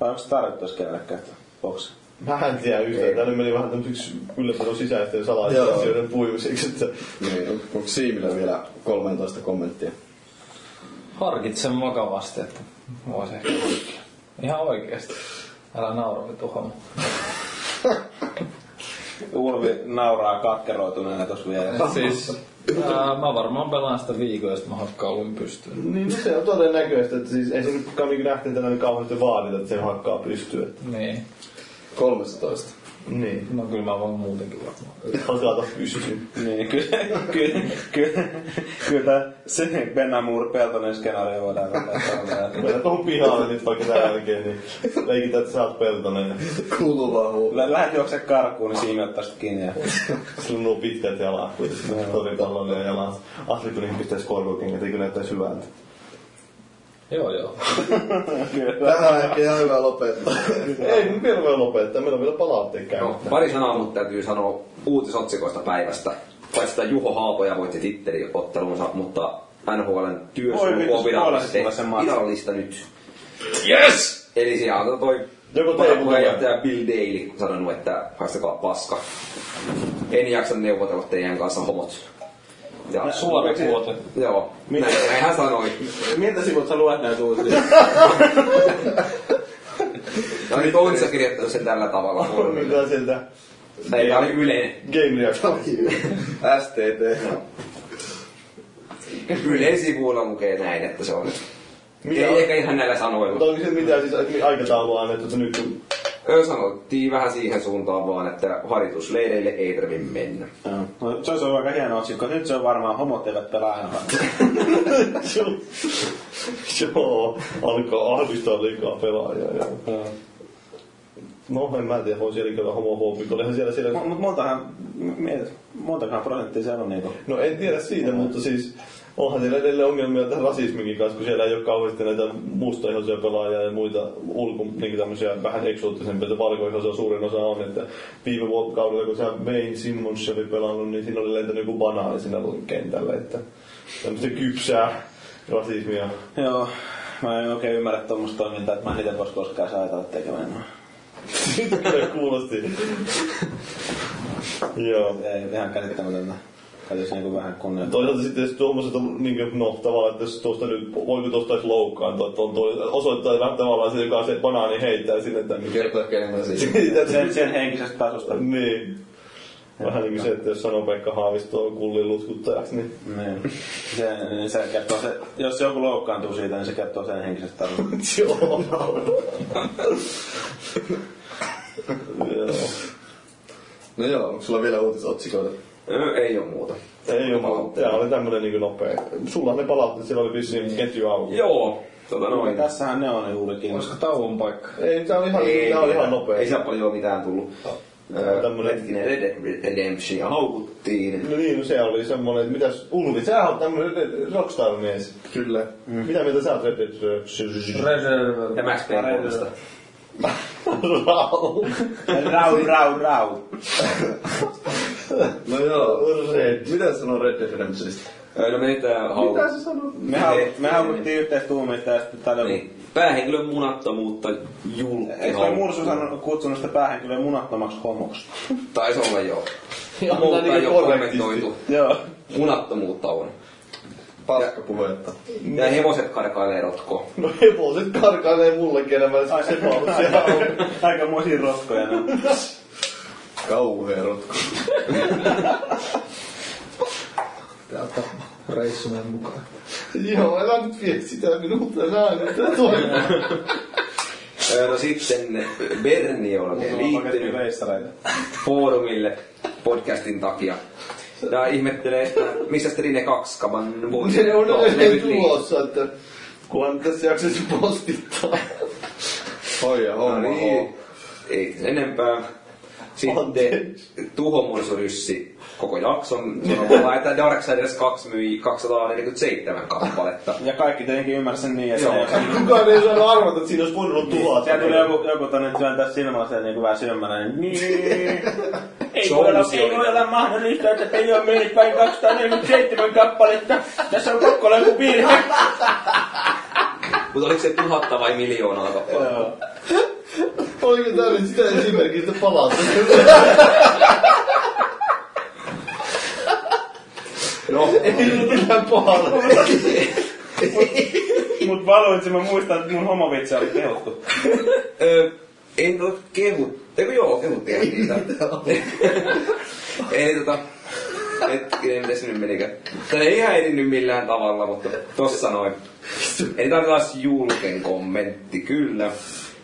Vai onko se tarjottu edes kenellekään se boksi? Mä en tiedä yhtään. Täällä meni vähän tämmöiseksi yllättävän sisäisten salaisten Joo. asioiden puimiseksi. Että... Niin, on- onko Siimillä vielä 13 kommenttia? Harkitsen vakavasti, että voisi ehkä hankkia. Ihan oikeesti. Älä naura vitu homma. Ulvi nauraa katkeroituneena tuossa vieressä. Siis, ää, mä varmaan pelaan sitä viikon, jos mä hakkaan olin pystyyn. Niin no se on todennäköistä, että siis ei se nyt niin nähtiin tällainen kauheasti vaadita, että se hakkaa pystyä. Että... Niin. 13. Niin. No kyllä mä voin muutenkin varmaan. Hakata pystyyn. Niin, kyllä, kyllä, kyllä, kyllä se Benamur Peltonen skenaario voidaan välttää. Mennään tuohon pihalle nyt vaikka tämän jälkeen, niin leikitään, että sä oot peltonen. Kuuluu vaan huu. Lä- Lähet juokse karkuun, niin siinä ottaa sitten kiinni. Ja... Sillä on nuo pitkät jalat, kuitenkin tosi tällainen jalat. Ahli kun niihin pistäisi korkokengät, eikö näyttäisi hyvältä. Joo joo. Tähän on ehkä ihan hyvä lopettaa. Ei, me vielä voi lopettaa, meillä on vielä palautteet No, käynnissä. pari sanaa mutta täytyy sanoa uutisotsikoista päivästä. Paitsi että Juho Haapoja voitti titteriottelunsa, mutta NHLn Voi työsuojelun vittu, on virallista- spoilasit mulle sen matsin. virallista nyt. Yes! Eli siellä on toi Joko Joko teemu puheenjohtaja Bill Daly sanonut, että haistakaa paska. En jaksa neuvotella teidän kanssa homot. Ja, Suora kuote. joo, näin, näin hän sanoi. Miltä sivut sä luet näitä uutisia? Ja nyt on se kirjoittanut sen tällä tavalla. Mitä sieltä? Ei, tämä oli yleinen. Game reaction. STT. Ylen sivuilla lukee näin, että se on. Mitä Ei on? ehkä ihan näillä Mutta sanoilla. onko se mitään siis aikataulua annettu, että nyt kun Ö, Sanottiin vähän siihen suuntaan vaan, että harjoitusleireille ei tarvitse mennä. No, se olisi ollut aika hieno otsikko. Nyt se on varmaan homot eivät pelaa aina. Joo. Joo, alkaa ahdistaa liikaa pelaajia. Joo. No en mä tiedä, on siellä kyllä homofobikko. Olihan siellä siellä... Mutta montahan, m- mietit, montakaan prosenttia siellä on niinku. No en tiedä siitä, mutta siis onhan siellä edelleen ongelmia tämän rasisminkin kanssa, kun siellä ei ole kauheasti näitä mustaihoisia pelaajia ja muita ulko, niin tämmöisiä vähän eksoottisempia, että valkoihoisia suurin osa on, että viime vuotta kaudella, kun sä Wayne Simmons oli pelannut, niin siinä oli lentänyt joku banaani siinä kentällä, että tämmöistä kypsää rasismia. Joo, mä en oikein ymmärrä tuommoista toimintaa, että mä en niitä vois koskaan saa ajatella tekemään. noin. Kyllä kuulosti. Joo. Ei, ihan käsittämätöntä. Täytyisi niinku vähän kunnia. Toisaalta sitten jos tuommoiset on niin kuin, no, tavallaan, että jos tuosta nyt, voiko tuosta edes loukkaantua, että on tuo, osoittaa vähän tavallaan se, joka se banaani heittää sinne, että mikä. Kertoo ehkä enemmän siitä. Siitä, että- Sen, sen henkisestä tasosta. niin. Vähän niin kuin se, että jos sanoo Pekka Haavisto on kullin lutkuttajaksi, niin Niin. Se, niin se kertoo se, jos joku loukkaantuu siitä, niin se kertoo sen henkisestä tarinasta. joo. joo. No joo, onko sulla vielä uutisotsikoita? Ö, Ei ole muuta. Ei jumala, tää oli tämmönen niinku nopea. Sulla ne palautti, siellä oli vissiin ketju auki. Joo, tota noin. Tässähän ne on juurikin. Olisiko tauon paikka? Ei, tää oli ihan, tää oli ihan nopea. Ei siellä paljon mitään tullut. Öö, Tämmönen- Hetkinen Red Redemption haukuttiin. No niin, no se oli semmonen, että mitäs Ulvi, sä oot tämmönen Red- rockstar-mies. Kyllä. Mm. Mitä mieltä sä oot Red Dead Redemption? Reserve. Ja Max Payne kolmesta. Rau. Rau, rau, rau. No joo. Red. Mitä sanoo Red Dead Redemptionista? Öö, No meni tää haukut. Mitä sä sanoo? Me, hau, me haukuttiin yhteistuumista ja sitten täällä... Niin. Niin. Päähenkilön munattomuutta julkki. Eikö toi Mursu sanonut, kutsunut sitä päähenkilöä munattomaksi homoksi? Taisi olla joo. Ja niinku Muuta niin ei ole korrektisti. kommentoitu. Joo. Munattomuutta on. Paskapuhetta. Ja hevoset karkailee rotkoon. No hevoset karkailee mullekin enemmän, se palvelu siellä on. Aika muisia rotkoja. ne. Kauhea rotku. Täältä reissunen mukaan. Joo, älä nyt vie sitä minulta, nää nyt tää toimii. Öö, No sitten Berni on oikein Mulla on paketti liittynyt reissareita. foorumille podcastin takia. Ja ihmettelee, että missä Strine 2 kaman voi Se on No, edelleen David Lee. tulossa, että kunhan tässä jaksaisi postittaa. Hoija, No homma, niin, homma. ei sen enempää. Sitten Anteeksi. tuhomursuryssi koko jakson sanomalla, että Dark Siders 2 myi 247 kappaletta. Ja kaikki tietenkin ymmärsin niin, että... Joo. Kukaan ei saanut arvata, että siinä olisi voinut olla tuhat. Niin. Siellä tuli joku, joku tonne työntää silmästä ja niinku vähän silmänä, niin niin. Ei Se voi, on olla, siellä. ei voi olla mahdollista, että peli on myynyt vain 247 kappaletta. Tässä on pakko olla joku virhe. Mutta oliko se tuhatta vai miljoonaa kappaletta? Oliko tää nyt sitä esimerkistä palautusta? No, Ei ollut mitään pahaa. Mut valoitsin, mä muistan, että mun homovitsi oli kehuttu. Ö, en ole kehut. Eikö joo, kehuttiin niitä. ei tota... Hetkinen, mitäs nyt menikö? Tää ei häirinnyt millään tavalla, mutta tossa noin. Eli tää on taas julken kommentti, kyllä.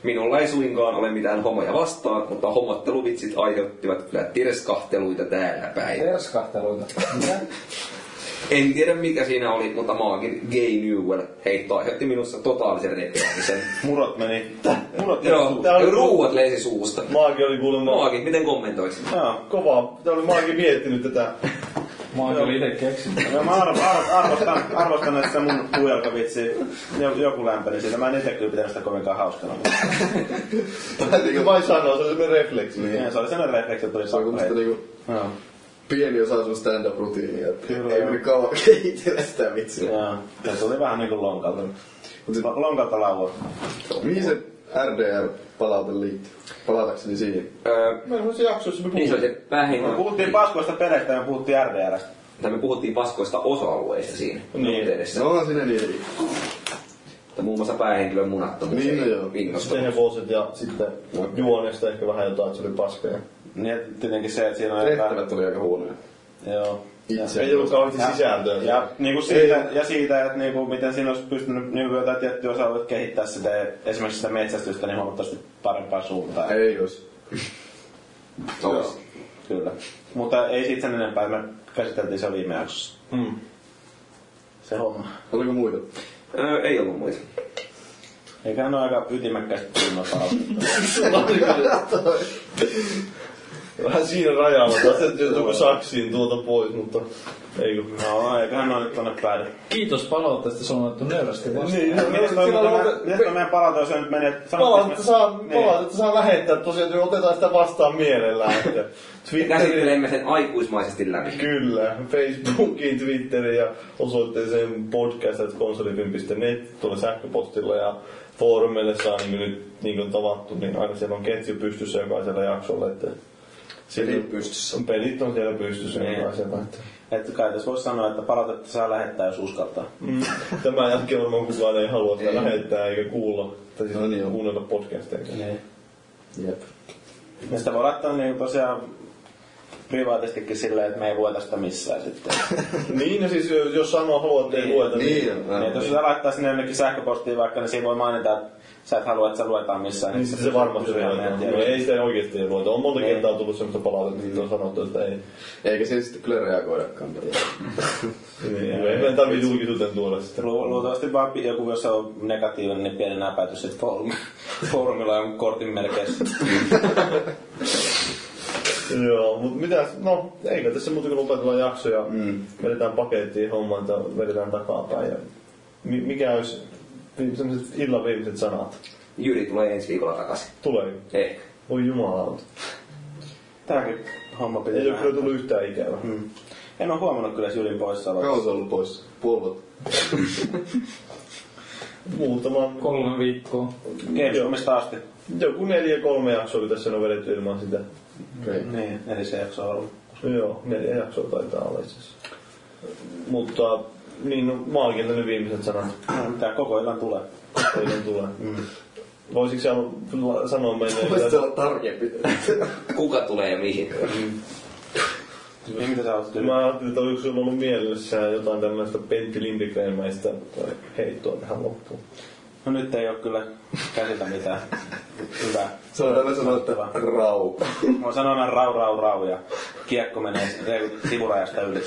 Minulla ei suinkaan ole mitään homoja vastaan, mutta homotteluvitsit aiheuttivat kyllä tirskahteluita täällä päin. Terskahteluita. Mitä? En tiedä mikä siinä oli, mutta maakin Gay Newell heitto aiheutti minussa totaalisen repeämisen. Murot meni. Murot meni. Joo, Tää oli- ruuat leisi suusta. Maakin oli kuulemma Maakin, miten kommentoisit? Joo. kovaa. Tää oli maakin miettinyt tätä. Mä oon kyllä ite keksinyt. No mä arv, arv, arvostan, arvostan, että se mun puujalkavitsi, jo- joku lämpeni siitä. Mä en itse kyllä pitänyt sitä kovinkaan hauskana. Mutta Täytyykö vain sanoa, se on semmoinen refleksi. niin, se oli sellainen refleksi, että tuli Se on sakkoja. kummoista niinku Joo. pieni osa sun stand-up-rutiinia. että Kyllä, Ei joo. meni kauan kehitellä sitä vitsiä. Joo. Ja se oli vähän niinku lonkalta. Lo- Lonkalta laulua. Mihin se RDR-palaute liittyy? Palatakseni siihen. Öö, Mä en se jaksossa me niin se puhutaan. oli se päähenkilö. Me puhuttiin paskoista peleistä ja me puhuttiin RDRstä. Tai me puhuttiin paskoista osa-alueista siinä Niin. yhteydessä. No onhan siinä niitä. Että Muun muassa päähenkilön munattomuus Niin, no ei joo. innosta. Sitten hevoset ja sitten juonesta ehkä vähän jotain, että se oli paskoja. Niin et tietenkin se, että siinä on Tehtävät oli aika huonoja. Joo. Itse. Ei ollut kauheasti sisältöä. Ja, niinku siitä, ja siitä, että niinku, miten siinä olisi pystynyt niinku, jotain tiettyä osa kehittää sitä, esimerkiksi sitä metsästystä, niin huomattavasti parempaan suuntaan. Ei jos. Se olisi. Kyllä. Mutta ei siitä sen enempää, me käsiteltiin se viime jaksossa. Mm. Se homma. Oliko muita? Öö, ei ollut muita. Eiköhän ne ole aika ytimekkäistä tunnotaan. Vähän siinä rajalla, tässä että joutuuko saksiin tuolta pois, mutta ei kun. no, eiköhän ne ole nyt tonne päädy. Kiitos palautteesta, se on annettu nöyrästi vastaan. Niin, no, Mitäs toi sillä meidän- on- mitäs toi meidän palaute, jos se nyt menee... Palautetta saa, Niin. palautetta saa lähettää, tosiaan me otetaan sitä vastaan mielellään. että Me Twitteriin, käsittelemme sen aikuismaisesti läpi. kyllä, Facebookiin, Twitteriin ja osoitteeseen podcast.konsolifin.net tuolla sähköpostilla ja foorumille saa niin kuin nyt niin kuin tavattu, niin aina siellä on ketju pystyssä jokaisella jaksolla, että Pelit pystyssä. Pelit on siellä pystyssä Niin. jokaisella. Että. Että kai tässä voisi sanoa, että palautetta saa lähettää, jos uskaltaa. Mm. Tämän jälkeen varmaan kukaan ei halua sitä lähettää eikä kuulla, tai siis No niin, joo. kuunnella podcasteja. Niin. Jep. Ja sitä voi laittaa niin tosiaan privaatistikin silleen, että me ei lueta sitä missään sitten. Niin, no siis jos sanoa haluat, niin ei lueta. Niin. Niin, niin, että jos sitä laittaa sinne jonnekin sähköpostiin vaikka, niin siinä voi mainita, että sä et halua, että se luetaan missään. Niin sitten se varmasti ei lueta. No, ei sitä oikeasti ei lueta. On monta Niin. kertaa tullut semmoista palautetta, että on sanottu, että ei. Eikä siihen sitten kyllä reagoidakaan. Niin, ei meidän tarvitse julkisuuteen tuoda sitä. Lu- Luultavasti vaan pi- joku, jos se on negatiivinen, niin pieni näpäytys sitten foorumi, foorumilla on kortin merkeissä. Joo, mutta mitä, no eikö tässä muuta kuin lopetella jakso ja mm. vedetään pakettiin homma, että vedetään takapäin. Ja mi- mikä olisi viim- sellaiset illan viimeiset sanat? Jyri tulee ensi viikolla takaisin. Tulee. Ehkä. Voi jumalauta. Tämäkin homma pitää Ei ole nähdä. kyllä tullut yhtään ikävä. Mm. En ole huomannut kyllä Jyrin poissaoloa. Kauan se on ollut pois? Puoli vuotta. Muutaman, Kolme viikkoa. Gamescomista asti. joku neljä kolme jaksoa tässä on vedetty ilman sitä. Niin, eli se jakso on ollut. Joo, neljä jaksoa taitaa olla itse asiassa. Mutta niin, no, mä oonkin tänne viimeiset sanat. No, mitä koko illan tulee. Toinen tulee. Voisitko sä la- sanoa meille? Voisi se olla tarkempi. Kuka tulee ja mihin? Niin, mitä sä oot Jyri? Mä ajattelin, että oliko sulla ollut mielessään jotain tämmöistä Pentti Lindgrenmäistä heittoa tähän loppuun. No nyt ei ole kyllä käsitä mitään. Hyvä. Se on aina sanottu, että rau. Mä sanon aina rau, rau, rau ja kiekko menee reilu- sivurajasta yli.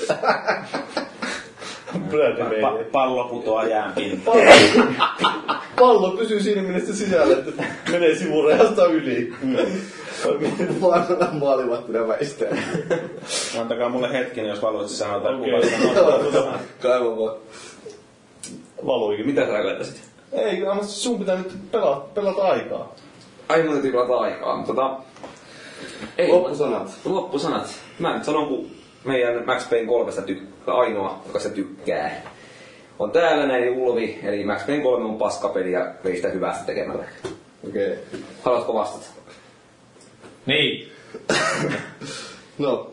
Bradley Pa- Meyer. pallo putoaa jään pintaan. Pallo, pallo pysyy siinä mielessä sisällä, että menee sivurajasta yli. Vanhana maalivahtina väistää. Antakaa mulle hetken, jos haluaisit sanoa tai Okei. okay. Kaivo vaan. Valuikin. Mitä? Mitä sä rakentasit? Ei, anna sun pitää nyt pelata, pelata aikaa. Ai mun täytyy pelata aikaa, mutta tota... Ei, Loppusanat. Loppusanat. Mä nyt sanon, kun meidän Max Payne 3 tykkää, ainoa, joka se tykkää. On täällä näin eli Ulvi, eli Max Payne 3 on paskapeli ja vei sitä hyvästä tekemällä. Okei. Okay. Haluatko vastata? Niin. No,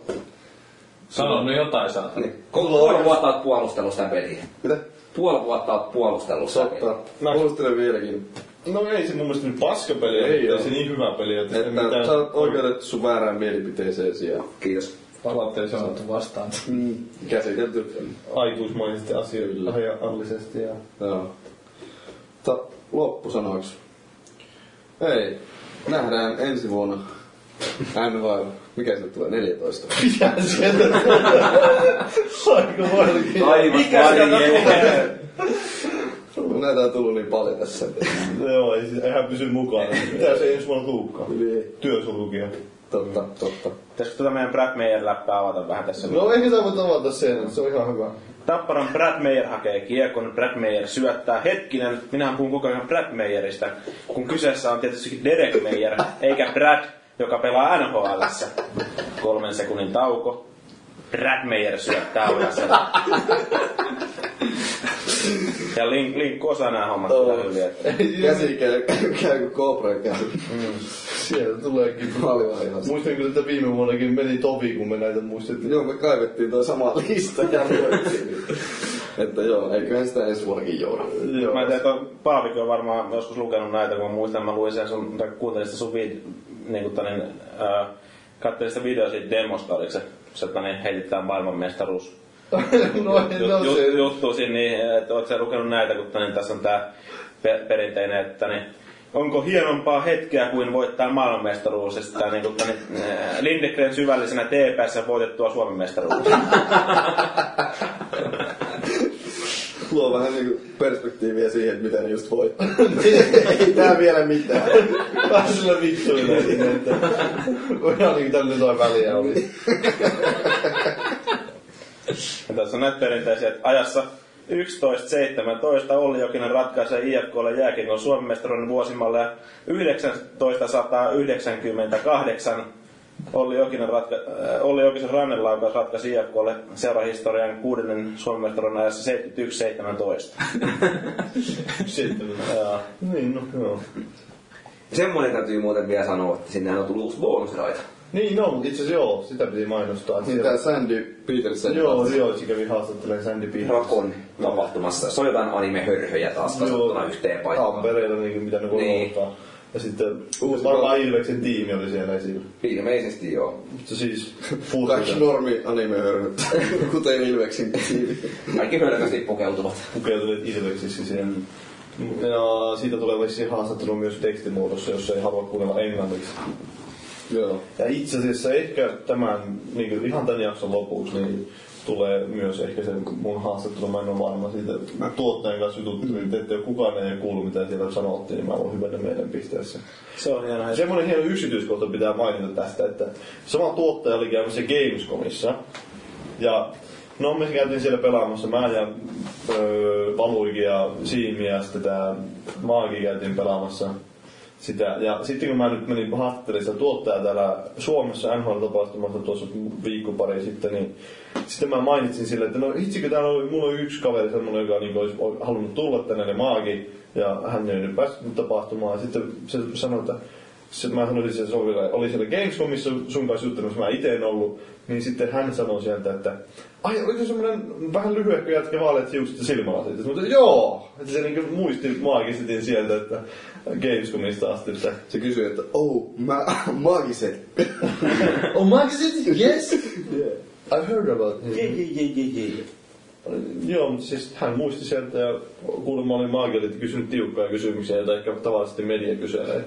Sano nyt jotain saa. Niin. Kun puoli vuotta oot puolustellut sitä peliä. mitä? Puoli vuotta oot puolustellut sitä peliä. Totta. Puolustelen vieläkin. No ei se mun mielestä nyt paskapeli, Ei ei, oo. ei se niin hyvä peli, että, Että sä oot oikeutettu sun väärään mielipiteeseen sijaan. Kiitos. Palautteeseen on otettu vastaan. Mm. Käsitelty. aikuismaisesti asioilla ajallisesti. Ja... Joo. Mutta loppusanaksi. Ei. Nähdään ensi vuonna. Ään vai mikä se tulee? 14. Mitä sieltä tulee? Saiko varsinkin? Taivas Näitä on tullut niin paljon tässä. Joo, ei siis, eihän pysy mukana. Mitä se ensi vuonna tuukkaan? Niin. Työsulkuja. Totta, totta. Pitäisikö tätä meidän Brad Meyer läppää avata vähän tässä? No ehkä sä voit avata sen, se on ihan hyvä. Tapparan Brad Meyer hakee kiekon, Brad Meyer syöttää. Hetkinen, minä puhun koko ajan Brad Meyeristä, kun kyseessä on tietysti Derek Meyer, eikä Brad, joka pelaa nhl Kolmen sekunnin tauko. Brad Meyer syöttää ojassa. Ja Link, Link osaa nämä hommat kyllä hyvin. että- Käsi käy, käy kuin kobra käy. Sieltä tuleekin. Paljon ihan. Muistan kyllä, että viime vuonnakin meni tovi, kun me näitä muistettiin. Joo, me kaivettiin toi sama lista ja luettiin. Että joo, eiköhän sitä ensi vuonnakin jouda. Joo. Mä en tiedä, että Paavikin on varmaan joskus lukenut näitä, kun mä muistan, mä luin sen sun, tai kuuntelin sitä sun viit, niinku tänen, ää, kattelin sitä videoa siitä demosta, oliko se, se että niin heitetään maailmanmestaruus. no, ei, no, jut, se, jut, juttu siinä, niin, että oot sä lukenut näitä, kun niin, tässä on tää per, perinteinen, että niin, onko hienompaa hetkeä kuin voittaa maailmanmestaruus, ja sitten niin, kun, niin, ää, Lindegren syvällisenä TPS voitettua Suomen mestaruus. Luo vähän niinku perspektiiviä siihen, että mitä ne just voi. Ei tää vielä mitään. vähän sillä vittuilla sinne, että ihan niin tällä jotain väliä oli. Ja tässä on näitä perinteisiä, että ajassa 11.17 Olli Jokinen ratkaisee IFKlle jääkiekon Suomen mestaruuden vuosimalle ja 1998 Olli Jokinen, ratka- äh, Olli Jokisen rannelaukaus ratkaisi IFKlle seurahistorian kuudennen Suomen mestaruuden ajassa 71.17. Sitten. Niin, no joo. Semmoinen täytyy muuten vielä sanoa, että sinnehän on tullut uusi bonusraita. Niin, no, itse asiassa joo, sitä piti mainostaa. että Niin siellä- tää Sandy Petersen. Joo, joo, se kävi haastattelemaan Sandy Peebles. Rakon tapahtumassa. Se on jotain anime-hörhöjä taas kasattuna yhteen paikkaan. Tampereella, niin mitä ne voi Niin. ottaa. Ja sitten uusi varmaan Ilveksen tiimi oli siellä esillä. Ilmeisesti joo. Mutta siis Kaikki fuutio normi animehörhöt, kuten Ilveksin tiimi. Kaikki hölkästi pukeutuvat. pukeutuneet Ilveksissä siellä. Mm. Ja siitä tulee vissiin haastattelu myös tekstimuodossa, jos ei halua kuunnella englanniksi. Joo. Ja itse asiassa ehkä tämän, niin kuin ihan tämän jakson lopuksi, niin tulee myös ehkä se mun haastattelu, mä en ole varma siitä tuottajan kanssa jututtelin, että ettei kukaan ei kuullut mitä siellä sanottiin, niin mä voin hyvällä meidän pisteessä. Se on hieno Ja hetki. semmoinen hieno yksityiskohta pitää mainita tästä, että sama tuottaja oli käymässä Gamescomissa. Ja no me käytiin siellä pelaamassa, mä ja öö, Valuikin ja Siimi ja sitten tää Maagi käytiin pelaamassa sitä. Ja sitten kun mä nyt menin haastattelemaan sitä tuottajaa täällä Suomessa NHL-tapahtumassa tuossa viikko pari sitten, niin sitten mä mainitsin sille, että no itsekö täällä oli, mulla oli yksi kaveri semmoinen, joka niin olisi halunnut tulla tänne, eli Maagi, ja hän ei nyt päässyt tapahtumaan. Sitten se sanoi, että se, mä sanoin siis, että se oli, oli siellä Gamescomissa sun kanssa juttelemassa, mä itse en ollut, niin sitten hän sanoi sieltä, että ai, oliko semmoinen vähän lyhyehkö jätkä vaaleat hiukset ja silmälasit? Mutta joo! Että se niinku muisti maagisesti sieltä, että Gamescomista asti, että Se kysyi, että oh, mä, maagiset. Oh, maagiset? Yes! yeah. I heard about him. Jee, jee, jee, jee, jee. Joo, mutta siis hän muisti sieltä ja kuulemma oli maagelit kysynyt tiukkoja kysymyksiä, joita ehkä tavallisesti media kyselee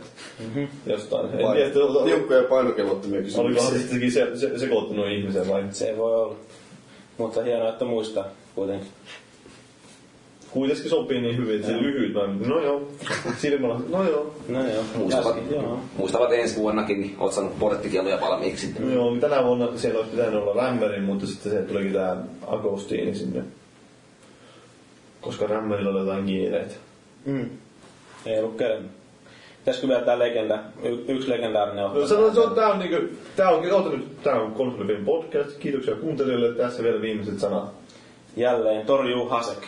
mm-hmm. jostain. En Niin, tiedä, että oliko Tiukkoja painokellottomia oliko kysymyksiä. hän sittenkin se, se, sekoittunut ihmisen vai? Se voi olla. Mutta hienoa, että muistaa kuitenkin. kuitenkin sopii niin hyvin, että se lyhyt vaan, no joo, silmällä, no joo. No joo. Muistavat, Äsken, joo. muistavat ensi vuonnakin, niin oot saanut porttikieluja valmiiksi. No joo, tänä vuonna siellä olisi pitänyt olla Rämmerin, mutta sitten se tulikin tää Agostiini sinne. Koska Rämmerillä oli jotain kiireet. Mm. Ei ollut kerran. Pitäisikö vielä tää legenda, y- yksi legendaarinen ottaa? No sanoin, että se on, tää on niinku, tää on, oota nyt, tää on Konsolifin podcast, kiitoksia kuuntelijoille, tässä vielä viimeiset sanat. Jälleen torjuu Hasek.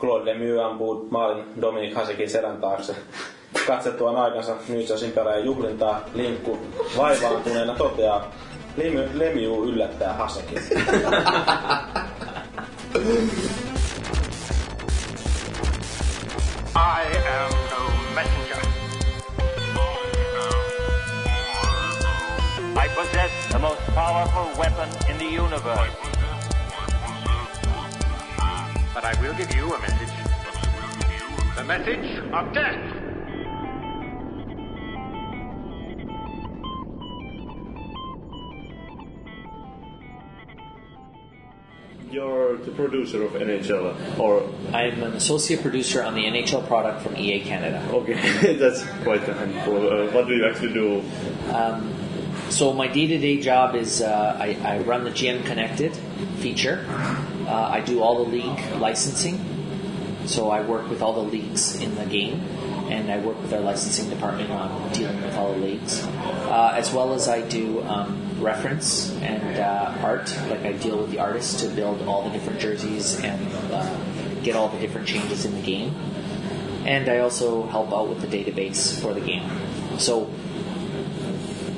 Claude Lemieux ampuu maalin Dominic Hasekin selän taakse. Katsettuaan aikansa New Jerseyn pelaajan juhlintaa, Linkku vaivaantuneena toteaa, Lemy, Lemieux yllättää Hasekin. I am no messenger. I possess the most powerful weapon in the universe. But I will give you a message. The message of death. You're the producer of NHL, or I'm an associate producer on the NHL product from EA Canada. okay, that's quite a handful. Uh, what do you actually do? So my day-to-day job is uh, I, I run the GM Connected feature. Uh, I do all the league licensing. So I work with all the leagues in the game, and I work with our licensing department on dealing with all the leagues, uh, as well as I do um, reference and uh, art. Like I deal with the artists to build all the different jerseys and uh, get all the different changes in the game. And I also help out with the database for the game. So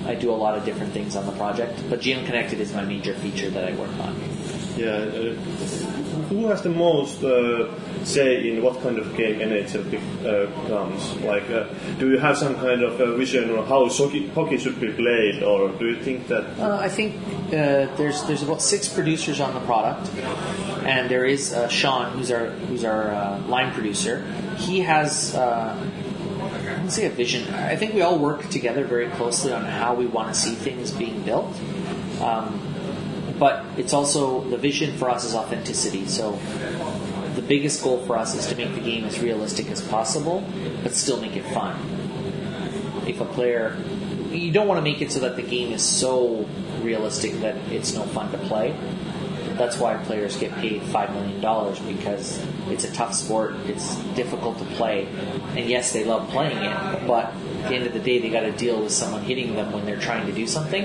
I do a lot of different things on the project, but GM Connected is my major feature that I work on. Yeah, uh, who has the most uh, say in what kind of game NHL be- uh, becomes? Like, uh, do you have some kind of uh, vision on how hockey, hockey should be played, or do you think that Uh, I think uh, there's there's about six producers on the product, and there is uh, Sean, who's our who's our uh, line producer. He has. Uh, I wouldn't say a vision. I think we all work together very closely on how we want to see things being built. Um, but it's also the vision for us is authenticity. So the biggest goal for us is to make the game as realistic as possible, but still make it fun if a player you don't want to make it so that the game is so realistic that it's no fun to play. That's why players get paid five million dollars because it's a tough sport. It's difficult to play, and yes, they love playing it. But at the end of the day, they got to deal with someone hitting them when they're trying to do something.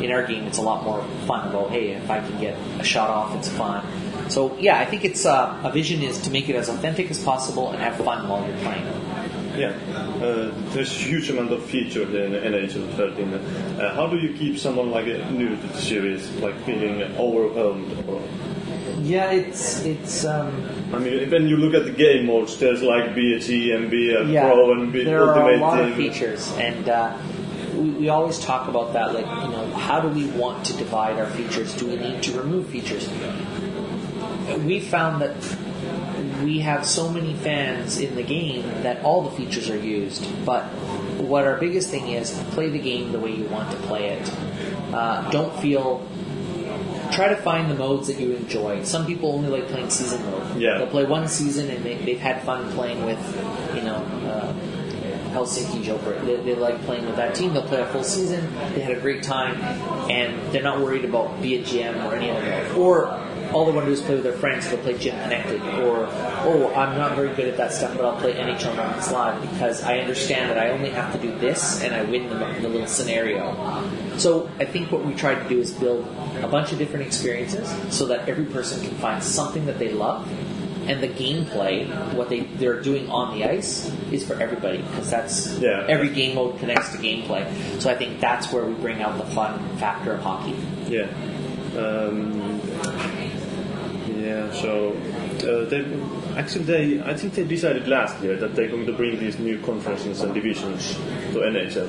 In our game, it's a lot more fun. About hey, if I can get a shot off, it's fun. So yeah, I think it's uh, a vision is to make it as authentic as possible and have fun while you're playing. Yeah, uh, there's a huge amount of features in NHL 13. Uh, how do you keep someone like uh, new to the series, like feeling overwhelmed? Or, Yeah, it's it's um, I mean, when you look at the game modes, there's like BSE and B and yeah. Pro and B there Ultimate are a lot of Team. features, and uh, we, we always talk about that. Like, you know, how do we want to divide our features? Do we need to remove features? We found that we have so many fans in the game that all the features are used. But what our biggest thing is, play the game the way you want to play it. Uh, don't feel try to find the modes that you enjoy. Some people only like playing season mode. Yeah. They'll play one season and they, they've had fun playing with, you know, uh, Helsinki Joker. They, they like playing with that team. They'll play a full season. They had a great time, and they're not worried about be a GM or any other mode. Or all they want to do is play with their friends. They'll play Gym Connected, or oh, I'm not very good at that stuff, but I'll play NHL Moments Live because I understand that I only have to do this and I win the, the little scenario. So I think what we try to do is build a bunch of different experiences so that every person can find something that they love, and the gameplay, what they they're doing on the ice, is for everybody because that's Yeah. every game mode connects to gameplay. So I think that's where we bring out the fun factor of hockey. Yeah. Um, yeah. So uh, they actually they I think they decided last year that they're going to bring these new conferences and divisions to NHL.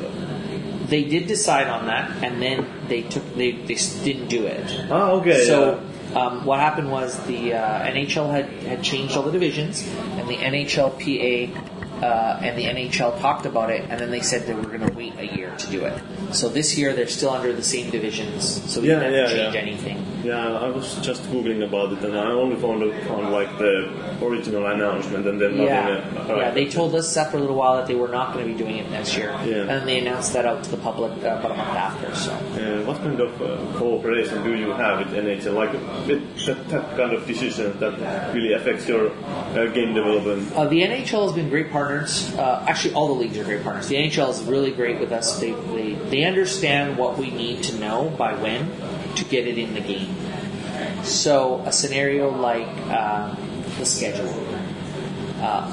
they did decide on that, and then they took they, they s- didn't do it. Ah, okay. so um, what happened was the uh, NHL had, had changed all the divisions, and the NHLPA uh, and the NHL talked about it, and then they said they were going to wait a year to do it. So this year they're still under the same divisions, so we Yeah, didn't have to yeah, change yeah. anything. Yeah, I was just googling about it, and I only found found like the original announcement, and then Yeah, nothing. uh, yeah. They told us that for a little while that they were not going to be doing it next year, Yeah. and then they announced that out to the public uh, about a month after. So. Uh, what kind of uh, cooperation do you have with NHL? Like with that, that kind of decision that really affects your uh, game development? Uh, the NHL has been great partners. Uh, actually, all the leagues are great partners. The NHL is really great with us. They, they, they understand what we need to know by when to get it in the game. So, a scenario like uh, the schedule. Uh,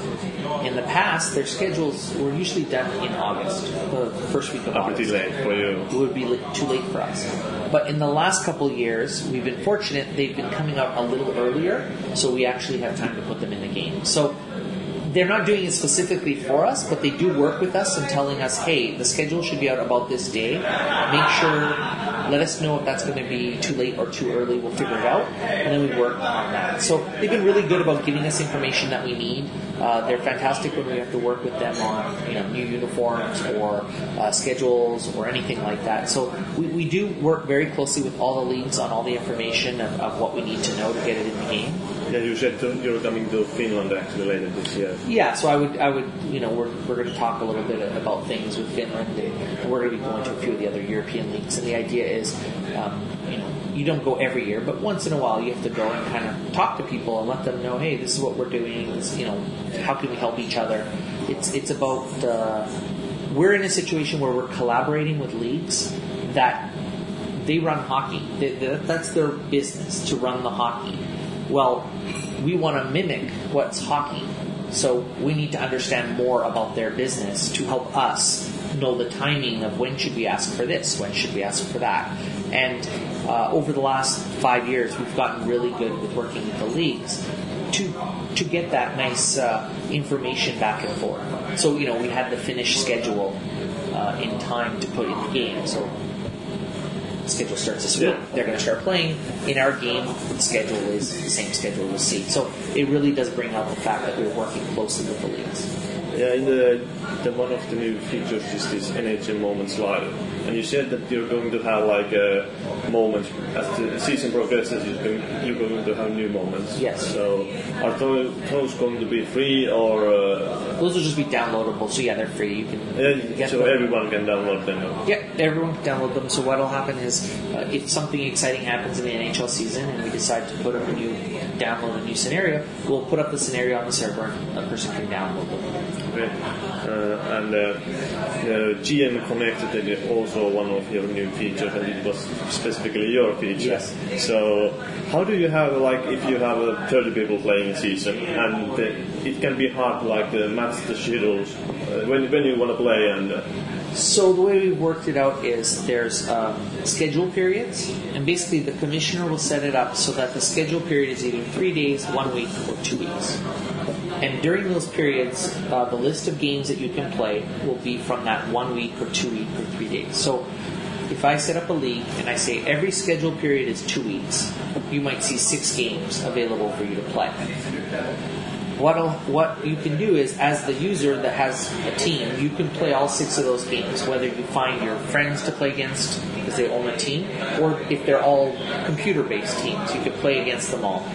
in the past, their schedules were usually done in August, the first week of Are August pretty late for you. it would be li- too late for us. But in the last couple of years, we've been fortunate; they've been coming out a little earlier, so we actually have time to put them in the game. So they're not doing it specifically for us, but they do work with us in telling us, "Hey, the schedule should be out about this day. Make sure, let us know if that's going to be too late or too early. We'll figure it out, and then we work on that." So they've been really good about giving us information that we need. Uh, they're fantastic when we have to work with them on you know new uniforms or uh, schedules or anything like that. So we, we do work very closely with all the leagues on all the information of, of what we need to know to get it in the game. Yeah, you said to- you're coming to Finland actually later this year. Yeah, so I would, I would, you know, we're, we're going to talk a little bit about things with Finland, and we're going to be going to a few of the other European leagues. And the idea is, um, you know, you don't go every year, but once in a while you have to go and kind of talk to people and let them know, hey, this is what we're doing. This, you know, how can we help each other? It's it's about uh, we're in a situation where we're collaborating with leagues that they run hockey. Th th that's their business to run the hockey. Well, we want to mimic what's hockey, so we need to understand more about their business to help us know the timing of when should we ask for this, when should we ask for that, and uh, over the last five years, we've gotten really good with working with the leagues to to get that nice uh, information back and forth. So you know, we had the finished schedule uh, in time to put in the game. So schedule starts this week. They're going to start playing in our game. The schedule is the same schedule we'll see. So it really does bring out the fact that we're working closely with the leagues. Yeah, in the, the one of the new features is this NHL Moments Live. And you said that you're going to have like a moment as the season progresses, you're going, you're going to have new moments. Yes. So are tho- those going to be free or uh, Those will just be downloadable. So yeah, they're free. You can you yeah, get so them. everyone can download them? Yeah, everyone can download them. So what'll happen is, uh, if something exciting happens in the NHL season and we decide to put up a new download a new scenario, we'll put up the scenario on the server and a person can download them. Okay. Uh, and uh, the GM Connected is also one of your new features, and it was specifically your feature. Yes. So, how do you have like if you have uh, 30 people playing a season, and uh, it can be hard like uh, match the schedules uh, when when you want to play and. Uh, So the way we worked it out is there's um, schedule periods, and basically the commissioner will set it up so that the schedule period is either three days, one week, or two weeks. And during those periods, uh, the list of games that you can play will be from that one week or two week or three days. So if I set up a league and I say every schedule period is two weeks, you might see six games available for you to play what what you can do is, as the user that has a team, you can play all six of those games. Whether you find your friends to play against because they own a team, or if they're all computer-based teams, you can play against them all.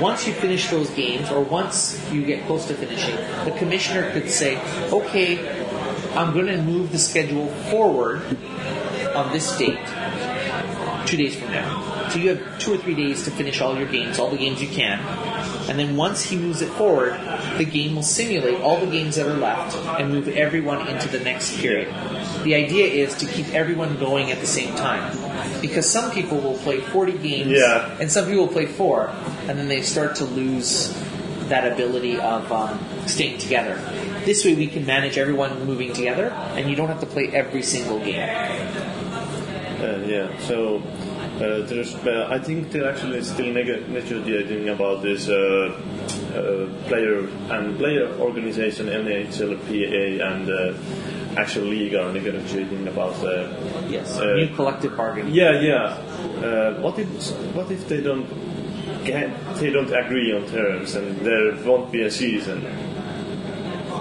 Once you finish those games, or once you get close to finishing, the commissioner could say, "Okay, I'm going to move the schedule forward on this date two days from now. So you have two or three days to finish all your games, all the games you can. And then once he moves it forward, the game will simulate all the games that are left and move everyone into the next period. The idea is to keep everyone going at the same time. Because some people will play 40 games Yeah. and some people will play four, and then they start to lose that ability of um, staying together. This way we can manage everyone moving together and you don't have to play every single game. Uh, yeah, so uh, there's, uh, I think they're actually still neg- negotiating about this uh, uh, player and player organization, NHLPA and uh, actual league are negotiating about. Uh, Yes, Uh, new collective bargaining. yeah, yeah. Uh, what if what if they don't get, they don't agree on terms and there won't be a season?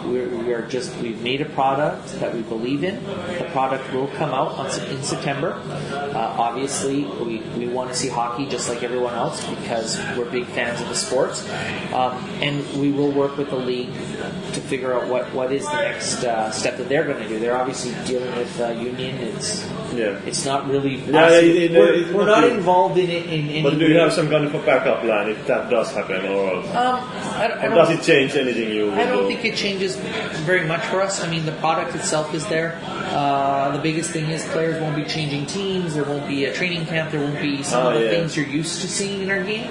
We're, we are just we've made a product that we believe in. The product will come out on, Sep- in September. Uh, obviously, we, we want to see hockey just like everyone else because we're big fans of the sports, um, and we will work with the league to figure out what, what is the next uh, step that they're going to do. They're obviously dealing with uh, union. It's Yeah. it's not really Yeah, us. it- it- we're, it's we're not not you. involved in it in any But do you way. have some kind of a backup plan if that does happen, or um, I, don't- I and don't does it change anything you? I don't will- think it changes very much for us. I mean, the product itself is there. Uh, the biggest thing is players won't be changing teams. There won't be a training camp. There won't be some Oh, of the yeah. things you're used to seeing in our game.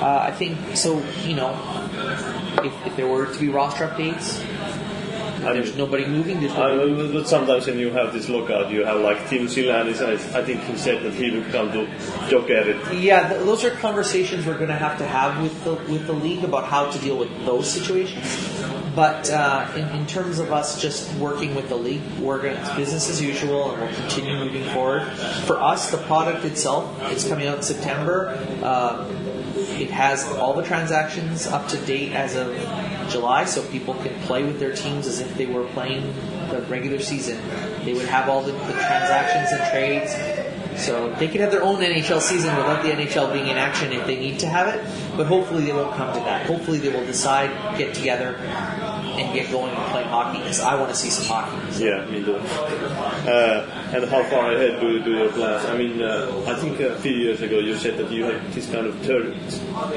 Uh, I think so. You know, if, if there were to be roster updates, there's nobody moving. There's I nobody mean, but sometimes when you have this lockout, you have like Tim Silanis, and I think he said that he would come to Joker it. Yeah, th- those are conversations we're going to have to have with the with the league about how to deal with those situations. But uh, in, in terms of us just working with the league, we're going to business as usual, and we'll continue moving forward. For us, the product itself it's coming out in September. Uh, it has all the transactions up to date as of July, so people can play with their teams as if they were playing the regular season. They would have all the, the transactions and trades. So they can have their own NHL season without the NHL being in action if they need to have it. But hopefully they won't come to that. Hopefully they will decide, get together, and get going and play hockey because I want to see some hockey. Yeah, me too. Uh, and how far ahead do you do your plans? I mean, uh, I think a few years ago you said that you had this kind of third,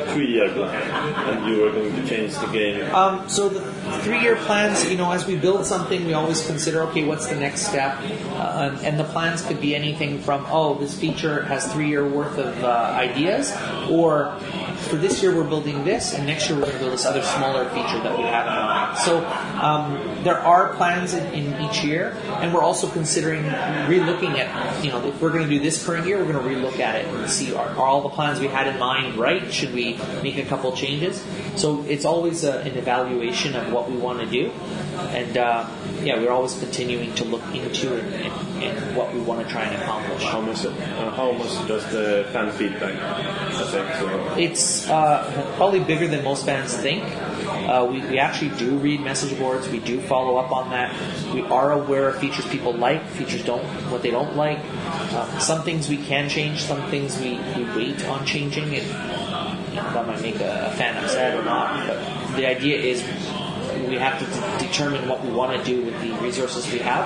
three-year plan, and you were going to change the game. Um, so the three-year plans, you know, as we build something, we always consider, okay, what's the next step? Uh, and, and the plans could be anything from, oh, this feature has three-year worth of uh, ideas, or for this year we're building this, and next year we're going to build this other smaller feature that we have in mind. So um, there are plans in, in each year, and we're also considering relooking at, you know, if we're going to do this current year, we're going to relook at it and see are, are all the plans we had in mind right? Should we make a couple changes? So it's always a, an evaluation of what we want to do, and uh, yeah, we're always continuing to look into and, and, and what we want to try and accomplish. How much? Uh, how much does the fan feedback affect? So, It's uh, probably bigger than most fans think. Uh, we, we actually do read message boards. We do follow up on that. We are aware of features people like, features don't, what they don't like. Uh, some things we can change. Some things we, we wait on changing. It, that might make a, a fan upset or not. But the idea is we have to d- determine what we want to do with the resources we have.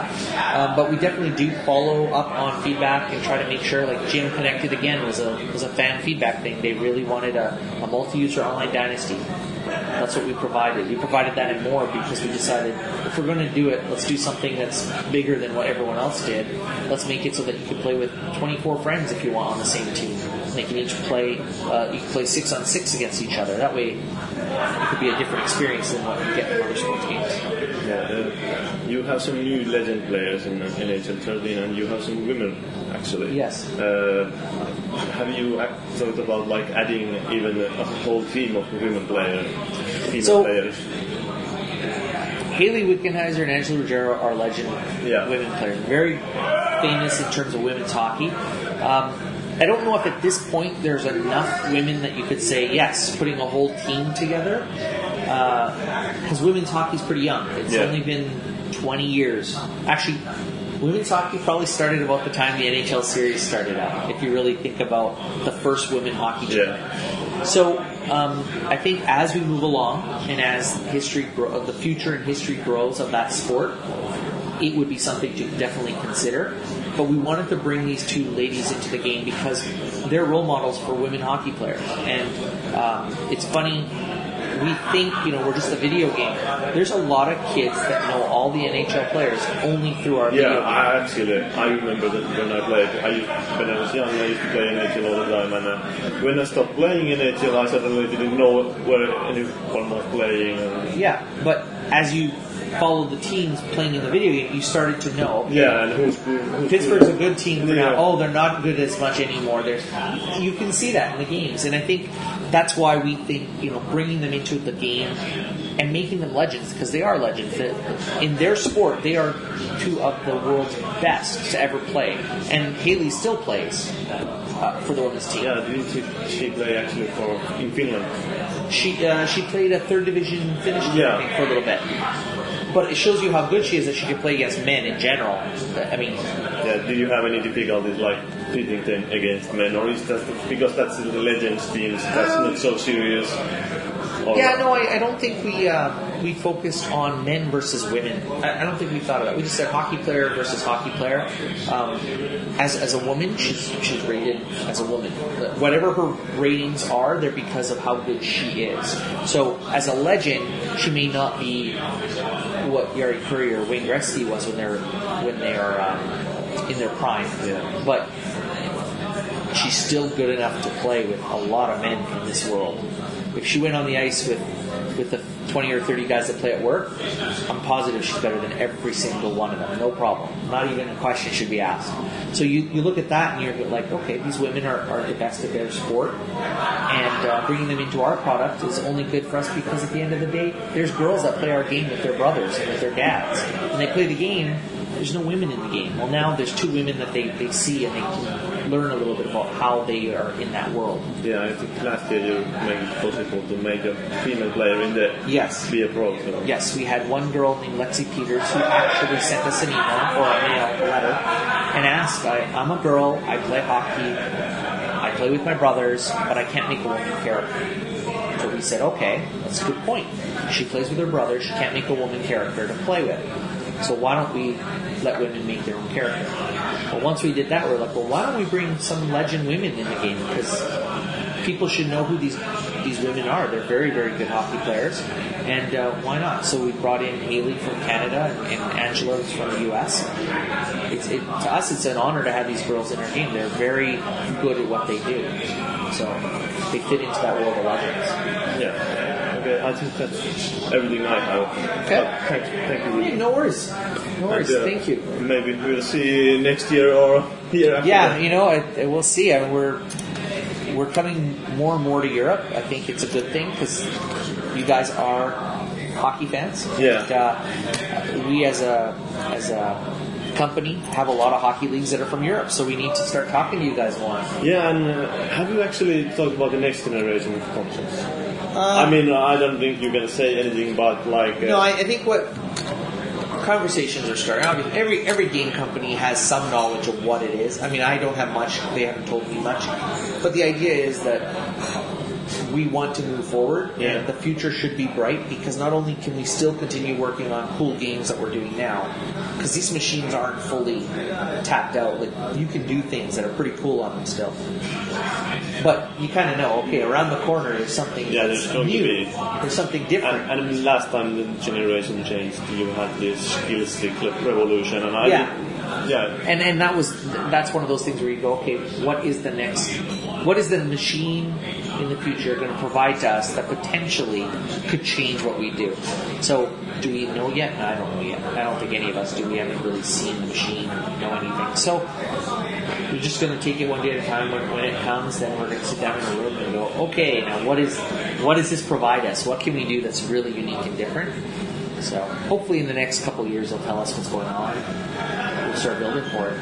Um, but we definitely do follow up on feedback and try to make sure, like Jim Connected again was a was a fan feedback thing. They really wanted a, a multi-user online dynasty. That's what we provided. We provided that and more because we decided if we're going to do it, let's do something that's bigger than what everyone else did. Let's make it so that you can play with 24 friends if you want on the same team. They can each play. Uh, you can play six on six against each other. That way, it could be a different experience than what you get from other sports games. Yeah, uh, you have some new legend players in NHL 13, and you have some women actually. Yes. Uh, have you ac- thought about like adding even a whole team of women players, female So- players? Haley Wickenheiser and Angela Ruggiero are legend Yeah. women players, very famous in terms of women's hockey. Um, I don't know if at this point there's enough women that you could say yes, putting a whole team together, because women's hockey's pretty young. It's Yeah. only been 20 years. Actually, women's hockey probably started about the time the NHL series started out. If you really think about the first women hockey team. Yeah. So um, I think as we move along and as history, gro- uh, the future and history grows of that sport, it would be something to definitely consider. But we wanted to bring these two ladies into the game because they're role models for women hockey players, and um, it's funny we think you know we're just a video game. There's a lot of kids that know all the NHL players only through our Yeah, video game. I actually I remember that when I played. I used, when I was young, I used to play NHL all the time, and uh, when I stopped playing NHL, I suddenly didn't know where anyone was playing. And, yeah, but as you follow the teams playing in the video game, you started to know yeah, and who's good? Who's Pittsburgh's a good. good team. For Yeah. now. Oh, they're not good as much anymore. There's, you can see that in the games, and I think that's why we think you know bringing them into the game and making them legends because they are legends. That- In their sport, they are two of the world's best to ever play, and Haley still plays uh, for the women's team. Yeah, didn't she, she play actually for in Finland? She uh, she played a third division Finnish team, Yeah. I think, for a little bit. But it shows you how good she is that she can play against men in general. I mean, Yeah, do you have any difficulties like pitting them against men, or is that because that's the Legends teams? That's not so serious. Or, Yeah, no, I, I don't think we uh, we focused on men versus women. I, I don't think we thought of that. We just said hockey player versus hockey player. Um, as as a woman, she's she's rated as a woman. Whatever her ratings are, they're because of how good she is. So as a legend, she may not be what Yari Curry or Wayne Gretzky was when they're when they are um, in their prime. But she's still good enough to play with a lot of men in this world. If she went on the ice with with the 20 or 30 guys that play at work, I'm positive she's better than every single one of them. No problem. Not even a question should be asked. So you, you look at that and you're like, okay, these women are, are the best at their sport. And uh, bringing them into our product is only good for us because at the end of the day, there's girls that play our game with their brothers and with their dads. And they play the game there's no women in the game. Well, now there's two women that they, they see and they can learn a little bit about how they are in that world. Yeah, I think last year you made it possible to make a female player in the Yes. be a pro. So. Yes, we had one girl named Lexi Peters who actually sent us an email or a mail a letter and asked, I, I'm a girl, I play hockey, I play with my brothers, but I can't make a woman character. So we said, okay, that's a good point. She plays with her brother, she can't make a woman character to play with. So why don't we let women make their own character? But once we did that, we were like, well, why don't we bring some legend women in the game? Because people should know who these these women are. They're very, very good hockey players, and uh, why not? So we brought in Haley from Canada and, and Angela from the U.S. It's, it, to us, it's an honor to have these girls in our game. They're very good at what they do, so they fit into that world of legends. Yeah. Okay, I think that's everything I have. Okay. But Thank, thank you. Hey, no worries, no worries. And, uh, Thank you. Maybe we'll see next year or year after. Yeah, that. you know, I, I, we'll see. I mean, we're we're coming more and more to Europe. I think it's a good thing because you guys are hockey fans. Yeah. And, uh, we as a as a company have a lot of hockey leagues that are from Europe, so we need to start talking to you guys more. Yeah, and uh, have you actually thought about the next generation of consoles? I mean, I don't think you're gonna say anything about like. Uh, Uh, No, I, I think what conversations are starting. I mean, every every game company has some knowledge of what it is. I mean, I don't have much; they haven't told me much. But the idea is that we want to move forward, Yeah. and the future should be bright because not only can we still continue working on cool games that we're doing now, because these machines aren't fully tapped out. Like you can do things that are pretty cool on them still. But you kind of know, okay, around the corner is something Yeah, that's there's going to new. be- There's something different. and, and last time the generation changed, you had this skill stick revolution, and I. Yeah. yeah. and and that was that's one of those things where you go, okay, what is the next? What is the machine in the future are going to provide to us that potentially could change what we do. So, do we know yet? I don't know yet. I don't think any of us do. We haven't really seen the machine, know anything. So, we're just going to take it one day at a time. When, when it comes, then we're going to sit down in a room and go, okay, now what is what does this provide us? What can we do that's really unique and different? So, hopefully, in the next couple of years, they'll tell us what's going on. We'll start building for it.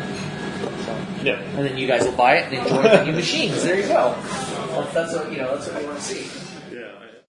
So. Yeah. And then you guys will buy it and enjoy the new machines. There you go. That's, that's what you know. That's what we want to see.